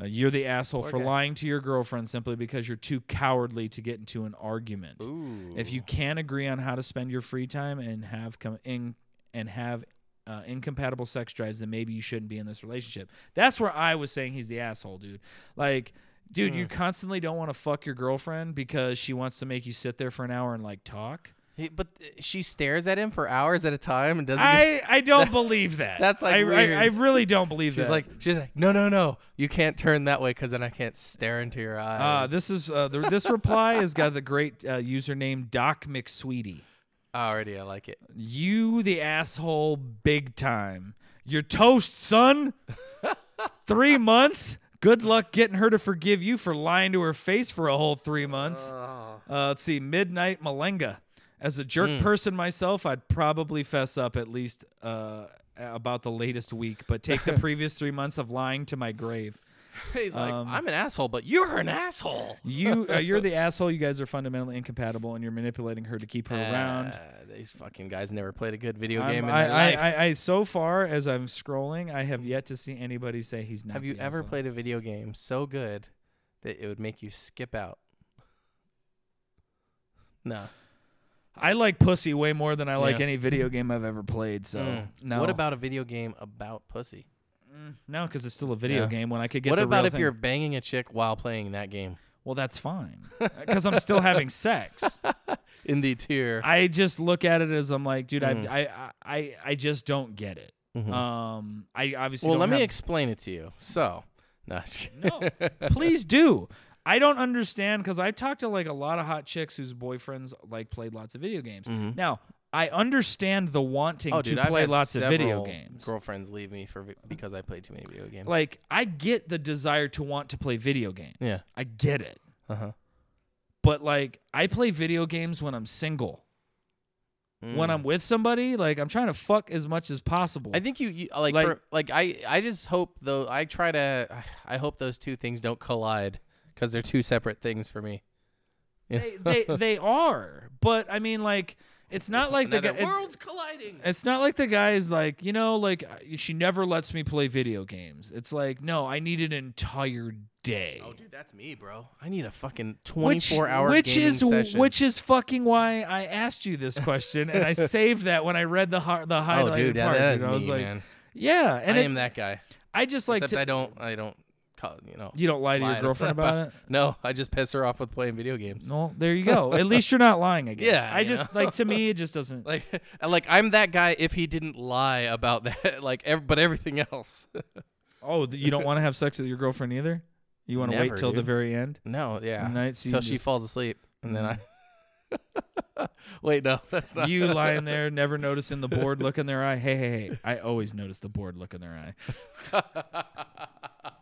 Speaker 3: Uh, you're the asshole for
Speaker 2: Okay.
Speaker 3: lying to your girlfriend simply because you're too cowardly to get into an argument.
Speaker 2: Ooh.
Speaker 3: If you can't agree on how to spend your free time and have com- in and have uh, incompatible sex drives, then maybe you shouldn't be in this relationship. That's where I was saying he's the asshole, dude. Like, dude,
Speaker 2: Hmm.
Speaker 3: you constantly don't want to fuck your girlfriend because she wants to make you sit there for an hour and like talk.
Speaker 2: He- but uh, she stares at him for hours at a time and doesn't. (laughs) get-
Speaker 3: I I don't believe that.
Speaker 2: that's, like,
Speaker 3: I, I-
Speaker 2: weird.
Speaker 3: I, really don't believe
Speaker 2: she's
Speaker 3: that.
Speaker 2: like, she's like, no, no, no, you can't turn that way because then I can't stare into your eyes.
Speaker 3: Uh, this is uh, the, this reply has got the great uh, username Doc McSweetie.
Speaker 2: already I like it.
Speaker 3: You the asshole big time. You're toast, son. three months. Good luck getting her to forgive you for lying to her face for a whole three months. Uh, let's see, Midnight Malenga. As a jerk person myself, I'd probably fess up at least uh, about the latest week, but take the previous three months of lying to my grave.
Speaker 2: (laughs) He's like,
Speaker 3: Um,
Speaker 2: I'm an asshole, but you're an asshole.
Speaker 3: You, uh, you're the asshole. You guys are fundamentally incompatible, and you're manipulating her to keep her (laughs) around.
Speaker 2: Uh, these fucking guys never played a good video
Speaker 3: I'm-
Speaker 2: game in
Speaker 3: I,
Speaker 2: their
Speaker 3: I,
Speaker 2: life.
Speaker 3: I, I, so far as I'm scrolling, I have yet to see anybody say he's not.
Speaker 2: Have you
Speaker 3: the
Speaker 2: ever
Speaker 3: asshole.
Speaker 2: played a video game so good that it would make you skip out? No.
Speaker 3: I like pussy way more than I like
Speaker 2: Yeah.
Speaker 3: any video game I've ever played. So
Speaker 2: Mm.
Speaker 3: no,
Speaker 2: What about a video game about pussy?
Speaker 3: no? Because it's still a video
Speaker 2: Yeah.
Speaker 3: game. When I could get
Speaker 2: what
Speaker 3: the
Speaker 2: about
Speaker 3: real
Speaker 2: if
Speaker 3: thing.
Speaker 2: you're banging a chick while playing that game?
Speaker 3: Well, that's fine because I'm
Speaker 2: (laughs)
Speaker 3: still having sex.
Speaker 2: In the tier.
Speaker 3: I just look at it as I'm like, dude,
Speaker 2: Mm.
Speaker 3: I, I, I, I just don't get it.
Speaker 2: Mhm.
Speaker 3: Um, I obviously
Speaker 2: well, let
Speaker 3: don't
Speaker 2: me
Speaker 3: have-
Speaker 2: explain it to you. So, no. I'm just kidding.
Speaker 3: No, please do. I don't understand because I've talked to like a lot of hot chicks whose boyfriends like played lots of video games.
Speaker 2: Mhm.
Speaker 3: Now I understand the wanting
Speaker 2: Oh,
Speaker 3: to
Speaker 2: dude, I've
Speaker 3: play
Speaker 2: had
Speaker 3: lots of video
Speaker 2: several
Speaker 3: games.
Speaker 2: Girlfriends leave me for vi- because I play too many video games.
Speaker 3: Like I get the desire to want to play video games.
Speaker 2: Yeah.
Speaker 3: I get it.
Speaker 2: uh-huh.
Speaker 3: But like I play video games when I'm single. When I'm with somebody, like I'm trying to fuck as much as possible.
Speaker 2: Mm. I think you, you like
Speaker 3: Like-
Speaker 2: for, like I I just hope though I try to I hope those two things don't collide because they're two separate things for me. (laughs)
Speaker 3: they, they they are. But I mean, like it's
Speaker 2: (laughs)
Speaker 3: not like the guy.
Speaker 2: Another
Speaker 3: it's-
Speaker 2: worlds colliding.
Speaker 3: It's not like the guy is like, you know, like I- she never lets me play video games. It's like, no, I need an entire day.
Speaker 2: Oh, dude, that's me, bro. I need a fucking
Speaker 3: Which-
Speaker 2: 24 hour
Speaker 3: which
Speaker 2: gaming
Speaker 3: is
Speaker 2: session.
Speaker 3: which is fucking why I asked you this question,
Speaker 2: (laughs)
Speaker 3: and I saved that when I read the har- the highlighted
Speaker 2: Oh, dude, yeah,
Speaker 3: part.
Speaker 2: that
Speaker 3: dude.
Speaker 2: is
Speaker 3: I was
Speaker 2: me,
Speaker 3: like,
Speaker 2: man.
Speaker 3: yeah, and
Speaker 2: I
Speaker 3: it-
Speaker 2: am that guy.
Speaker 3: I just like
Speaker 2: Except
Speaker 3: to,
Speaker 2: I don't I don't call, you know.
Speaker 3: you don't lie to your
Speaker 2: (laughs)
Speaker 3: girlfriend about it.
Speaker 2: No, I just piss her off with playing video games.
Speaker 3: Well, there you go. At least you're not lying. I
Speaker 2: (laughs)
Speaker 3: guess.
Speaker 2: Yeah,
Speaker 3: I
Speaker 2: you
Speaker 3: just
Speaker 2: know?
Speaker 3: like
Speaker 2: (laughs)
Speaker 3: to me, it just doesn't.
Speaker 2: Like, Uh, like I'm that guy. If he didn't lie about (laughs) that, like, ev- but everything else. (laughs)
Speaker 3: Oh, th- you don't want to have sex with your girlfriend either. You want to wait
Speaker 2: Never,
Speaker 3: till the
Speaker 2: dude.
Speaker 3: very end.
Speaker 2: No, yeah.
Speaker 3: Nights you
Speaker 2: Till she
Speaker 3: just-
Speaker 2: falls asleep, and then I. Wait, no, (laughs) that's not.
Speaker 3: you lying there, never noticing the board look in their eye. Hey, hey, hey! I always notice the board look in their eye.
Speaker 2: (laughs)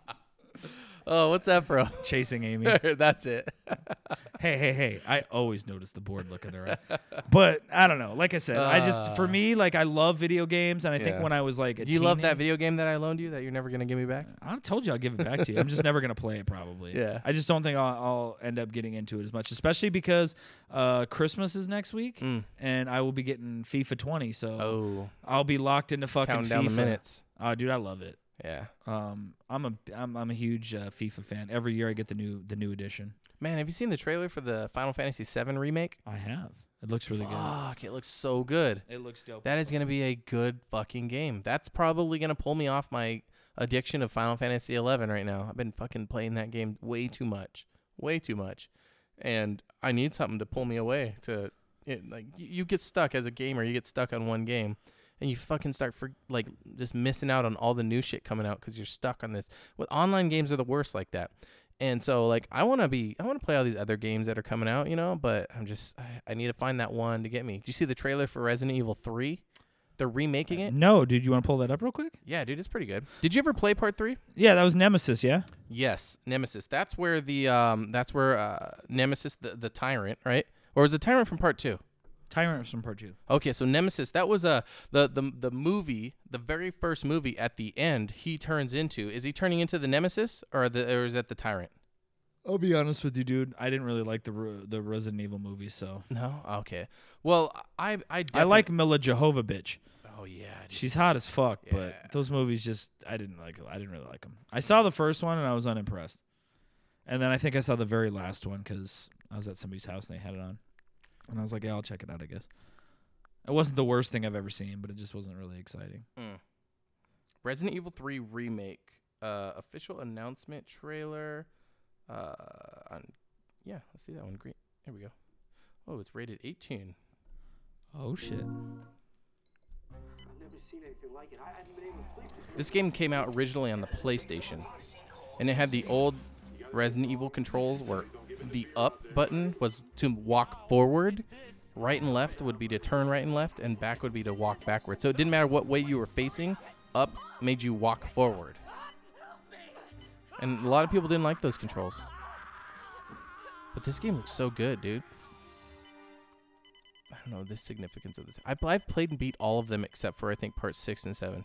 Speaker 2: oh, what's that from? (laughs)
Speaker 3: Chasing Amy.
Speaker 2: that's it.
Speaker 3: (laughs) hey, hey, hey! I always notice the board look in their eye. But I don't know. Like I said, I just for me, like I love video games, and I think
Speaker 2: Ah. Yeah.
Speaker 3: when I was like, a
Speaker 2: Do you love that
Speaker 3: teenager-
Speaker 2: video game that I loaned you that you're never gonna give me back?
Speaker 3: I told you I'll give it back to you. I'm just never gonna play it probably.
Speaker 2: (laughs) Yeah.
Speaker 3: I just don't think I'll, I'll end up getting into it as much, especially because uh, Christmas is next week, and I will be getting FIFA 20, so
Speaker 2: Mm. Oh,
Speaker 3: I'll be locked into fucking
Speaker 2: counting down
Speaker 3: FIFA.
Speaker 2: the minutes.
Speaker 3: Oh, dude, I love it.
Speaker 2: Yeah,
Speaker 3: Um, I'm a I'm, I'm a huge uh, FIFA fan. Every year I get the new the new edition.
Speaker 2: man. Have you seen the trailer for the Final Fantasy VII remake?
Speaker 3: I have. It looks really
Speaker 2: Fuck, it looks so good.
Speaker 3: good. It looks dope.
Speaker 2: That is going to be a good fucking game. That's probably going to pull me off my addiction of Final Fantasy 11 right now. I've been fucking playing that game way too much, way too much, and I need something to pull me away. To it, like, y- you get stuck as a gamer, you get stuck on one game, and you fucking start for like just missing out on all the new shit coming out because you're stuck on this. With online games are the worst like that. And so like I want to be I want to play all these other games that are coming out, you know, but I'm just I, I need to find that one to get me. Do you see the trailer for Resident Evil 3? They're remaking it?
Speaker 3: No, dude, you want to pull that up real quick?
Speaker 2: Yeah, dude, it's pretty good. Did you ever play part 3?
Speaker 3: Yeah, that was Nemesis. Yeah.
Speaker 2: Yes, Nemesis. That's where the um that's where uh Nemesis the, the tyrant, right? Or was the tyrant from part 2?
Speaker 3: Tyrant from part two.
Speaker 2: Okay, so Nemesis, that was uh, the the the movie, the very first movie at the end he turns into. Is he turning into the Nemesis or the or is that the tyrant?
Speaker 3: I'll be honest with you, dude. I didn't really like the Re- the Resident Evil movies, so
Speaker 2: No. Okay. Well, I I
Speaker 3: I
Speaker 2: definitely-
Speaker 3: like Mila Jehovah, bitch.
Speaker 2: Oh yeah. dude.
Speaker 3: She's hot as fuck,
Speaker 2: Yeah.
Speaker 3: but those movies just I didn't like. I didn't really like them. I saw the first one and I was unimpressed, and then I think I saw the very last one because I was at somebody's house and they had it on, and I was like, yeah, I'll check it out. I guess it wasn't the worst thing I've ever seen, but it just wasn't really exciting.
Speaker 2: Resident Evil 3 remake uh, official announcement trailer. Uh, on, yeah, let's see that one. Green. Here we go. Oh, it's rated 18.
Speaker 3: Oh shit!
Speaker 2: This game came out originally on the PlayStation, and it had the old Resident Evil controls where the up button was to walk forward, right and left would be to turn right and left, and back would be to walk backwards. So it didn't matter what way you were facing, up made you walk forward. And a lot of people didn't like those controls. But this game looks so good, dude. I don't know the significance of the. T- I, I've played and beat all of them except for I think part six and seven.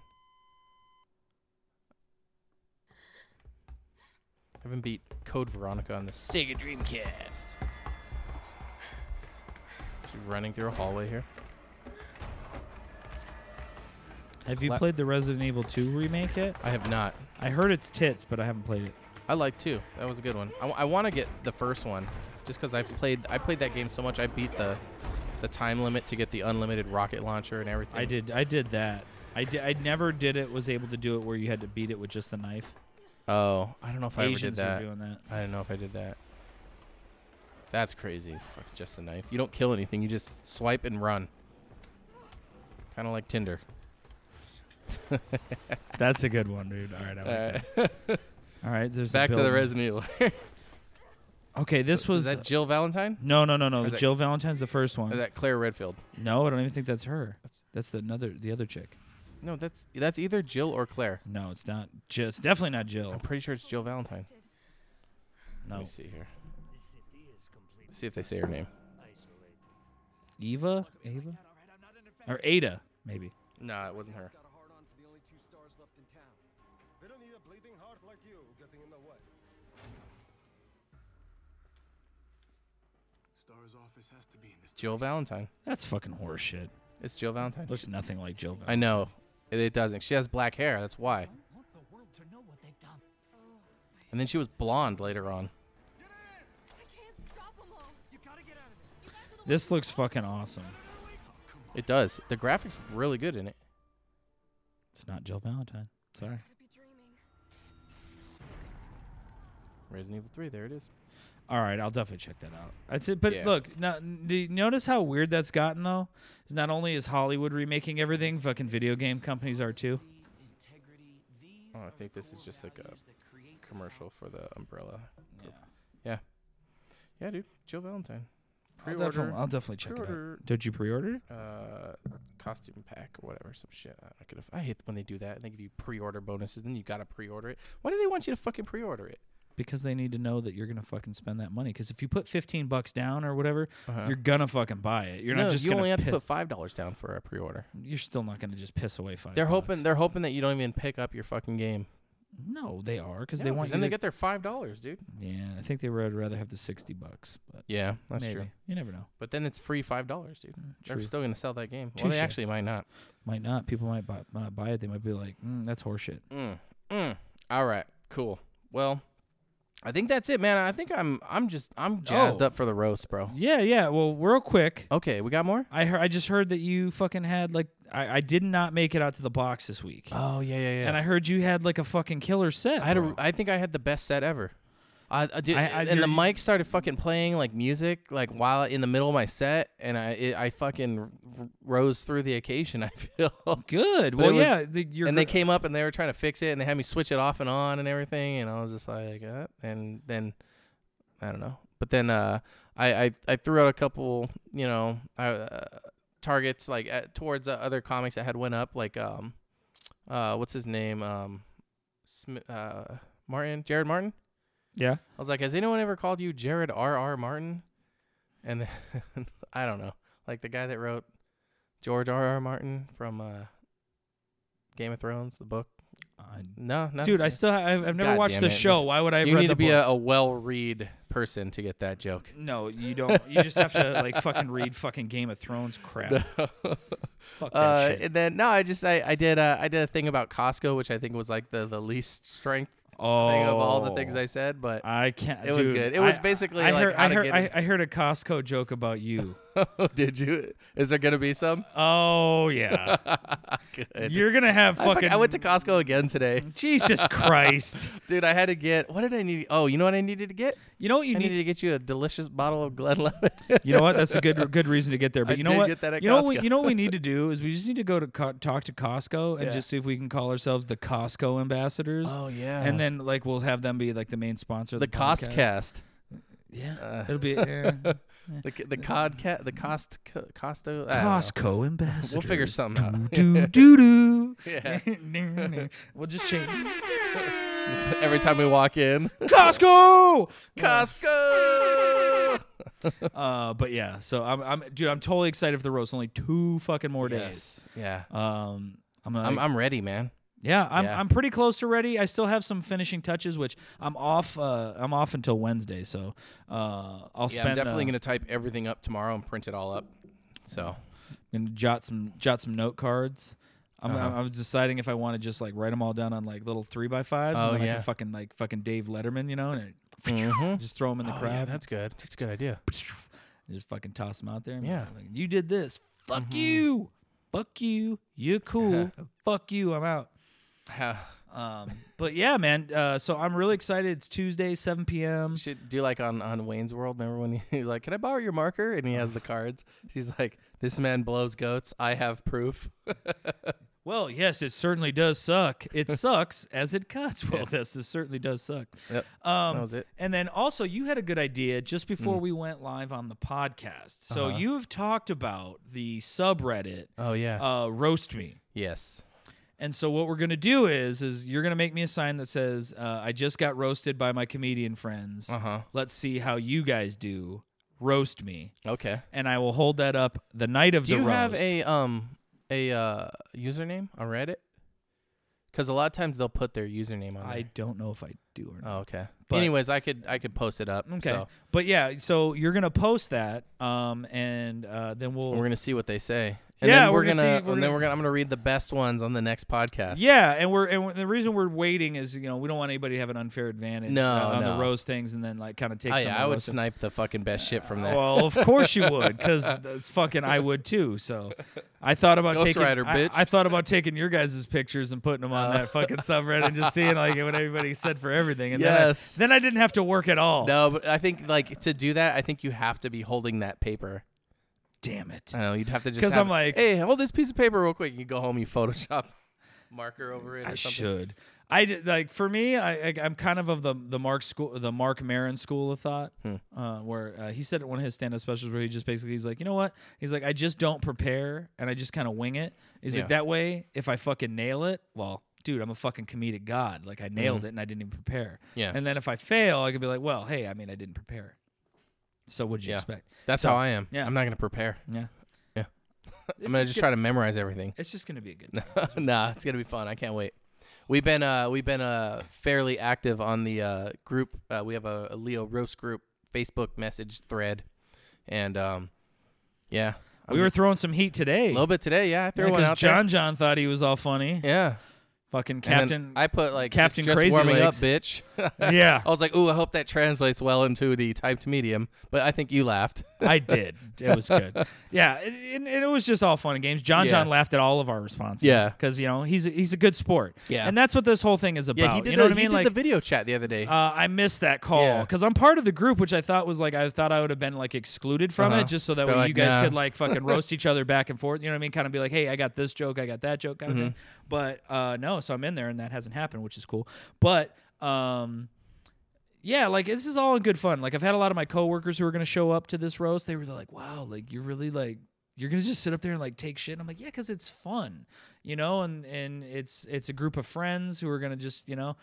Speaker 2: haven't beat Code Veronica on the Sega Dreamcast. She running through a hallway here.
Speaker 3: Have you
Speaker 2: Let-
Speaker 3: played the Resident Evil 2 remake yet?
Speaker 2: I have not.
Speaker 3: I heard it's tits, but I haven't played it.
Speaker 2: I like two. That was a good one. I, want to get the first one, just because I played I played that game so much. I beat the the time limit to get the unlimited rocket launcher and everything.
Speaker 3: I did. I did that. I did. I never did it. Was able to do it where you had to beat it with just the knife.
Speaker 2: Oh, I don't know if
Speaker 3: Asians
Speaker 2: I ever
Speaker 3: were
Speaker 2: did that.
Speaker 3: doing that.
Speaker 2: I don't know if I did that. That's crazy. Fuck, just a knife. You don't kill anything. You just swipe and run. Kind of like Tinder.
Speaker 3: That's a good one, dude. All right. I like
Speaker 2: Uh,
Speaker 3: that.
Speaker 2: (laughs)
Speaker 3: All right. There's a
Speaker 2: back to the
Speaker 3: building.
Speaker 2: Resident Evil.
Speaker 3: Okay. This
Speaker 2: Was
Speaker 3: was.
Speaker 2: that Jill Valentine?
Speaker 3: no, no, no, no.
Speaker 2: is that-
Speaker 3: Jill Valentine's the first one.
Speaker 2: Or that Claire Redfield?
Speaker 3: no, I don't even think that's her. That's, the another the other chick.
Speaker 2: No, that's that's either Jill or Claire.
Speaker 3: No, it's not. Jill. It's definitely not
Speaker 2: I'm
Speaker 3: Jill.
Speaker 2: pretty sure it's Jill Valentine. Let
Speaker 3: No.
Speaker 2: me see here. See if they say her name.
Speaker 3: Eva. Eva. Or Ada, maybe.
Speaker 2: No, it wasn't her.
Speaker 11: Got a hard on for the only two stars left in town. They don't need a bleeding heart like you getting in the way. Star's office has to be in this.
Speaker 2: Jill Valentine.
Speaker 3: That's fucking horseshit.
Speaker 2: It's Jill Valentine.
Speaker 3: Looks nothing like Jill.
Speaker 2: I
Speaker 3: Valentine.
Speaker 2: know. It, it doesn't. She has black hair. That's why. And then she was blonde later on.
Speaker 3: This looks fucking awesome.
Speaker 2: It does. The graphics look really good in it.
Speaker 3: It's not Jill Valentine. Sorry.
Speaker 2: Resident Evil 3. There it is.
Speaker 3: All right, I'll definitely check that out. I'd say, but
Speaker 2: Yeah.
Speaker 3: look, now, do you notice how weird that's gotten though? Is not only is Hollywood remaking everything, fucking video game companies are too.
Speaker 2: Oh, I think this is just like a commercial for the Umbrella.
Speaker 3: Yeah,
Speaker 2: Yeah, dude. Jill Valentine.
Speaker 3: I'll
Speaker 2: Pre-order.
Speaker 3: definitely, I'll definitely check it
Speaker 2: pre-order,
Speaker 3: out. Did you pre-order it?
Speaker 2: Uh, costume pack or whatever, some shit. I, could have, I hate when they do that and they give you pre-order bonuses. Then you gotta pre-order it. Why do they want you to fucking pre-order it?
Speaker 3: Because they need to know that you're gonna fucking spend that money. Because if you put fifteen bucks down or whatever,
Speaker 2: Uh-huh.
Speaker 3: you're gonna fucking buy it. You're
Speaker 2: no,
Speaker 3: not just
Speaker 2: you
Speaker 3: gonna.
Speaker 2: only have to
Speaker 3: pi-
Speaker 2: put five dollars down for a pre-order.
Speaker 3: you're still not gonna just piss away five.
Speaker 2: They're
Speaker 3: bucks.
Speaker 2: hoping they're hoping that you don't even pick up your fucking game.
Speaker 3: No, they are because
Speaker 2: No,
Speaker 3: they want. You
Speaker 2: then they
Speaker 3: to-
Speaker 2: get their five dollars, dude.
Speaker 3: yeah, I think they would rather have the sixty bucks, but
Speaker 2: Yeah, that's
Speaker 3: maybe
Speaker 2: true.
Speaker 3: you never know.
Speaker 2: But then it's free five dollars, dude. They're
Speaker 3: true.
Speaker 2: still gonna sell that game. Well, they
Speaker 3: Touche.
Speaker 2: actually might not.
Speaker 3: Might not. People might buy, might buy it. They might be like, mm, that's horseshit.
Speaker 2: Mm. Mm. All right, cool. Well, I think that's it, man. I think I'm I'm just I'm jazzed
Speaker 3: Oh.
Speaker 2: up for the roast, bro.
Speaker 3: Yeah, yeah. Well, real quick,
Speaker 2: Okay, we got more.
Speaker 3: I heard, I just heard that you fucking had like I, I did not make it out to the box this week,
Speaker 2: Oh yeah, yeah, yeah.
Speaker 3: and I heard you had like a fucking killer set.
Speaker 2: I had a,
Speaker 3: bro.
Speaker 2: I think I had the best set ever. I, I did,
Speaker 3: I- I-
Speaker 2: and the
Speaker 3: you're-
Speaker 2: mic started fucking playing like music, like while in the middle of my set, and I it, I fucking r- rose through the occasion. (laughs) I feel.
Speaker 3: good.
Speaker 2: but
Speaker 3: Well,
Speaker 2: it was-
Speaker 3: yeah, the, your
Speaker 2: and they
Speaker 3: gr-
Speaker 2: came up and they were trying to fix it, and they had me switch it off and on and everything, and I was just like, uh, and then I don't know, but then uh, I, I I threw out a couple, you know, I, uh, targets like at, towards uh, other comics that had went up, like um, uh, what's his name, um, Smith, uh, Martin, Jared Martin.
Speaker 3: yeah.
Speaker 2: I was like, has anyone ever called you Jared R. R. Martin? And then, (laughs) I don't know, like the guy that wrote George R. R. Martin from uh, Game of Thrones, the book.
Speaker 3: I-
Speaker 2: No, no,
Speaker 3: dude, I still ha- I've, I've never
Speaker 2: God
Speaker 3: watched
Speaker 2: damn
Speaker 3: the
Speaker 2: it,
Speaker 3: show.
Speaker 2: this-
Speaker 3: Why would I have
Speaker 2: you
Speaker 3: read
Speaker 2: need
Speaker 3: the
Speaker 2: to be a,
Speaker 3: books?
Speaker 2: a well-read person to get that joke.
Speaker 3: no, you don't. You just have to like fucking read fucking Game of Thrones crap.
Speaker 2: (laughs)
Speaker 3: (laughs) Fuck that
Speaker 2: Uh,
Speaker 3: shit.
Speaker 2: and then no, I just I, I did uh, I did a thing about Costco, which I think was like the, the least strength
Speaker 3: oh,
Speaker 2: thing of all the things I said. But
Speaker 3: I can't.
Speaker 2: It was
Speaker 3: dude,
Speaker 2: good. It was
Speaker 3: I-
Speaker 2: basically
Speaker 3: I
Speaker 2: like
Speaker 3: heard,
Speaker 2: how
Speaker 3: I
Speaker 2: to
Speaker 3: heard,
Speaker 2: get
Speaker 3: I,
Speaker 2: in-
Speaker 3: I heard a Costco joke about you.
Speaker 2: (laughs) did you? Is there gonna be some?
Speaker 3: (laughs)
Speaker 2: (laughs)
Speaker 3: oh yeah,
Speaker 2: Good.
Speaker 3: you're gonna have
Speaker 2: I, fuck-
Speaker 3: fucking.
Speaker 2: I went to Costco again today,
Speaker 3: (laughs) Jesus
Speaker 2: (laughs)
Speaker 3: Christ.
Speaker 2: dude. I had to get what did I need? Oh, you know what I needed to get?
Speaker 3: You know what you
Speaker 2: I needed
Speaker 3: need.
Speaker 2: to get you a delicious bottle of Glenlivet.
Speaker 3: (laughs) You know what? That's
Speaker 2: (laughs)
Speaker 3: a good good reason to get there. But
Speaker 2: I
Speaker 3: you know
Speaker 2: did
Speaker 3: what?
Speaker 2: get that at
Speaker 3: you know what?
Speaker 2: Costco.
Speaker 3: We, you know what we
Speaker 2: (laughs)
Speaker 3: need to do is we just need to go to co- talk to Costco and
Speaker 2: Yeah. Oh,
Speaker 3: just see if we can call ourselves the Costco ambassadors.
Speaker 2: yeah,
Speaker 3: And then like we'll have them be like the main sponsor. Of
Speaker 2: the
Speaker 3: the,
Speaker 2: cost cast,
Speaker 3: Yeah.
Speaker 2: Uh.
Speaker 3: It'll
Speaker 2: (laughs)
Speaker 3: be eh,
Speaker 2: the c- the cod cat, the cost c- costo. I don't know.
Speaker 3: Costco ambassadors.
Speaker 2: We'll
Speaker 3: (laughs)
Speaker 2: figure something out.
Speaker 3: Do do do.
Speaker 2: (laughs) Yeah. (laughs)
Speaker 3: we'll just change
Speaker 2: Just every time we walk (laughs) in,
Speaker 3: Costco.
Speaker 2: Costco.
Speaker 3: Uh, but yeah, so I'm, I'm, dude, I'm totally excited for the roast. Only two fucking more days.
Speaker 2: Yeah,
Speaker 3: Um, I'm gonna,
Speaker 2: I'm I'm ready, man.
Speaker 3: Yeah, I'm
Speaker 2: Yeah.
Speaker 3: I'm pretty close to ready. I still have some finishing touches, which I'm off. Uh, I'm off until Wednesday, so uh, I'll
Speaker 2: Yeah,
Speaker 3: spend.
Speaker 2: I'm definitely
Speaker 3: uh,
Speaker 2: gonna type everything up tomorrow and print it all up. So
Speaker 3: gonna jot some jot some note cards. I'm, I'm-
Speaker 2: Uh-huh.
Speaker 3: I was deciding if I want to just like write them all down on like little three by fives,
Speaker 2: Oh,
Speaker 3: and then I
Speaker 2: yeah. Mm-hmm.
Speaker 3: can fucking like fucking Dave Letterman, you know, and (laughs) just throw them in the crowd.
Speaker 2: Oh, yeah, that's good. That's a good idea.
Speaker 3: (laughs) and just fucking toss them out there. and be
Speaker 2: Yeah. Mm-hmm.
Speaker 3: like, you did this. Fuck you. Fuck you.
Speaker 2: (laughs)
Speaker 3: You're cool. Fuck you. I'm out. Um, but yeah, man. Uh, so I'm really excited. It's Tuesday, 7 p.m.
Speaker 2: should do like on, on Wayne's World. Remember when (laughs) he's like, "Can I borrow your marker?" And he has the cards. She's like, "This man blows goats. I have proof." (laughs)
Speaker 3: Well, yes, it certainly does suck.
Speaker 2: (laughs)
Speaker 3: It sucks as it cuts. Well, this it certainly does suck.
Speaker 2: Yep.
Speaker 3: Um,
Speaker 2: That was it.
Speaker 3: And then also, you had a good idea just
Speaker 2: Mm.
Speaker 3: before we went live on the podcast. So you've talked about the subreddit,
Speaker 2: Uh-huh. Oh yeah.
Speaker 3: uh, roast me.
Speaker 2: yes.
Speaker 3: And so what we're gonna do is, is you're gonna make me a sign that says, uh, "I just got roasted by my comedian friends.
Speaker 2: Uh-huh.
Speaker 3: Let's see how you guys do. Roast me."
Speaker 2: Okay.
Speaker 3: And I will hold that up the night of
Speaker 2: Do
Speaker 3: the
Speaker 2: you
Speaker 3: roast.
Speaker 2: have a um a uh, username on Reddit? Because a lot of times they'll put their username on.
Speaker 3: I
Speaker 2: there.
Speaker 3: don't know if I do or not.
Speaker 2: Oh, okay.
Speaker 3: but-
Speaker 2: Anyways, I could I could post it up.
Speaker 3: Okay,
Speaker 2: Oh, so.
Speaker 3: but yeah, so you're gonna post that, um, and uh, then we'll
Speaker 2: And we're gonna see what they say. And
Speaker 3: Yeah,
Speaker 2: then we're,
Speaker 3: we're gonna
Speaker 2: gonna,
Speaker 3: see- we're
Speaker 2: and
Speaker 3: gonna
Speaker 2: then we're gonna I'm gonna read the best ones on the next podcast.
Speaker 3: yeah, and we're and we're- the reason we're waiting is you know we don't want anybody to have an unfair advantage
Speaker 2: No,
Speaker 3: uh, on
Speaker 2: no.
Speaker 3: the roast things, and then like kind of take.
Speaker 2: Oh,
Speaker 3: some of
Speaker 2: yeah, I
Speaker 3: the
Speaker 2: would
Speaker 3: roast-
Speaker 2: snipe the fucking best shit from there.
Speaker 3: Well, of course you would, because
Speaker 2: (laughs)
Speaker 3: that's fucking I would too. So I thought about
Speaker 2: Ghost
Speaker 3: taking
Speaker 2: Rider,
Speaker 3: I-
Speaker 2: bitch. Oh.
Speaker 3: I, thought about taking your guys' pictures and putting them on that fucking subreddit and just seeing like what everybody said for everything. And
Speaker 2: Yes.
Speaker 3: then I, then I didn't have to work at all.
Speaker 2: no, but I think like to do that, I think you have to be holding that paper.
Speaker 3: Damn it.
Speaker 2: I don't know you'd have to just
Speaker 3: 'Cause
Speaker 2: have
Speaker 3: I'm
Speaker 2: it.
Speaker 3: like-
Speaker 2: hey, hold this piece of paper real quick. You go home, you Photoshop (laughs) marker over it or
Speaker 3: I
Speaker 2: something.
Speaker 3: should. I d- like for me, I, I I'm kind of of the the Mark school, the Mark Maron school of thought,
Speaker 2: Hmm.
Speaker 3: uh, where uh, he said at one of his stand up specials where he just basically he's like, you know what? He's like, I just don't prepare and I just kind of wing it. He's
Speaker 2: Yeah.
Speaker 3: like, that way, if I fucking nail it, well, dude, I'm a fucking comedic god. Like I nailed it and I didn't even prepare.
Speaker 2: Mm-hmm. Yeah.
Speaker 3: And then if I fail, I could be like, well, hey, I mean, I didn't prepare. So what'd you
Speaker 2: Yeah.
Speaker 3: expect?
Speaker 2: That's
Speaker 3: So,
Speaker 2: how I am.
Speaker 3: yeah.
Speaker 2: I'm not gonna prepare.
Speaker 3: Yeah.
Speaker 2: Yeah.
Speaker 3: This
Speaker 2: (laughs) I'm gonna
Speaker 3: is
Speaker 2: just
Speaker 3: go-
Speaker 2: try to memorize everything.
Speaker 3: It's just gonna be
Speaker 2: (laughs)
Speaker 3: a good.
Speaker 2: nah, it's gonna be fun. I can't wait. We've been uh we've been uh fairly active on the uh group. Uh, we have a, a Leo roast group Facebook message thread, and um yeah,
Speaker 3: we were throwing some heat today.
Speaker 2: a little bit today. Yeah, I threw one
Speaker 3: because
Speaker 2: out
Speaker 3: John John thought he was all funny.
Speaker 2: there. Yeah,
Speaker 3: Fucking
Speaker 2: And
Speaker 3: Captain.
Speaker 2: then I put like just-
Speaker 3: Captain
Speaker 2: just
Speaker 3: Crazy
Speaker 2: warming up,
Speaker 3: Legs.
Speaker 2: bitch. (laughs)
Speaker 3: (laughs) yeah,
Speaker 2: I was like, ooh, I hope that translates well into the typed medium. But I think you laughed.
Speaker 3: I did. It was good. Yeah, and and- and it was just all fun and games. John
Speaker 2: Yeah.
Speaker 3: John laughed at all of our responses.
Speaker 2: Yeah.
Speaker 3: because you know he's a, he's a good sport.
Speaker 2: Yeah.
Speaker 3: and that's what this whole thing is about.
Speaker 2: yeah, he did.
Speaker 3: you know
Speaker 2: a-
Speaker 3: what I
Speaker 2: he
Speaker 3: mean?
Speaker 2: did
Speaker 3: Like
Speaker 2: the video chat the other day.
Speaker 3: Uh, I missed that call
Speaker 2: Yeah.
Speaker 3: because I'm part of the group, which I thought was like I thought I would have been like excluded from
Speaker 2: Uh-huh.
Speaker 3: it, just so that
Speaker 2: They're
Speaker 3: way
Speaker 2: like,
Speaker 3: you guys
Speaker 2: "Nah." (laughs)
Speaker 3: could like fucking roast each other back and forth. You know what I mean? Kind of be like, hey, I got this joke, I got that joke, kind of thing.
Speaker 2: Mm-hmm.
Speaker 3: But uh, no, so I'm in there, and that hasn't happened, which is cool. But um, yeah, like this is all in good fun. Like I've had a lot of my coworkers who are gonna show up to this roast. They were like, wow, like you're really like you're gonna just sit up there and like take shit. And I'm like, yeah, because it's fun, you know, and and it's it's a group of friends who are gonna just you know.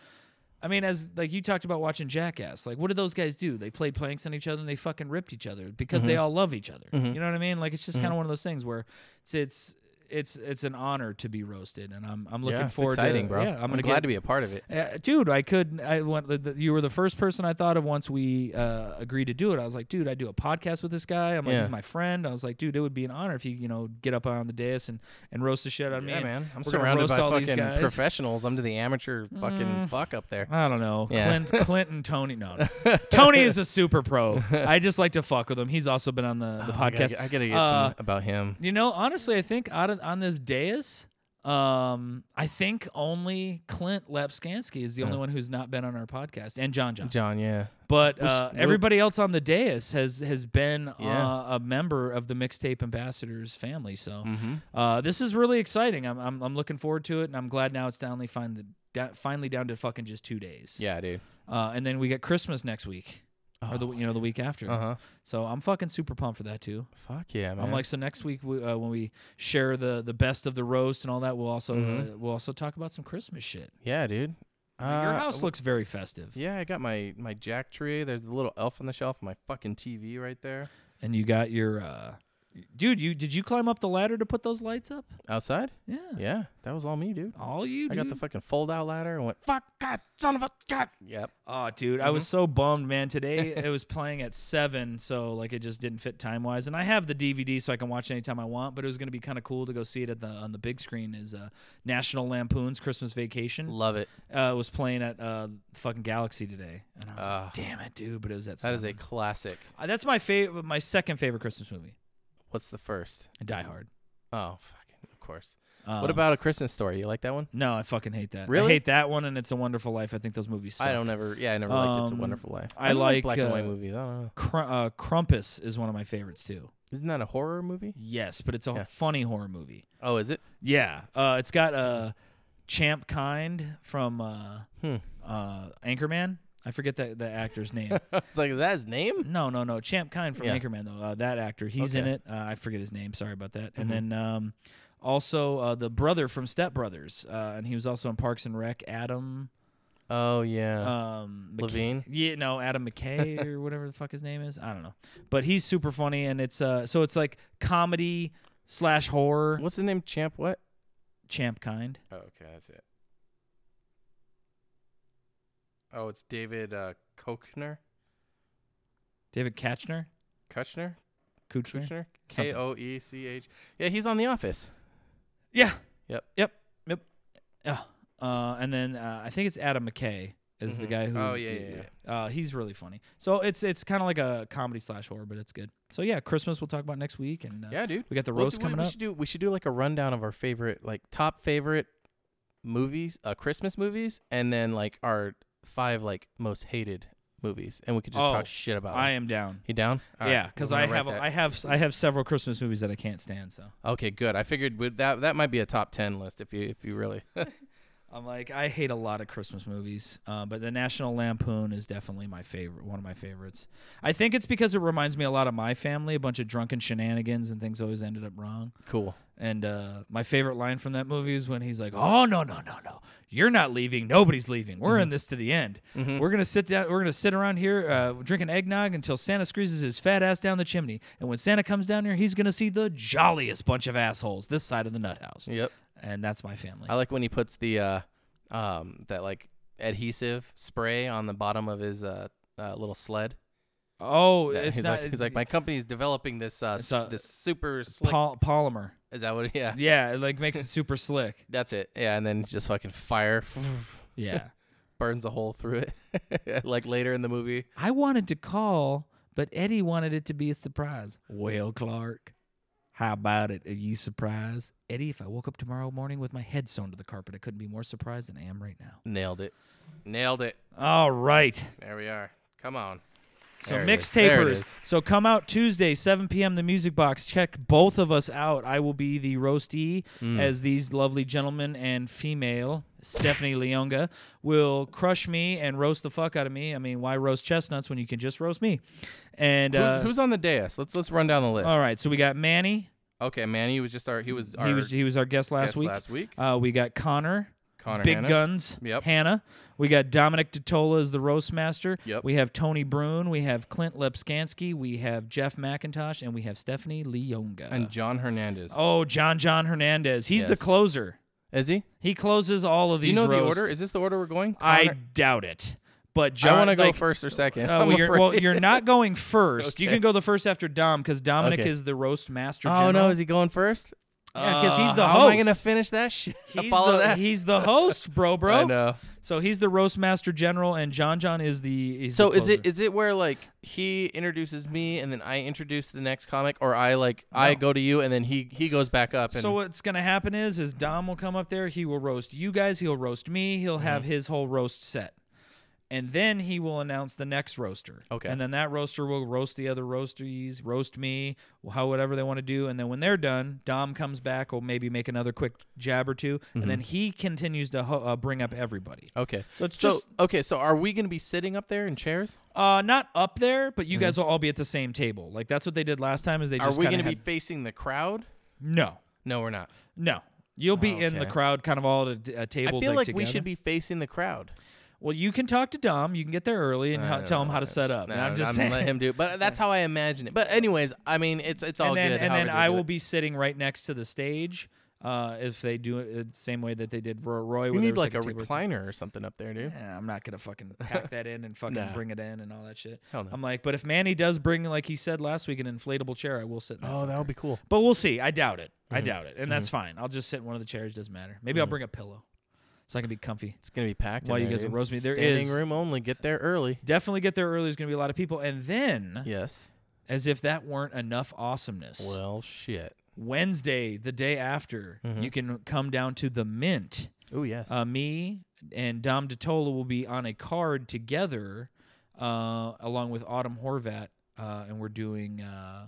Speaker 3: I mean, as like you talked about watching Jackass, like what did those guys do? They played planks on each other and they fucking ripped each other because
Speaker 2: Mm-hmm.
Speaker 3: they all love each other. You know what I mean? Like it's just kind of one of those things where it's it's it's it's an honor to be roasted, and I'm I'm looking
Speaker 2: yeah, it's
Speaker 3: forward
Speaker 2: exciting,
Speaker 3: to
Speaker 2: bro.
Speaker 3: Yeah, I'm, gonna
Speaker 2: glad
Speaker 3: get,
Speaker 2: to be a part of it.
Speaker 3: uh, dude, I could. I went. The, the, you were the first person I thought of once we uh, agreed to do it. I was like, dude, I do a podcast with this guy. I'm like,
Speaker 2: Yeah.
Speaker 3: he's my friend. I was like, dude, it would be an honor if you, you know, get up on the dais and and roast the shit out of me.
Speaker 2: Yeah,
Speaker 3: and
Speaker 2: man. I'm
Speaker 3: we're gonna
Speaker 2: surrounded
Speaker 3: roast
Speaker 2: by
Speaker 3: all these
Speaker 2: fucking
Speaker 3: guys. Mm.
Speaker 2: professionals. I'm to the amateur fucking fuck up there.
Speaker 3: I don't know.
Speaker 2: Yeah. (laughs)
Speaker 3: Clint, Clinton, Tony. No, no. Tony is a super pro. I just like to fuck with him. He's also been on the, the
Speaker 2: Oh, I
Speaker 3: podcast.
Speaker 2: gotta, I gotta get
Speaker 3: Uh,
Speaker 2: some about him.
Speaker 3: You know, honestly, I think out of, on this dais, um, I think only Clint Lapskansky is the only one who's not been on our podcast, and John John.
Speaker 2: Oh. John, yeah.
Speaker 3: But uh,
Speaker 2: Which-
Speaker 3: everybody else on the dais has has been
Speaker 2: Yeah. Mm-hmm.
Speaker 3: uh, a member of the mixtape ambassadors family. So uh, this is really exciting. I'm, I'm I'm looking forward to it, and I'm glad now it's finally finally finally down to fucking just two days.
Speaker 2: Yeah, dude.
Speaker 3: Uh, and then we get Christmas next week, or the you know the week after.
Speaker 2: Oh, Uh-huh.
Speaker 3: So I'm fucking super pumped for that too.
Speaker 2: Fuck yeah, man.
Speaker 3: I'm like, so next week we, uh, when we share the the best of the roast and all that, we'll also
Speaker 2: Mm-hmm.
Speaker 3: uh, we'll also talk about some Christmas shit.
Speaker 2: yeah, dude.
Speaker 3: Your
Speaker 2: Uh,
Speaker 3: house looks very festive,
Speaker 2: Yeah, I got my my jack tree. There's the little elf on the shelf. My fucking TV right there.
Speaker 3: and you got your uh, Dude, you did you climb up the ladder to put those lights up?
Speaker 2: Outside?
Speaker 3: Yeah.
Speaker 2: Yeah, that was all me, dude.
Speaker 3: All you
Speaker 2: I got the
Speaker 3: dude.
Speaker 2: fucking fold out ladder and went, fuck, God, son of a God. Yep.
Speaker 3: Oh, dude, I
Speaker 2: Mm-hmm.
Speaker 3: was so bummed, man. Today it was playing at seven, so like it just didn't fit time wise. And I have the DVD, so I can watch it anytime I want. But it was gonna be kind of cool to go see it at the on the big screen. Is uh, National Lampoon's Christmas Vacation
Speaker 2: Love it.
Speaker 3: uh, was playing at uh, fucking Galaxy today, and I was
Speaker 2: Ah.
Speaker 3: like, damn it, dude. But it was at
Speaker 2: That is a
Speaker 3: seven.
Speaker 2: classic.
Speaker 3: Uh, that's my favorite, my second favorite Christmas movie,
Speaker 2: What's the first?
Speaker 3: Die Hard.
Speaker 2: Oh, fucking, of course.
Speaker 3: Um,
Speaker 2: what about A Christmas Story? You like that one?
Speaker 3: No, I fucking hate that.
Speaker 2: Really?
Speaker 3: I hate that one, and It's a Wonderful Life. I think those movies. Suck.
Speaker 2: I don't ever, yeah, I never liked It's a
Speaker 3: Um,
Speaker 2: Wonderful Life.
Speaker 3: I
Speaker 2: don't
Speaker 3: like,
Speaker 2: black and white
Speaker 3: uh,
Speaker 2: movies. I don't know.
Speaker 3: Cr- uh, Krampus is one of my favorites too.
Speaker 2: Isn't that a horror movie?
Speaker 3: Yes, but it's a
Speaker 2: Yeah.
Speaker 3: funny horror movie.
Speaker 2: Oh, is it? (laughs)
Speaker 3: Yeah, uh, it's got uh, Champ Kind from uh,
Speaker 2: Hmm.
Speaker 3: uh, Anchorman. I forget that the
Speaker 2: (laughs)
Speaker 3: actor's name.
Speaker 2: It's like, is that his name?
Speaker 3: no, no, no. Champ Kind from
Speaker 2: Yeah.
Speaker 3: Anchorman though. Uh, that actor, he's in
Speaker 2: Okay. Mm-hmm.
Speaker 3: it. Uh, I forget his name. Sorry about that. And then um, also uh, the brother from Step Brothers, uh, and he was also in Parks and Rec. Adam
Speaker 2: Oh, yeah.
Speaker 3: um, McK-
Speaker 2: Levine?
Speaker 3: Yeah, no, Adam
Speaker 2: (laughs)
Speaker 3: McKay or whatever the fuck his name is. I don't know, but he's super funny, and it's uh, so it's like comedy slash horror.
Speaker 2: What's his name? Champ what?
Speaker 3: Champ Kind.
Speaker 2: Oh, okay, that's it. Oh, it's David uh, Kochner?
Speaker 3: David Katchner?
Speaker 2: Kushner?
Speaker 3: Kuchner?
Speaker 2: Kushner?
Speaker 3: Something.
Speaker 2: K O E C H. Yeah, he's on The Office.
Speaker 3: Yeah.
Speaker 2: Yep.
Speaker 3: Yep. Yep. Yeah. Uh, and then uh, I think it's Adam McKay is the
Speaker 2: Mhm.
Speaker 3: guy who's
Speaker 2: Oh, yeah, yeah,
Speaker 3: Uh, he's really funny. So it's it's kind of like a comedy slash horror, but it's good. So yeah, Christmas we'll talk about next week, and uh,
Speaker 2: Yeah, dude.
Speaker 3: we got the
Speaker 2: Well,
Speaker 3: roast
Speaker 2: dude, we-
Speaker 3: coming
Speaker 2: we
Speaker 3: up.
Speaker 2: Should do, we should do like a rundown of our favorite, like top favorite movies, uh, Christmas movies, and then like our five like most hated movies, and we could just
Speaker 3: Oh,
Speaker 2: talk shit about.
Speaker 3: I
Speaker 2: them.
Speaker 3: am down.
Speaker 2: You down? All right,
Speaker 3: yeah, because
Speaker 2: I'm
Speaker 3: I
Speaker 2: gonna
Speaker 3: have
Speaker 2: write
Speaker 3: a-
Speaker 2: that.
Speaker 3: I have I have several Christmas movies that I can't stand. So
Speaker 2: Okay, good. I figured with that that might be a top ten list if you if you really. (laughs)
Speaker 3: I'm like I hate a lot of Christmas movies, uh, but the National Lampoon is definitely my favorite, one of my favorites. I think it's because it reminds me a lot of my family, a bunch of drunken shenanigans and things always ended up wrong.
Speaker 2: cool.
Speaker 3: And uh, my favorite line from that movie is when he's like, "Oh no, no, no, no! You're not leaving. Nobody's leaving. We're
Speaker 2: Mm-hmm.
Speaker 3: in this to the end. We're gonna sit down. We're gonna sit around here uh, drinking eggnog until Santa squeezes his fat ass down the chimney. And when Santa comes down here, he's gonna see the jolliest bunch of assholes this side of the nut house.
Speaker 2: Yep.
Speaker 3: And that's my family.
Speaker 2: I like when he puts the uh, um, that like adhesive spray on the bottom of his uh, uh little sled.
Speaker 3: oh,
Speaker 2: Yeah,
Speaker 3: it's
Speaker 2: he's
Speaker 3: not.
Speaker 2: like he's like my company's developing this uh
Speaker 3: It's
Speaker 2: s-
Speaker 3: a-
Speaker 2: this super slick.
Speaker 3: Pol- polymer.
Speaker 2: (laughs) is that what? Yeah.
Speaker 3: Yeah, it like makes it super slick.
Speaker 2: That's it. Yeah, and then just fucking fire (laughs)
Speaker 3: Yeah.
Speaker 2: burns a hole through it. (laughs) like later in the movie.
Speaker 3: I wanted to call, but Eddie wanted it to be a surprise. Well, Clark, how about it? Are you surprised? Eddie, if I woke up tomorrow morning with my head sewn to the carpet, I couldn't be more surprised than I am right now.
Speaker 2: Nailed it. Nailed it.
Speaker 3: All right.
Speaker 2: There we are. Come on.
Speaker 3: So
Speaker 2: There it is.
Speaker 3: mixtapers.
Speaker 2: There it is.
Speaker 3: So come out Tuesday, 7 p.m. The Music Box. Check both of us out. I will be the roastee
Speaker 2: Hmm.
Speaker 3: as these lovely gentlemen and female Stephanie Leonga will crush me and roast the fuck out of me. I mean, why roast chestnuts when you can just roast me? And uh,
Speaker 2: who's, who's on the dais? Let's let's run down the list.
Speaker 3: all right, so we got Manny.
Speaker 2: Okay, Manny was just our he was our
Speaker 3: he was he was our guest last
Speaker 2: guest
Speaker 3: week.
Speaker 2: last week.
Speaker 3: Uh, we got Connor.
Speaker 2: Connor
Speaker 3: Big
Speaker 2: Hannah.
Speaker 3: Guns,
Speaker 2: Yep.
Speaker 3: Hannah. We got Dominic Totola as the roast master.
Speaker 2: Yep.
Speaker 3: We have Tony Brune. We have Clint Lepskansky. We have Jeff McIntosh, and we have Stephanie Leonga.
Speaker 2: and John Hernandez.
Speaker 3: oh, John John Hernandez. He's the
Speaker 2: Yes.
Speaker 3: closer.
Speaker 2: Is he?
Speaker 3: He closes all of
Speaker 2: Do you
Speaker 3: these.
Speaker 2: know the
Speaker 3: roasts.
Speaker 2: order? Is this the order we're going?
Speaker 3: I
Speaker 2: Connor-
Speaker 3: doubt it. But
Speaker 2: I
Speaker 3: John,
Speaker 2: want to go
Speaker 3: like,
Speaker 2: first or second.
Speaker 3: (laughs) uh,
Speaker 2: I'm
Speaker 3: well, you're, well,
Speaker 2: afraid.
Speaker 3: you're
Speaker 2: (laughs)
Speaker 3: not going first. You
Speaker 2: Okay.
Speaker 3: can go the first after Dom because Dominic
Speaker 2: Okay.
Speaker 3: is the roast master.
Speaker 2: Oh
Speaker 3: general. oh,
Speaker 2: no, is he going first?
Speaker 3: Yeah, 'cause he's
Speaker 2: Uh,
Speaker 3: the
Speaker 2: how Am I gonna
Speaker 3: host.
Speaker 2: finish that shit? (laughs)
Speaker 3: He's
Speaker 2: Follow
Speaker 3: the,
Speaker 2: that.
Speaker 3: He's the
Speaker 2: (laughs)
Speaker 3: host, bro, bro.
Speaker 2: I know.
Speaker 3: So he's the roast master general, and John John is the. Is
Speaker 2: So
Speaker 3: the
Speaker 2: is it
Speaker 3: closer.
Speaker 2: is it where like he introduces me and then I introduce the next comic, or I like I
Speaker 3: No.
Speaker 2: go to you and then he he goes back up and
Speaker 3: So what's gonna happen is, is Dom will come up there. He will roast you guys. He'll roast me. He'll
Speaker 2: Mm-hmm.
Speaker 3: have his whole roast set, and then he will announce the next roaster.
Speaker 2: Okay.
Speaker 3: And then that roaster will roast the other roastees, roast me, how whatever they want to do. And then when they're done, Dom comes back. Will maybe make another quick jab or 2
Speaker 2: Mm-hmm.
Speaker 3: and then he continues to ho- uh, bring up everybody.
Speaker 2: okay.
Speaker 3: So it's
Speaker 2: so
Speaker 3: just-
Speaker 2: okay. So are we gonna be sitting up there in chairs?
Speaker 3: Uh, not up there, but
Speaker 2: Mm-hmm.
Speaker 3: you guys will all be at the same table. Like that's what they did last time. Is they
Speaker 2: Are
Speaker 3: just
Speaker 2: we
Speaker 3: kinda
Speaker 2: gonna be
Speaker 3: had-
Speaker 2: facing the crowd?
Speaker 3: no,
Speaker 2: No, we're not.
Speaker 3: no. You'll be in the
Speaker 2: okay.
Speaker 3: crowd, kind of all at a, a
Speaker 2: I
Speaker 3: table.
Speaker 2: feel like, we
Speaker 3: together.
Speaker 2: should be facing the crowd.
Speaker 3: Well, you can talk to Dom. You can get there early and
Speaker 2: I
Speaker 3: how,
Speaker 2: don't
Speaker 3: tell him
Speaker 2: know,
Speaker 3: how to
Speaker 2: man.
Speaker 3: set up.
Speaker 2: No,
Speaker 3: and I'm just saying.
Speaker 2: let him do it.
Speaker 3: (laughs)
Speaker 2: But that's how I imagine it. But anyways, I mean, it's it's all
Speaker 3: and then
Speaker 2: good.
Speaker 3: and
Speaker 2: however
Speaker 3: then
Speaker 2: they
Speaker 3: I
Speaker 2: do
Speaker 3: will
Speaker 2: it.
Speaker 3: be sitting right next to the stage. Uh, if they do it the same way that they did Roy, Roy
Speaker 2: You
Speaker 3: where there
Speaker 2: need
Speaker 3: was,
Speaker 2: like a
Speaker 3: table-
Speaker 2: recliner or something up there, dude.
Speaker 3: Yeah, I'm not gonna fucking pack that in and fucking
Speaker 2: Nah.
Speaker 3: bring it in and all that shit.
Speaker 2: Hell no.
Speaker 3: I'm like, but if Manny does bring, like he said last week, an inflatable chair, I will sit. In that
Speaker 2: Oh, that
Speaker 3: fucker.
Speaker 2: would be cool.
Speaker 3: But we'll see. I doubt it. I
Speaker 2: Mm-hmm.
Speaker 3: doubt it, and that's fine. I'll just sit in one of the chairs. Doesn't matter. Maybe I'll bring a pillow, so I can be comfy.
Speaker 2: It's gonna be packed. in
Speaker 3: While you
Speaker 2: there,
Speaker 3: guys are
Speaker 2: dude.
Speaker 3: roasting me, there
Speaker 2: Standing
Speaker 3: is-
Speaker 2: room only. Get there early.
Speaker 3: Definitely get there early. There's gonna be a lot of people, and then
Speaker 2: Yes.
Speaker 3: as if that weren't enough awesomeness.
Speaker 2: Well, shit.
Speaker 3: Wednesday, the day after, you can come down to the Mint.
Speaker 2: Oh mm-hmm. yes.
Speaker 3: Uh, me and Dom DeTola will be on a card together, uh, along with Autumn Horvat, uh, and we're doing. Uh,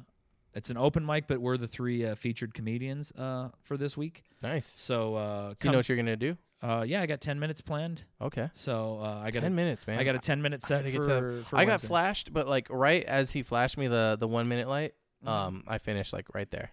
Speaker 3: it's an open mic, but we're the three uh, featured comedians uh, for this week.
Speaker 2: nice.
Speaker 3: So, uh,
Speaker 2: Do you
Speaker 3: come-
Speaker 2: know what you're gonna do?
Speaker 3: uh, yeah, I got ten minutes planned.
Speaker 2: Okay.
Speaker 3: So uh, I got
Speaker 2: Ten
Speaker 3: a,
Speaker 2: minutes, man.
Speaker 3: I got a ten minute
Speaker 2: I
Speaker 3: set
Speaker 2: gotta get
Speaker 3: for,
Speaker 2: to-
Speaker 3: for
Speaker 2: I got
Speaker 3: Wednesday.
Speaker 2: flashed, but like right as he flashed me the the one minute light,
Speaker 3: Mm-hmm.
Speaker 2: um, I finished like right there.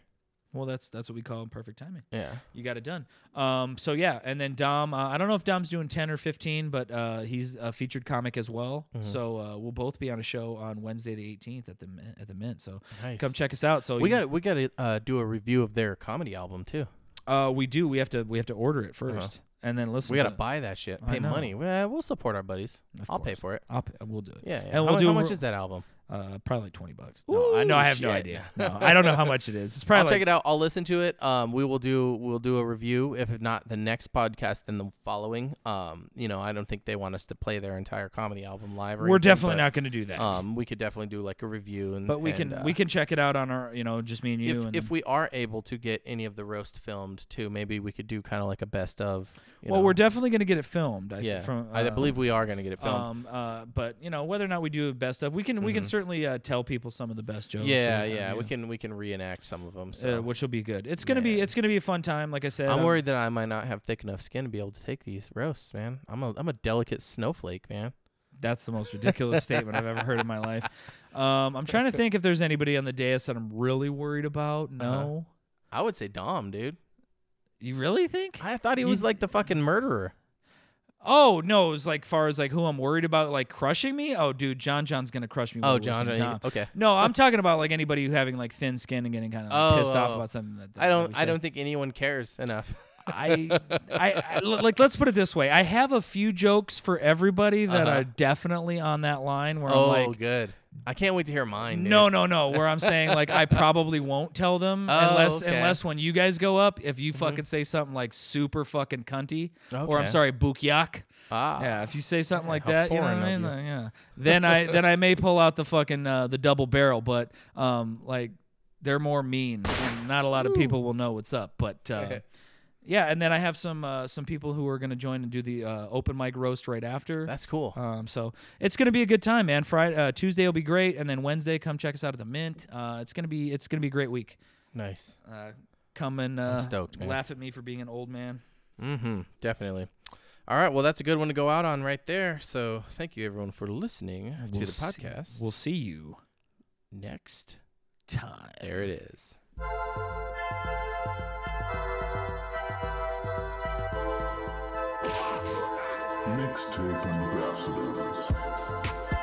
Speaker 3: Well, that's that's what we call perfect timing.
Speaker 2: Yeah.
Speaker 3: You got it done. Um, so yeah, and then Dom. Uh, I don't know if Dom's doing ten or fifteen, but uh, he's a featured comic as well.
Speaker 2: Mm-hmm.
Speaker 3: So uh, we'll both be on a show on Wednesday the eighteenth at the Min- at the Mint. So
Speaker 2: Nice.
Speaker 3: come check us out. So
Speaker 2: We
Speaker 3: you-
Speaker 2: got we got to uh, do a review of their comedy album too.
Speaker 3: Uh, we do. We have to. We have to order it 1st and then listen.
Speaker 2: Uh-huh. We
Speaker 3: to
Speaker 2: gotta
Speaker 3: it.
Speaker 2: buy that shit.
Speaker 3: I
Speaker 2: Pay
Speaker 3: know.
Speaker 2: money. Well, we'll support our buddies.
Speaker 3: Of
Speaker 2: I'll pay
Speaker 3: course.
Speaker 2: for it.
Speaker 3: I'll pay- we'll do it.
Speaker 2: Yeah. yeah.
Speaker 3: And
Speaker 2: how,
Speaker 3: we'll
Speaker 2: mu-
Speaker 3: do
Speaker 2: how
Speaker 3: a
Speaker 2: much
Speaker 3: re-
Speaker 2: is that album?
Speaker 3: Uh, probably like twenty bucks. No, I know. I have no
Speaker 2: shit. (laughs)
Speaker 3: idea. No, I don't know how much it is. It's probably
Speaker 2: I'll check
Speaker 3: like-
Speaker 2: it out. I'll listen to it. Um, we will do we'll do a review. If not the next podcast, then the following. Um, you know, I don't think they want us to play their entire comedy album live. Or
Speaker 3: We're
Speaker 2: anything,
Speaker 3: definitely
Speaker 2: but,
Speaker 3: not going to do that.
Speaker 2: Um, we could definitely do like a review and.
Speaker 3: but we
Speaker 2: and,
Speaker 3: can
Speaker 2: uh,
Speaker 3: we can check it out on our you know just me and you.
Speaker 2: If,
Speaker 3: and
Speaker 2: if we are able to get any of the roast filmed too, maybe we could do kind of like a best of. you
Speaker 3: well,
Speaker 2: know.
Speaker 3: we're definitely going to get it filmed. I,
Speaker 2: yeah.
Speaker 3: From,
Speaker 2: I
Speaker 3: uh,
Speaker 2: believe we are going to get it filmed. Mm-hmm.
Speaker 3: Um, uh, but you know whether or not we do the best of, we can we can certainly uh, tell people some of the best jokes.
Speaker 2: yeah,
Speaker 3: and, uh,
Speaker 2: yeah,
Speaker 3: you
Speaker 2: we
Speaker 3: know,
Speaker 2: can we can reenact some of them.
Speaker 3: uh,
Speaker 2: So.
Speaker 3: which will be good. It's gonna be
Speaker 2: Yeah.
Speaker 3: it's gonna be a fun time. Like I said,
Speaker 2: I'm
Speaker 3: um,
Speaker 2: worried that I might not have thick enough skin to be able to take these roasts, man. I'm a I'm a delicate snowflake, man.
Speaker 3: That's the
Speaker 2: (laughs)
Speaker 3: most ridiculous statement I've ever heard in my life. Um, I'm trying to think if there's anybody on the dais that I'm really worried about.
Speaker 2: Uh-huh.
Speaker 3: No,
Speaker 2: I would say Dom, dude.
Speaker 3: you really think?
Speaker 2: I thought he was like the fucking murderer.
Speaker 3: oh no, as like far as like who I'm worried about, like crushing me. Oh, dude, John John's gonna crush me. way
Speaker 2: Oh,
Speaker 3: worse
Speaker 2: John,
Speaker 3: than
Speaker 2: John,
Speaker 3: Dom.
Speaker 2: okay.
Speaker 3: No, I'm talking about like anybody who having like thin skin and getting kind of
Speaker 2: Oh,
Speaker 3: pissed off
Speaker 2: oh.
Speaker 3: about something. That, that
Speaker 2: I
Speaker 3: we
Speaker 2: don't I
Speaker 3: said.
Speaker 2: don't think anyone cares enough.
Speaker 3: I, I, I- l- like. Let's put it this way: I have a few jokes for everybody that
Speaker 2: Uh-huh.
Speaker 3: are definitely on that line where
Speaker 2: oh,
Speaker 3: I'm like,
Speaker 2: good. I can't wait to hear mine. Dude.
Speaker 3: no, no, no. Where I'm saying like I probably won't tell them
Speaker 2: (laughs) Oh,
Speaker 3: unless
Speaker 2: okay. Mm-hmm.
Speaker 3: unless when you guys go up, if you fucking say something like super fucking cunty, or I'm
Speaker 2: Okay.
Speaker 3: sorry, bookyak.
Speaker 2: Ah,
Speaker 3: Yeah, if you say something like
Speaker 2: how
Speaker 3: that, you know what
Speaker 2: foreign
Speaker 3: I
Speaker 2: of
Speaker 3: mean.
Speaker 2: you.
Speaker 3: Like, yeah. Then I then I may pull out the fucking uh, the double barrel, but um like they're more mean, and not a lot of people will know what's up. But
Speaker 2: (laughs)
Speaker 3: uh, yeah, and then I have some uh, some people who are gonna join and do the uh, open mic roast right after.
Speaker 2: that's cool.
Speaker 3: Um, so it's gonna be a good time, man. Friday, uh, Tuesday will be great, and then Wednesday, come check us out at the Mint. Uh, it's gonna be it's gonna be a great week.
Speaker 2: nice.
Speaker 3: Uh, come and uh,
Speaker 2: stoked, man.
Speaker 3: laugh at me for being an old man.
Speaker 2: Mm-hmm. Definitely. All right. Well, that's a good one to go out on right there. So thank you everyone for listening to the podcast.
Speaker 3: We'll see you
Speaker 2: next.
Speaker 3: time.
Speaker 2: There it is.
Speaker 12: Mixtape ambassadors.